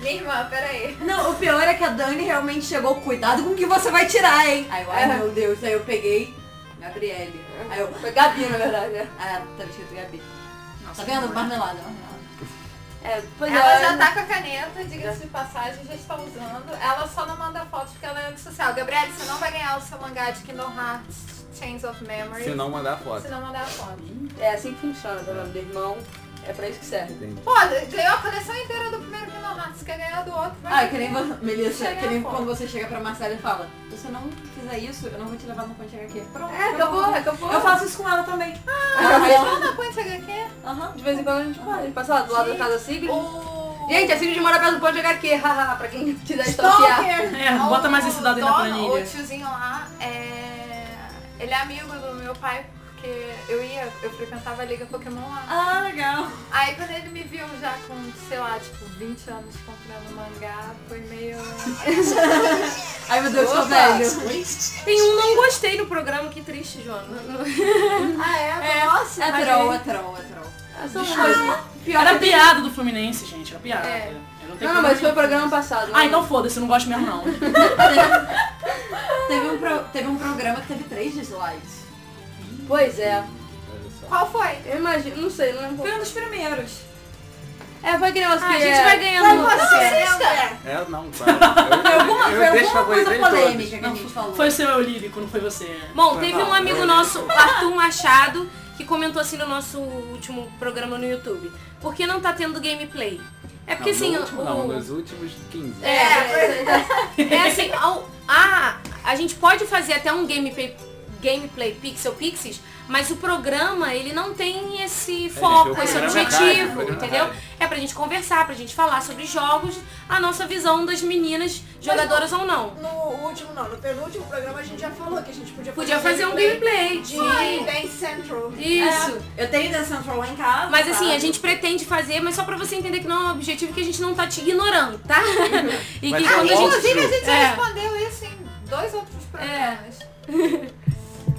C: Minha irmã, peraí.
H: Não, o pior é que a Dani realmente chegou, cuidado com o que você vai tirar, hein? Aí eu, ai meu Deus, aí eu peguei Gabriele. Aí eu,
B: Foi Gabi, na verdade. é.
H: ah, tava escrito Gabi. Tá vendo? Marmelada, marmelada.
B: É, pois
C: Ela
B: é,
C: já
G: né?
C: tá com a caneta, diga-se de passagem, já está usando. Ela só não manda foto porque ela é antissocial. Gabriele, você não vai ganhar o seu mangá de Kingdom Hearts Chains of Memory
D: Se não mandar a
C: se
D: foto.
C: não mandar a foto.
B: É assim que funciona, tá vendo? Do irmão. É pra isso que serve.
D: Entendi.
C: Pô, ganhou a coleção inteira do primeiro Kingdom Hearts, quer ganhar do outro. vai
H: Ah, que nem você, Melissa,
C: Chegar
H: que nem
C: fora.
H: quando você chega pra Marcela e fala, se você não fizer isso, eu não vou te levar no ponte HQ. Pronto.
B: É, acabou, acabou.
H: Eu faço isso com ela também.
C: Lá na Ponte HQ,
H: Aham.
B: De vez em quando a gente vai. A gente passa lá do lado da casa Sigrid.
C: o...
B: Gente, a Sigrid mora perto do pão de HQ, haha, pra quem quiser stalkear.
E: Stalker!
G: É, bota mais esse dado aí na
C: dono, O
G: planilha.
C: tiozinho lá, é... ele é amigo do meu pai, porque eu ia, eu frequentava a Liga Pokémon lá.
H: Ah, legal.
C: Aí quando ele me viu já com, sei lá, tipo, 20 anos comprando mangá, foi meio.
I: Ah, assim.
H: Ai, meu Deus, tô
C: Opa.
H: velho.
I: Tem um não gostei no programa, que triste, Joana.
C: ah, é? Nossa!
H: É troll, é troll, é troll.
G: Pior era piada do Fluminense, gente. Era piada.
C: É.
G: Eu não, tenho
B: Não, não, Ah, mas foi
G: problema
B: o
G: nenhum.
B: programa passado. né?
G: Ah, então foda-se, eu não gosto mesmo não.
H: Teve um, pro- teve um programa que teve três dislikes.
B: Pois é.
D: Olha só.
C: Qual foi?
B: Eu imagino, não sei, não lembro.
H: Foi um dos primeiros.
B: É, foi aquele negócio
I: Ah, a
B: que
I: gente
B: é-
I: vai ganhando.
D: É, não, claro. Eu,
H: Alguma,
D: eu
H: foi
D: deixo
H: alguma
D: pra
H: coisa
D: vocês todos.
H: polêmica que a gente falou.
G: Foi o seu lírico, não foi você.
I: Bom,
D: Foi
I: teve
D: mal,
I: um amigo
D: foi.
I: nosso, o Arthur Machado, que comentou assim no nosso último programa no YouTube. Por que não tá tendo gameplay? É porque
D: não,
I: assim,
D: no último,
I: o-
D: não, nos últimos 15.
I: É, é assim, ao- a, a gente pode fazer até um gameplay, gameplay Pixel Pixies, mas o programa ele não tem esse foco,
D: o
I: esse
D: programa é rádio, o
I: objetivo,
D: programa é
I: entendeu?
D: rádio.
I: É pra gente conversar, pra gente falar sobre jogos, a nossa visão das meninas, jogadoras ou não.
E: No último, não, no penúltimo programa a gente já falou que a gente podia fazer,
I: Podia fazer um gameplay de.
E: Bem Central.
I: Isso.
H: Eu tenho The Central lá em casa. tá?
I: Mas assim,
H: sabe?
I: a gente pretende fazer, mas só pra você entender que não é um objetivo que a gente não tá te ignorando, tá? E
D: Mas
I: que
D: é
I: quando a
D: um
I: gente.
D: outro
C: Inclusive a
D: jogo.
C: gente
I: É.
C: já respondeu isso em dois outros programas.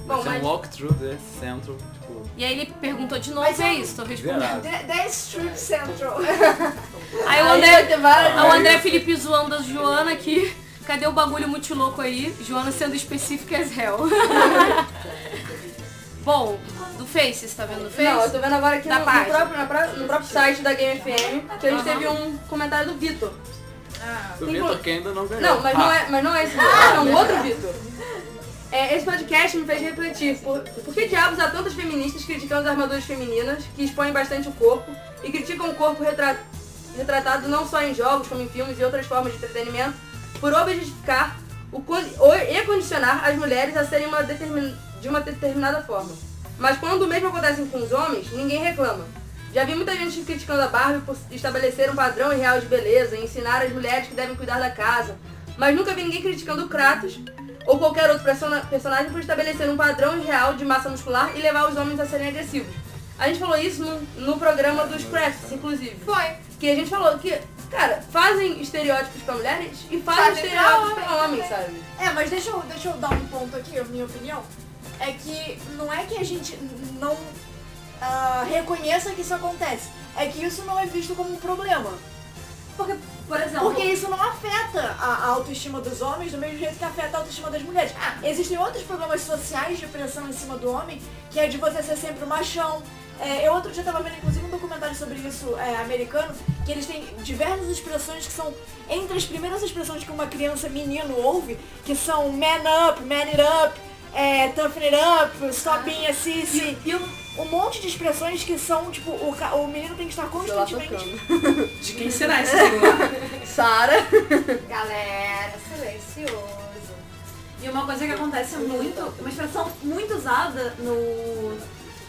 D: Vai ser
B: mas-
D: um walkthrough desse centro, tipo,
I: E aí ele perguntou de novo,
E: Mas
I: é
E: eu-
I: isso, tô respondendo.
D: zerado.
E: The, The Strip Central.
I: Aí o
B: Aí vai
I: André,
B: Então, ter várias-
I: o André Felipe zoando a Joana aqui. Cadê o bagulho muito louco aí? Joana sendo específica as hell. Bom, do Face, você tá vendo do
B: Não, eu
I: Face?
B: tô vendo agora aqui
I: Da
B: no, no
I: página.
B: próprio, na pró- no próprio site da Game FM que a gente teve um comentário do Vitor.
D: O Vitor que ainda não ganhou.
B: Não, mas não
D: Ah,
B: é, mas não é esse Vitor, é um outro Vitor. É, esse podcast me fez refletir por, por que diabos há tantas feministas criticando as armaduras femininas, que expõem bastante o corpo, e criticam o corpo retra- retratado não só em jogos, como em filmes e outras formas de entretenimento, por objetificar o con- o- e condicionar as mulheres a serem uma determin- de uma determinada forma. Mas quando o mesmo acontece com os homens, ninguém reclama. Já vi muita gente criticando a Barbie por estabelecer um padrão irreal de beleza e ensinar as mulheres que devem cuidar da casa, mas nunca vi ninguém criticando o Kratos ou qualquer outro persona- personagem por estabelecer um padrão irreal de massa muscular e levar os homens a serem agressivos. A gente falou isso no, no programa dos Crafts, inclusive.
C: Foi.
B: Que a gente falou que, cara, fazem estereótipos pra mulheres e fazem,
C: Fazem pra
B: estereótipos
C: homem
B: pra homens, sabe?
E: É, mas deixa eu, deixa eu dar um ponto aqui, a minha opinião. É que não é que a gente não ah, reconheça que isso acontece. É que isso não é visto como um problema.
H: Porque, por
B: Então,
H: exemplo...
E: Porque isso não afeta a, a autoestima dos homens do mesmo jeito que afeta a autoestima das mulheres. Existem outros problemas sociais de pressão em cima do homem, que é de você ser sempre o machão. É, eu outro dia tava vendo inclusive um documentário sobre isso é, americano, que eles têm diversas expressões que são entre as primeiras expressões que uma criança menino ouve, que são man up, man it up, é, toughen it up, stop being a sissy.
H: E, e o
E: um monte de expressões que são, tipo, o, ca- o menino tem que estar constantemente.
G: De quem será esse celular?
B: Sara.
C: Galera, silencioso.
H: E uma coisa que acontece muito, uma expressão muito usada no,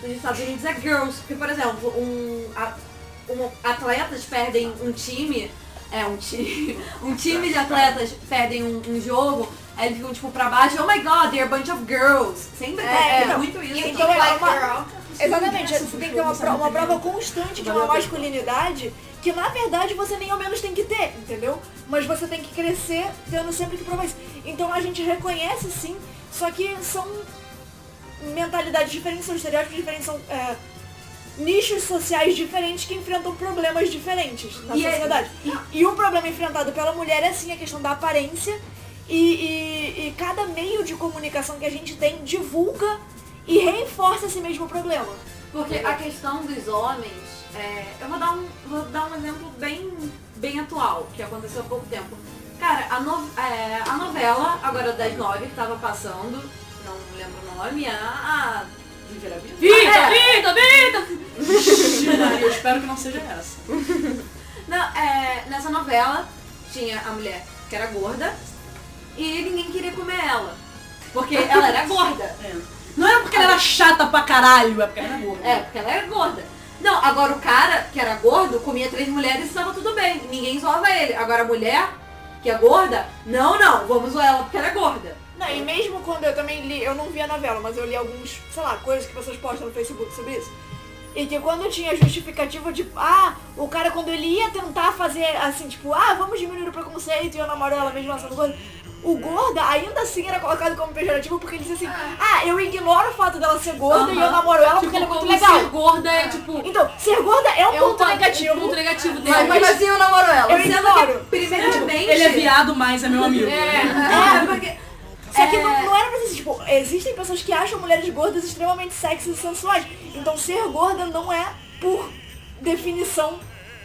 H: nos Estados Unidos é girls. Porque, por exemplo, um, a- um- atletas perdem um time, é um time, um time de atletas perdem um, um jogo, aí eles ficam tipo pra baixo, oh my god, they're a bunch of girls. Sempre
E: É,
H: é,
E: então,
H: muito isso.
E: então é
C: Like
E: uma-
C: girl.
E: Exatamente, você tem que ter uma, pro- uma prova constante de uma masculinidade que na verdade você nem ao menos tem que ter, entendeu? Mas você tem que crescer tendo sempre que provar isso. Então a gente reconhece sim, só que são mentalidades diferentes, são estereótipos diferentes, são é, nichos sociais diferentes que enfrentam problemas diferentes na
H: E é-
E: sociedade. E o problema enfrentado pela mulher é sim a questão da aparência e, e- e cada meio de comunicação que a gente tem divulga e reforça esse mesmo problema.
H: Porque a questão dos homens, é, eu vou dar um, vou dar um exemplo bem, bem atual, que aconteceu há pouco tempo. Cara, a, no- é, a novela, agora das nove, que tava passando, não lembro o nome, é a... Viver vida?
G: Vida,
H: É.
G: vida, vida! Eu espero que não seja essa.
H: Não, é, nessa novela tinha a mulher que era gorda e ninguém queria comer ela. Porque ela era gorda.
G: É. Não era porque ela era chata pra caralho, é porque ela era gorda.
H: É, porque ela era gorda. Não, agora o cara que era gordo comia três mulheres e estava tudo bem. Ninguém zoava ele. Agora a mulher que é gorda, não, não, vamos zoar ela porque ela é gorda.
E: Não, e mesmo quando eu também li, eu não vi a novela, mas eu li alguns, sei lá, coisas que pessoas postam no Facebook sobre isso. E que quando tinha justificativa de, ah, o cara quando ele ia tentar fazer assim, tipo, ah, vamos diminuir o preconceito e eu namoro ela mesmo ela sendo gorda. O gorda ainda assim era colocado como pejorativo porque ele dizia assim, ah, eu ignoro o fato dela ser gorda e eu
I: Aham.
E: namoro ela porque
I: Tipo,
E: ela é muito
I: como
E: legal.
I: ser gorda é tipo.
E: Então, ser gorda é um
I: é um
E: ponto
I: pa-
E: negativo.
I: um ponto negativo dele.
B: Mas mesmo assim eu namoro ela.
E: Eu ignoro.
H: Primeiramente.
G: Ele é viado, mas é meu amigo.
H: É, porque.
E: Só que
C: É.
E: não, não era pra ser, tipo, existem pessoas que acham mulheres gordas extremamente sexys e sensuais. Então ser gorda não é, por definição,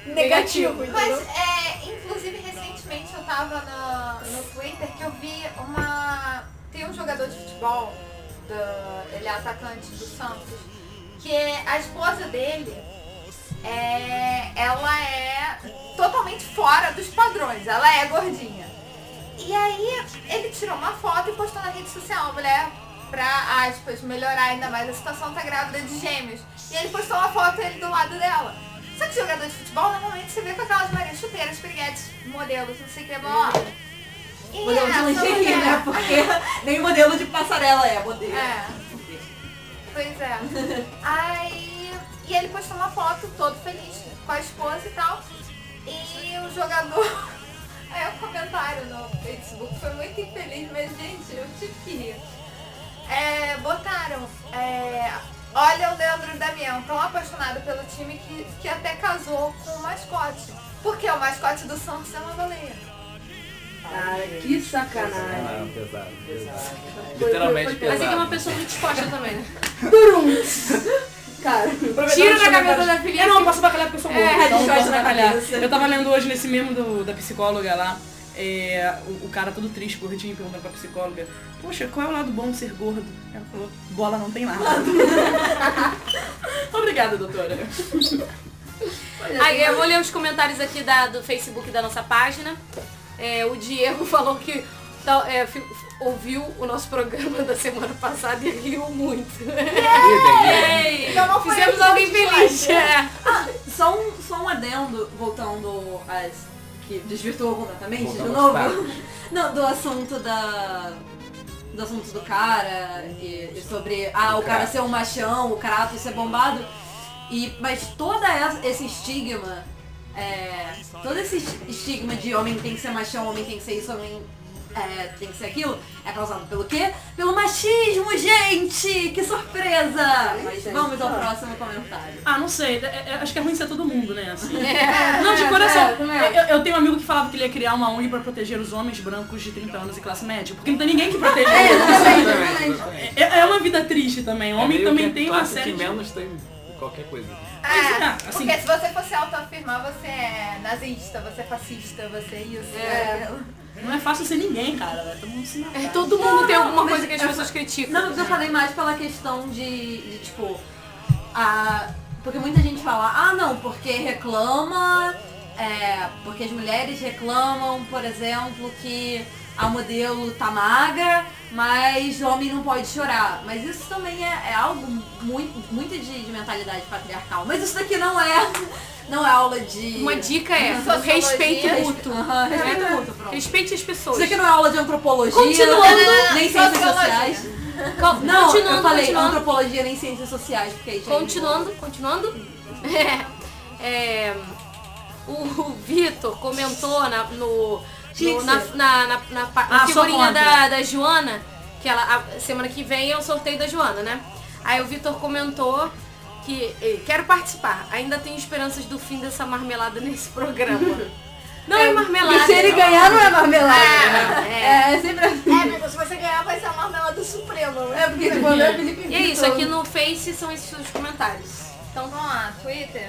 E: negativo, entendeu?
C: Mas, é, inclusive, recentemente eu tava na- no Twitter que eu vi uma... Tem um jogador de futebol, do- ele é atacante do Santos, que é, a esposa dele, é, ela é totalmente fora dos padrões, ela é gordinha. E aí ele tirou uma foto e postou na rede social, a mulher pra, aspas, melhorar ainda mais a situação, tá grávida de gêmeos. E ele postou uma foto ele do lado dela. Só que jogador de futebol normalmente você vê com aquelas marias chuteiras, piriguetes, modelos, não sei o que, blá blá. blá. E
H: Modelo de
C: essa
H: lingerie,
C: mulher-
H: né? Porque nem modelo de passarela é modelo.
C: é. Pois é. Aí. E ele postou uma foto todo feliz com a esposa e tal. E o jogador. Aí o comentário no Facebook foi muito infeliz, mas gente, eu tive que rir. É, botaram. é, olha o Leandro Damião, tão apaixonado pelo time que, que até casou com o mascote. Porque o mascote do Santos é uma baleia.
B: Cara, que sacanagem.
D: Ah, pesado, pesado. Literalmente
I: Mas é que é uma
D: pesado.
I: pessoa muito disposta também, né?
B: Cara,
I: Tira da cabeça da filha.
G: Eu não posso bacalhar porque eu sou gorda,
I: É,
G: então não
I: headshot
G: posso
I: na
G: bacalhar. Eu tava lendo hoje nesse mesmo do- da psicóloga lá, é, o, o cara todo triste, gordinho, perguntando pra psicóloga, poxa, qual é o lado bom de ser gordo? Ela falou, bola não tem lado. Obrigada, doutora.
I: Aí eu vou ler os comentários aqui da- do Facebook da nossa página. É, o Diego falou que tá- é, fi- ouviu o nosso programa da semana passada e riu muito. Yay!
C: Então não foi
I: Fizemos
C: episódio
I: alguém
C: de né?
I: feliz. É.
H: Só um, só um adendo, voltando às. que desvirtuou completamente de
D: Voltamos
H: novo.
D: para-
H: Não, do assunto da. Do assunto do cara e, e sobre ah, o cara
D: crato.
H: ser um machão, o crato ser bombado. E, mas toda essa, esse estigma, é, todo esse esti- estigma de homem tem que ser machão, homem tem que ser isso, homem é, tem que ser aquilo, é causado pelo quê? Pelo machismo, gente! Que surpresa! Mas vamos ao próximo comentário.
G: Ah, não sei, é- é- acho que é ruim ser todo mundo, né? assim. Não, de coração. Eu, eu tenho um amigo que falava que ele ia criar uma ONG pra proteger os homens brancos de 30 anos e classe média, porque não tem ninguém que proteja eles. É, é uma vida triste também. O É, homem
D: É meio
G: também
D: que a
G: tem uma
D: classe
G: série
D: que
G: de...
D: menos tem qualquer coisa.
C: É,
G: Ah, assim-
C: porque se você fosse autoafirmar, você é nazista, você é fascista, você é isso.
H: É.
G: Não é fácil ser ninguém, cara. É todo mundo se matar.
I: É, Todo mundo tem
H: mas
I: alguma
C: é
I: coisa que as
H: eu-
I: pessoas criticam.
H: Não, mas eu falei mais pela questão de, de, tipo, a- Porque muita gente fala, ah não, porque reclama, é, porque as mulheres reclamam, por exemplo, que a modelo tá magra, mas homem não pode chorar. Mas isso também é, é algo muito, muito de, de mentalidade patriarcal. Mas isso daqui não é, não é aula de.
I: Uma dica é,
C: Sociologia.
I: respeite o mútuo.
H: Aham, respeito muito, pronto.
I: Respeite as pessoas.
H: Isso aqui não é aula de antropologia,
I: Continuando,
H: nem ciências
C: sociologia.
H: sociais.
I: Cal-
H: Não,
I: continuando,
H: eu falei
I: continuando.
H: antropologia nem ciências sociais, porque aí já é
I: Continuando, continuando. É, o o Vitor comentou na, no,
H: Tinha
I: no-
H: que
I: na,
H: ser.
I: na, na- na pa- na
H: Ah, sou
I: figurinha
H: contra.
I: da, da Joana, que ela, a semana que vem é o sorteio da Joana, né? Aí o Vitor comentou que eh, quero participar. Ainda tenho esperanças do fim dessa marmelada nesse programa. Não é, marmelada.
H: E se ele ganhar, não é marmelada.
I: É, é.
H: É, sempre assim.
E: É, amigo, se você ganhar vai ser a marmelada suprema. É, porque
H: quando é
E: Felipe
I: E é isso, aqui no Face são esses os comentários.
C: Então vamos lá, Twitter.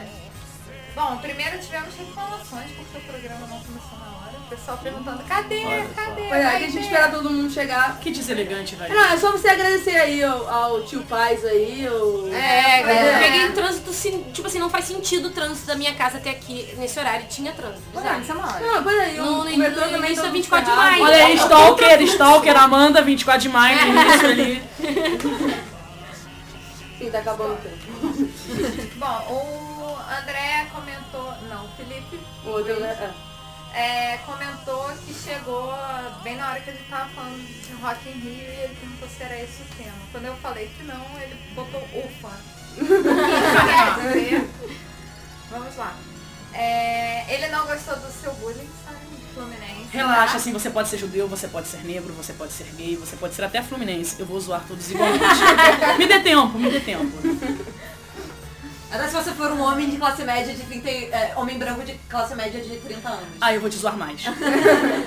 C: Bom, primeiro tivemos reclamações porque o programa não começou na hora. O pessoal perguntando, cadê?
D: Olha só.
C: cadê?
B: Pois é,
C: Vai
B: tem que
C: ter?"
B: esperar todo mundo chegar.
G: Que deselegante, velho.
B: Não, é só você agradecer aí ao, ao tio Paz aí, né? ao...
I: É,
C: pois
I: eu
C: é.
I: peguei um trânsito, sin- tipo assim, não faz sentido o trânsito da minha casa até aqui, nesse horário tinha trânsito.
C: Pois é,
I: bizarro.
C: isso é uma hora.
B: Não, peraí, aí,
I: No,
B: o
I: no,
B: o metrô
I: no
B: também
I: início
B: todo
I: é
B: mundo
I: 24 de
B: ferrado.
I: maio.
G: Olha É. aí, Stalker, Stalker, Amanda, 24 de maio, isso ali.
B: Sim, tá acabando o tempo.
C: Bom, o André comentou. Não, o Felipe
B: O outro, né? É.
C: é, comentou que chegou bem na hora que ele tava falando de Rock in Rio e ele perguntou se era esse o tema. Quando eu falei que não, ele botou ufa. Isso quer dizer. Vamos lá. É, ele não gostou do seu bullying, sabe? Fluminense.
G: Relaxa, assim, você pode ser judeu, você pode ser negro, você pode ser gay, você pode ser até fluminense. Eu vou zoar todos igualmente. me dê tempo, me dê tempo.
H: Até se você for um homem de classe média de 30. e- é, homem branco de classe média de 30 anos.
G: Aí eu vou te zoar mais. Ah,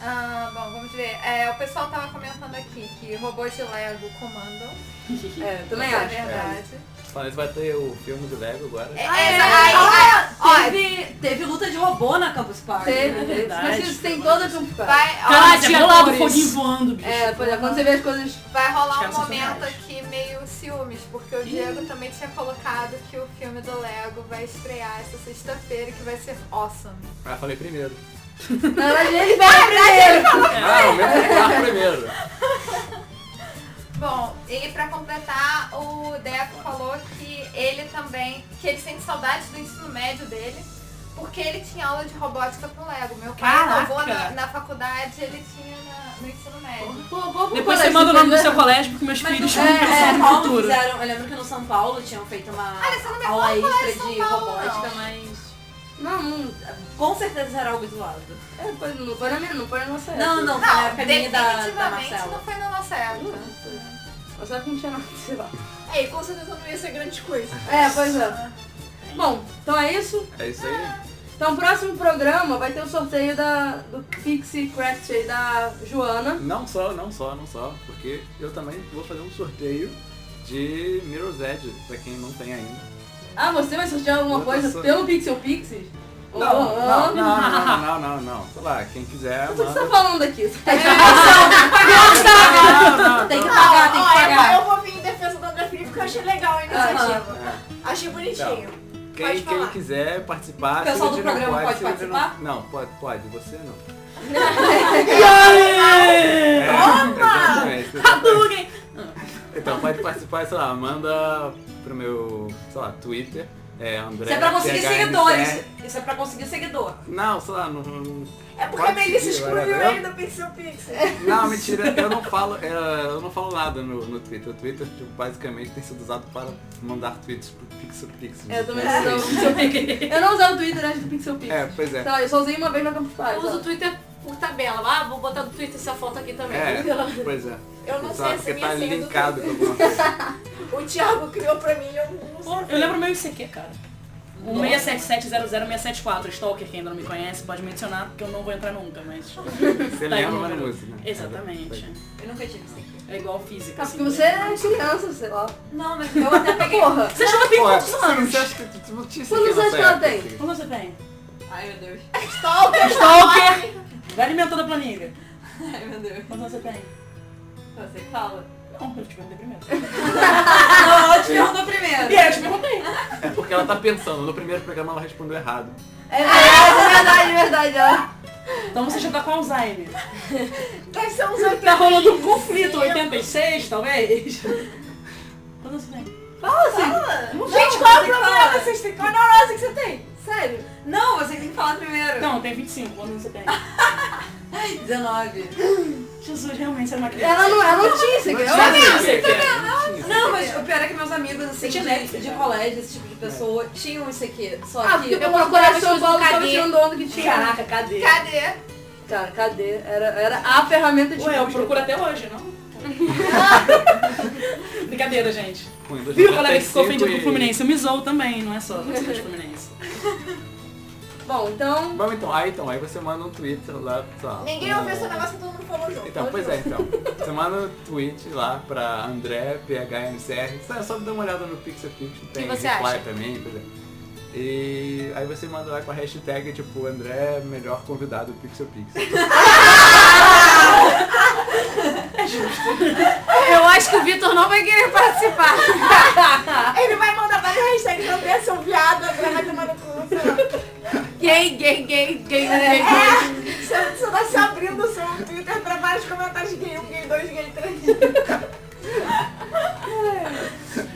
C: Ah, bom, vamos ver. É, o pessoal tava comentando aqui que robôs de Lego comandam.
B: É, também
C: Isso é
B: acho.
C: verdade.
D: Falando isso, vai ter o filme do Lego agora.
C: É, aí, ó,
H: Teve, teve luta de robô na Campus Party.
B: Teve,
H: né?
B: teve.
G: verdade.
B: Mas isso tem toda a campanha.
C: vai, ó,
G: Caralho, Ah, tinha rolado
I: amores.
G: foguinho voando, bicho.
B: É, pois é, quando você vê as coisas
C: Vai rolar um
G: Os caras são
C: momento
G: reais.
C: aqui meio ciúmes, porque o Diego também tinha colocado que o filme do Lego vai estrear essa sexta-feira, que vai ser awesome.
D: Ah, eu falei primeiro.
B: Na verdade, ele vai primeiro.
G: É.
D: Ah, o meu falar primeiro.
C: Bom, e pra completar, o Deco falou que ele também, que ele sente saudade do ensino médio dele, porque ele tinha aula de robótica com Lego. Meu pai
G: Caraca!
C: avô na, na faculdade, ele tinha na- no ensino médio.
B: Pô, pô, pô,
G: Depois
B: parece
G: você manda o nome do
B: coisa-
G: seu colégio, porque meus
H: Mas no,
G: filhos
H: é,
G: estão
H: é,
G: pensando
H: no
G: no
H: Paulo
G: futuro.
H: fizeram, eu lembro que no São Paulo tinham feito uma
C: Ah, você não me
H: aula
C: falou falar
H: extra
C: de São
H: de
C: Paulo,
H: robótica,
C: não.
H: mas
B: Não, não.
H: com certeza era algo zoado.
B: É, foi, não foi na minha, não foi na nossa
H: Não, não, foi na
C: Não,
H: época minha da, da
C: definitivamente não
H: Marcela.
C: foi na nossa época.
B: Eu só que não tinha nada, sei lá.
E: É, e com certeza não ia ser grande coisa.
B: É, pois é. Bom, então é isso.
D: É isso aí.
B: Então, o próximo programa vai ter o sorteio da, do Pixie Craft aí da Joana.
D: Não só, não só, não só, porque eu também vou fazer um sorteio de Mirror's Edge, pra quem não tem ainda.
B: Ah, você vai sortear alguma
D: Eu
B: coisa
D: sou-
B: pelo Pixel Pixies?
D: Não, não, não,
B: não.
D: não, não, não, não. Sei lá, quem quiser,
B: O que você
D: manda.
B: tá falando aqui? Você tá
H: Tem que pagar,
B: é,
H: tem que pagar.
E: Eu, eu vou vir em defesa do André Felipe porque eu achei legal a iniciativa. Achei bonitinho.
D: Quem, quem
E: falar.
D: quiser participar,
H: O pessoal
D: Sigrid
H: do
D: não
H: programa pode
D: Sigrid não-
H: participar?
D: Não, pode, pode, você não.
G: Aê!
D: É, exatamente, exatamente. Então pode participar, sei lá, manda pro meu, sei lá, Twitter. É, André.
H: Isso é pra conseguir
D: THNC.
H: seguidores. Isso é pra conseguir seguidor.
D: Não, sei lá, não. não-
E: É porque
D: pode
E: a Melissa
D: seguir, vai,
E: excluiu
D: vai.
E: ele do Pixel Pixel.
D: Não, mentira, eu não falo, é, eu não falo nada no, no Twitter. O Twitter tipo, basicamente tem sido usado para mandar tweets pro Pixel Pixel.
B: É, eu também
D: É,
B: não usava o Pixel Pixies. Eu não usava o Twitter antes do Pixel Pixies.
D: É, pois é.
B: Tá, eu só usei uma vez na Campus Party.
I: Eu uso o Twitter por tabela. Ah, vou botar no Twitter essa foto aqui também.
D: É, pois é.
E: Eu não
D: Sabe,
E: sei se
D: porque
E: minha
D: tá
E: senha do
D: linkado com
E: Twitter.
D: alguma coisa.
E: O Thiago criou pra mim, eu não sei.
G: Eu lembro meu ICQ, cara. O 677-00674, Stalker, quem ainda não me conhece, pode me adicionar, porque eu não vou entrar nunca, mas...
D: Você
G: Tá aí o
D: lembra
G: número.
D: a música. né?
G: Exatamente.
H: Eu nunca tive isso
G: É igual física.
B: Ah,
G: assim,
B: porque você
G: né?
B: é criança, sei lá.
H: Não, mas eu até peguei.
B: Porra!
G: Você já tem
D: Pô,
G: quantos anos?
D: Você acha que tu não tinha
B: Quantos
D: certeza
B: anos
D: nessa
B: que ela
D: época,
B: tem?
G: Quantos você tem?
H: Ai meu Deus.
G: Stalker! Vai alimentando a planilha.
H: Ai meu Deus.
G: Quantos anos você tem?
H: Você que fala.
G: Não, eu te perguntei primeiro.
H: Não, eu Ah, te perguntou primeiro.
G: E aí, eu te perguntei.
D: É porque ela tá pensando, no primeiro programa ela respondeu errado.
H: É verdade, é verdade, é verdade. ó.
G: Então você já tá com Alzheimer.
E: Quais são os outros?
G: Tá rolando um conflito, 86 talvez? Quando você tem?
H: Fala assim.
E: Gente,
H: Não,
E: qual é o
H: você
E: problema
H: fala.
E: que vocês têm? Qual é a neurose que você tem? Sério?
H: Não, você tem que falar primeiro.
G: Não, tem 25. Quando você tem?
H: 19.
G: Jesus, realmente, você era uma criança.
B: é
H: Ela não, ela não tinha isso aqui.
B: Tá
D: Não tinha isso, é, não tinha isso.
H: Não, mas o pior é que meus amigos, assim,
G: Tinha
H: de,
G: Netflix,
H: de
G: né?
H: colégio, esse tipo de pessoa, tinham isso aqui. Só
B: Ah,
H: que.
B: porque eu procurava seus
H: Paulo
B: olhos, tava tirando onda que tinha.
H: Caraca, cadê?
C: Cadê?
H: Cara, cadê?
B: Era, era a ferramenta de
G: Ué, eu procuro até hoje, não? Brincadeira, gente.
D: Pô, em 2035
G: Viu, galera que ficou ofendido com
D: e-
G: o Fluminense? O Mizou também, não é só. Não é só de Fluminense.
B: Bom, então.
D: Vamos então, aí então, aí você manda um Twitter lá, sei lá.
E: Ninguém ouviu esse negócio que todo mundo falou junto.
D: Então, pois é, então. Você manda um tweet lá pra André, PHMCR. é Só, só dá uma olhada no Pixel Pixel, tem
C: que você
D: reply
C: acha?
D: também, pois é. E aí você manda lá com a hashtag tipo André, melhor convidado do Pixel Pixel.
I: Eu acho que o Vitor não vai querer participar.
E: Ele vai mandar várias hashtags pra ver seu viado, agora vai tomar no cu, sei lá.
I: Gay, gay, gay, gay, gay, gay.
E: É, você, você tá se abrindo o seu Twitter pra vários comentários gay 1, gay 2, gay 3.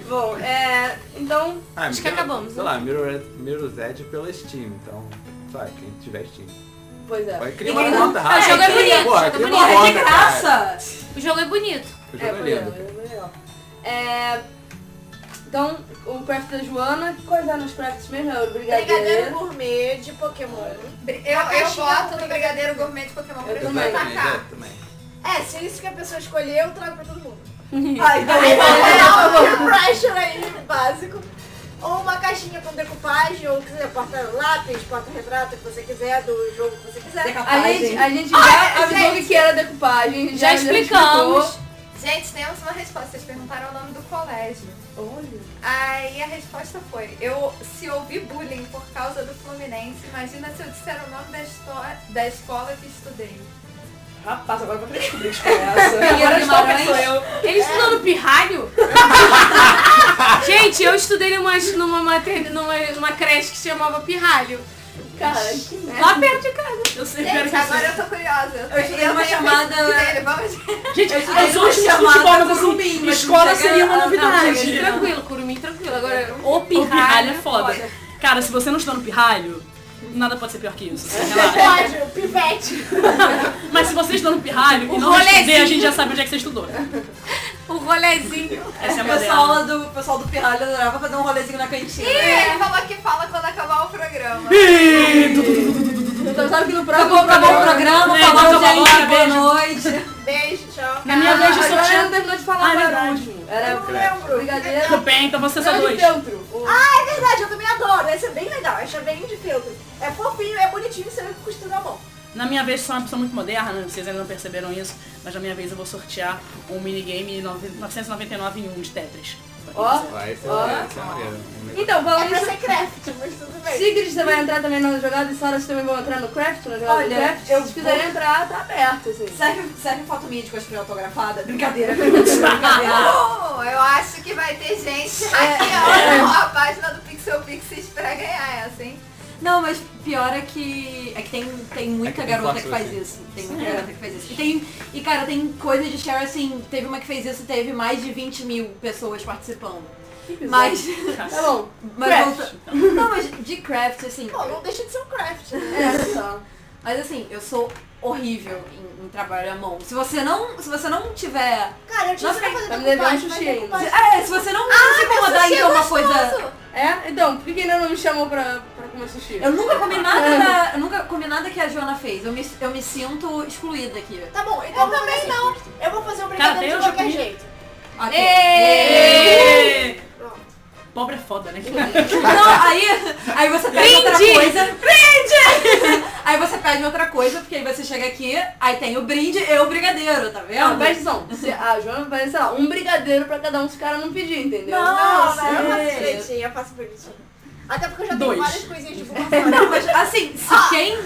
B: Bom, é. Então.
D: Ah,
I: Acho que
D: Mirror-
I: acabamos,
D: Sei lá, Mirror- Mirror's Edge pela Steam, então. Sabe, quem tiver Steam.
B: Pois é.
D: Vai
H: E
D: criar uma
H: quem
D: conta
H: não-
D: rápida.
I: Ah, jogo é bonito,
D: Pô,
I: jogo
D: cria
I: é
D: uma
H: Porra,
I: bonito.
H: é de
D: conta, cara.
H: graça!
I: O jogo é bonito.
D: Eu
B: É, pois
D: jogaria.
B: é, é legal. É, Então, o craft da Joana, quais eram os crafts mesmo? Era o
E: Brigadeiro
B: brigadeiro.
E: gourmet de Pokémon.
C: Eu, eu
E: Acho que
C: voto
E: não.
C: no brigadeiro gourmet de Pokémon pra
B: Eu
C: ele
B: também. né?
C: atacar.
D: Exatamente, exatamente.
E: É, se é isso que a pessoa escolher, eu trago pra todo mundo.
B: Ai, então,
E: É, um pressure aí, básico. Ou uma caixinha com decoupagem, ou quiser, porta lápis, porta retrato, o que você quiser, do jogo que você quiser.
B: a gente, a gente já avisou
C: gente.
B: que era decupagem.
I: Já explicamos.
C: Gente, temos uma resposta. Vocês perguntaram o nome do colégio. Aí a resposta foi, eu se ouvi bullying por causa do Fluminense, imagina se eu disser o nome da, esto- da escola que estudei.
G: Rapaz, agora eu vou querer descobrir que escola é essa. Agora eu estou
H: Guimarães.
G: pensando, eu.
I: Ele estudou no pirralho? Gente, eu estudei numa, numa, mater- numa, numa creche que se chamava pirralho.
B: Cara, que merda.
I: Lá perto de casa.
G: Eu sei que
C: Gente,
G: era
C: agora eu tô curiosa. Eu,
H: estudei numa chamada-
C: Dele. Vamos
G: Gente, as
H: uma
G: últimas
H: chamada
G: futebol, mas
H: pro Curumim,
G: assim,
H: mas não
G: escola
H: chega
G: seria
H: a-
G: uma
H: não,
G: novidade.
H: chega
I: Tranquilo, curumim, tranquilo. Agora,
G: O pirralho, é foda.
I: foda.
G: Cara, se você não está no pirralho, nada pode ser pior que isso. relaxa.
E: Pode, pivete.
G: Mas se você está no pirralho
I: O
G: e não responder,
I: rolezinho.
G: a gente já sabe onde é que você estudou.
B: Ah,
I: o rolezinho.
G: Essa é
H: O
G: uma
H: pessoal,
G: dela.
H: lá do, o pessoal do Pirralho adorava fazer um rolezinho na cantina.
E: É.
C: Ele falou que fala quando acabar o programa.
B: Então sabe que no próximo
H: Acabou, acabou o
B: programa-
H: programa,
G: Né,
H: falou
G: então acabou,
H: gente, boa
G: beijo.
H: noite.
E: Beijo, tchau.
G: Na minha vez de
B: Ah, agora não
G: sorteio.
B: terminou de falar
G: Ah, é
B: qual era o
G: verdade.
B: último. Era
E: Eu lembro.
B: brigadeiro.
G: Tudo bem, então você é só
B: era de
G: dois.
B: feltro. O-
E: Ah, é verdade, eu também adoro. Esse é bem legal, esse é bem de filtro. É fofinho, é bonitinho, você costura a mão.
G: Na minha vez, sou uma pessoa muito moderna, vocês ainda não perceberam isso, mas na minha vez eu vou sortear um minigame 9- 999 em 1 de Tetris.
B: Ó.
D: Vai, isso
B: Ó.
D: é- isso é maneiro.
B: Então,
E: É
B: falando
E: pra
B: isso,
E: ser craft, mas tudo bem.
B: Sigrid você vai entrar também na jogada e Sara vocês também vão entrar no craft, na jogada
H: Olha,
B: do craft.
H: eu
B: Se quiserem entrar, tá aberto, assim.
H: Serve, serve foto minha de cosplay autografada? Brincadeira, brincadeira.
C: Bom, eu acho que vai ter gente
E: É.
C: hackeando a página do Pixel Pixies pra ganhar essa, hein?
H: Não, mas pior é que. É que tem, tem muita
D: É que tem
H: garota que
D: fácil,
H: faz
D: assim.
H: isso. Tem muita garota que faz isso. E tem. E cara, tem coisa de share assim. Teve uma que fez isso e teve mais de 20 mil pessoas participando. Mas.
B: Tá bom.
H: Mas
B: Craft.
H: volta... Não, mas de craft, assim.
E: Bom, não deixa de ser um craft.
B: É, só.
H: Mas assim, eu sou horrível em, em trabalho à mão. Se você não. Se você não tiver.
E: Cara, eu tinha
H: Nossa,
E: que fazer
B: tá me devendo
E: decoupagem,
B: sushi
E: mas
B: ainda.
E: decoupagem-
H: É, se você não se incomodar em ter uma coisa.
B: É? Então, por que que ainda não me chamou pra, pra comer sushi?
H: Eu nunca comi nada da, eu nunca comi nada que a Joana fez. Eu me, eu me sinto excluída aqui.
E: Tá bom, então eu também não. Eu vou fazer um brincadeira
G: Cadê? Eu
E: de
G: já
E: qualquer
G: comi.
E: jeito.
H: Aqui.
G: Ê!
E: Pronto.
G: Pobre é foda, né?
H: Não, aí, aí você pede outra
I: Brinde!
H: coisa. Aí você pede outra coisa, porque aí você chega aqui, aí tem o brinde e o brigadeiro, tá
B: Não,
H: vendo?
B: presta atenção. Se a Joana vai, sei lá, um brigadeiro pra cada um, se o cara não pedir, entendeu?
E: Não,
H: Nossa,
E: eu
H: é.
E: faço direitinho, eu faço bonitinho. Até porque eu já
G: Dois.
E: tenho várias coisinhas de boca
H: Não, mas assim, se quem,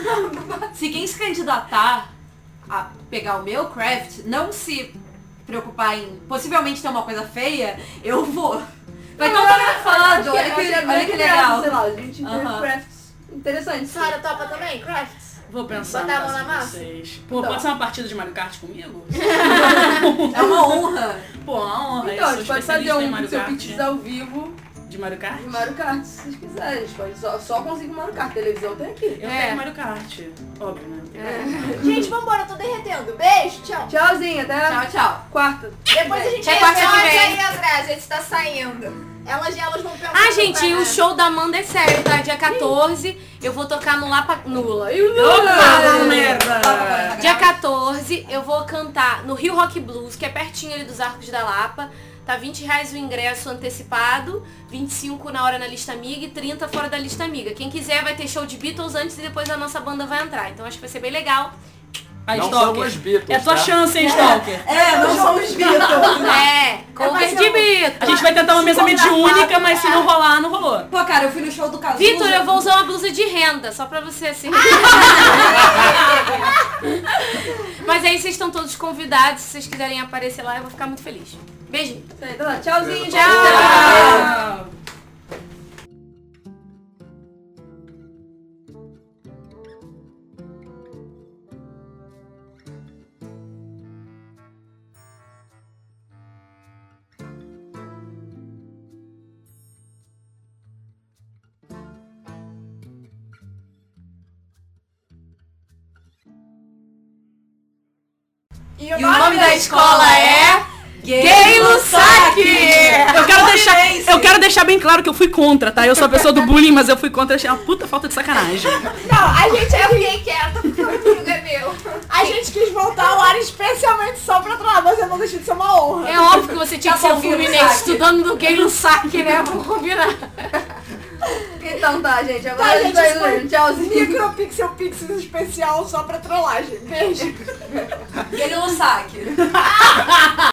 H: se quem se candidatar a pegar o meu craft, não se preocupar em possivelmente ter uma coisa feia, eu vou. Vai estar fotografado, Ah, olha que, olha que legal.
B: Sei lá, a gente interpreta
H: Aham.
B: crafts interessantes.
E: Sara topa também? Crafts?
G: Vou pensar
E: Botar a mão
G: no caso
E: na
G: de
E: massa?
G: vocês. Pô,
B: Então.
G: pode ser uma partida de Mario Kart comigo?
H: É uma honra.
G: Pô, é uma honra.
B: Então, a
G: eu
B: gente
G: sou
B: pode fazer
G: especialista em
B: um
G: Mario
B: seu
G: Kart. né?
B: pits ao vivo
G: De Mario Kart?
B: de Mario Kart, se vocês quiserem. A gente pode só, só consigo Mario Kart, televisão tem aqui.
G: Eu
I: É.
G: tenho Mario Kart. Óbvio, né? Eu tenho
B: É.
G: Mario Kart.
E: Gente, vambora, eu tô derretendo. Beijo, tchau.
B: Tchauzinho, até
H: Tchau, tchau.
B: quarta.
E: Depois a gente
H: Até quarta que
E: resolve
H: vem.
E: aí.
C: André, a gente tá saindo.
E: Elas e elas vão pensar.
I: Ah, gente, e
E: né?
I: o show da Amanda é sério, tá? Dia 14, eu vou tocar no Lapa Nula. E o
G: Opa,
I: Nula!
G: merda!
I: Dia 14, eu vou cantar no Rio Rock Blues, que é pertinho ali dos Arcos da Lapa. Tá 20 reais o ingresso antecipado, 25 na hora na lista amiga e 30 fora da lista amiga. Quem quiser vai ter show de Beatles antes e depois a nossa banda vai entrar. Então acho que vai ser bem legal.
G: Aí,
D: Não
G: Stalker.
D: somos Beatles,
G: É tua
D: tá?
G: chance, hein, Stalker?
H: É, não somos
I: É, cover de
G: A
I: Beatles.
G: gente vai tentar uma mesa mediúnica, mas
H: é.
G: se não rolar, não rolou.
H: Pô, cara, eu fui no show do Cazuza.
I: Vitor, eu vou usar uma blusa de renda, só pra você assim. Mas aí vocês estão todos convidados, se vocês quiserem aparecer lá, eu vou ficar muito feliz. Beijinho.
B: Isso aí, Então, tá, tchauzinho,
D: Tchau.
H: Ah.
E: E o
H: E o nome da escola é... Gay Lusaki!
G: É. Eu quero, deixar, eu quero deixar bem claro que eu fui contra, tá? Eu sou a pessoa do bullying, mas eu fui contra. Achei uma puta falta de sacanagem.
E: Não, a gente,
C: Eu fiquei quieta porque o Rodrigo é meu.
E: a gente quis voltar ao ar especialmente só pra trás, mas eu não deixei de ser uma honra.
I: É óbvio que você tinha que ser um Fluminense estudando no Gay Lusaki, né? Vamos combinar.
B: Então tá, gente. Agora
E: Tá,
B: a gente
E: gente,
B: vai
E: isso foi-
B: indo. Tchauzinho.
E: Micropixel Pixels especial só pra trollagem. Beijo.
H: Gay Lusaki.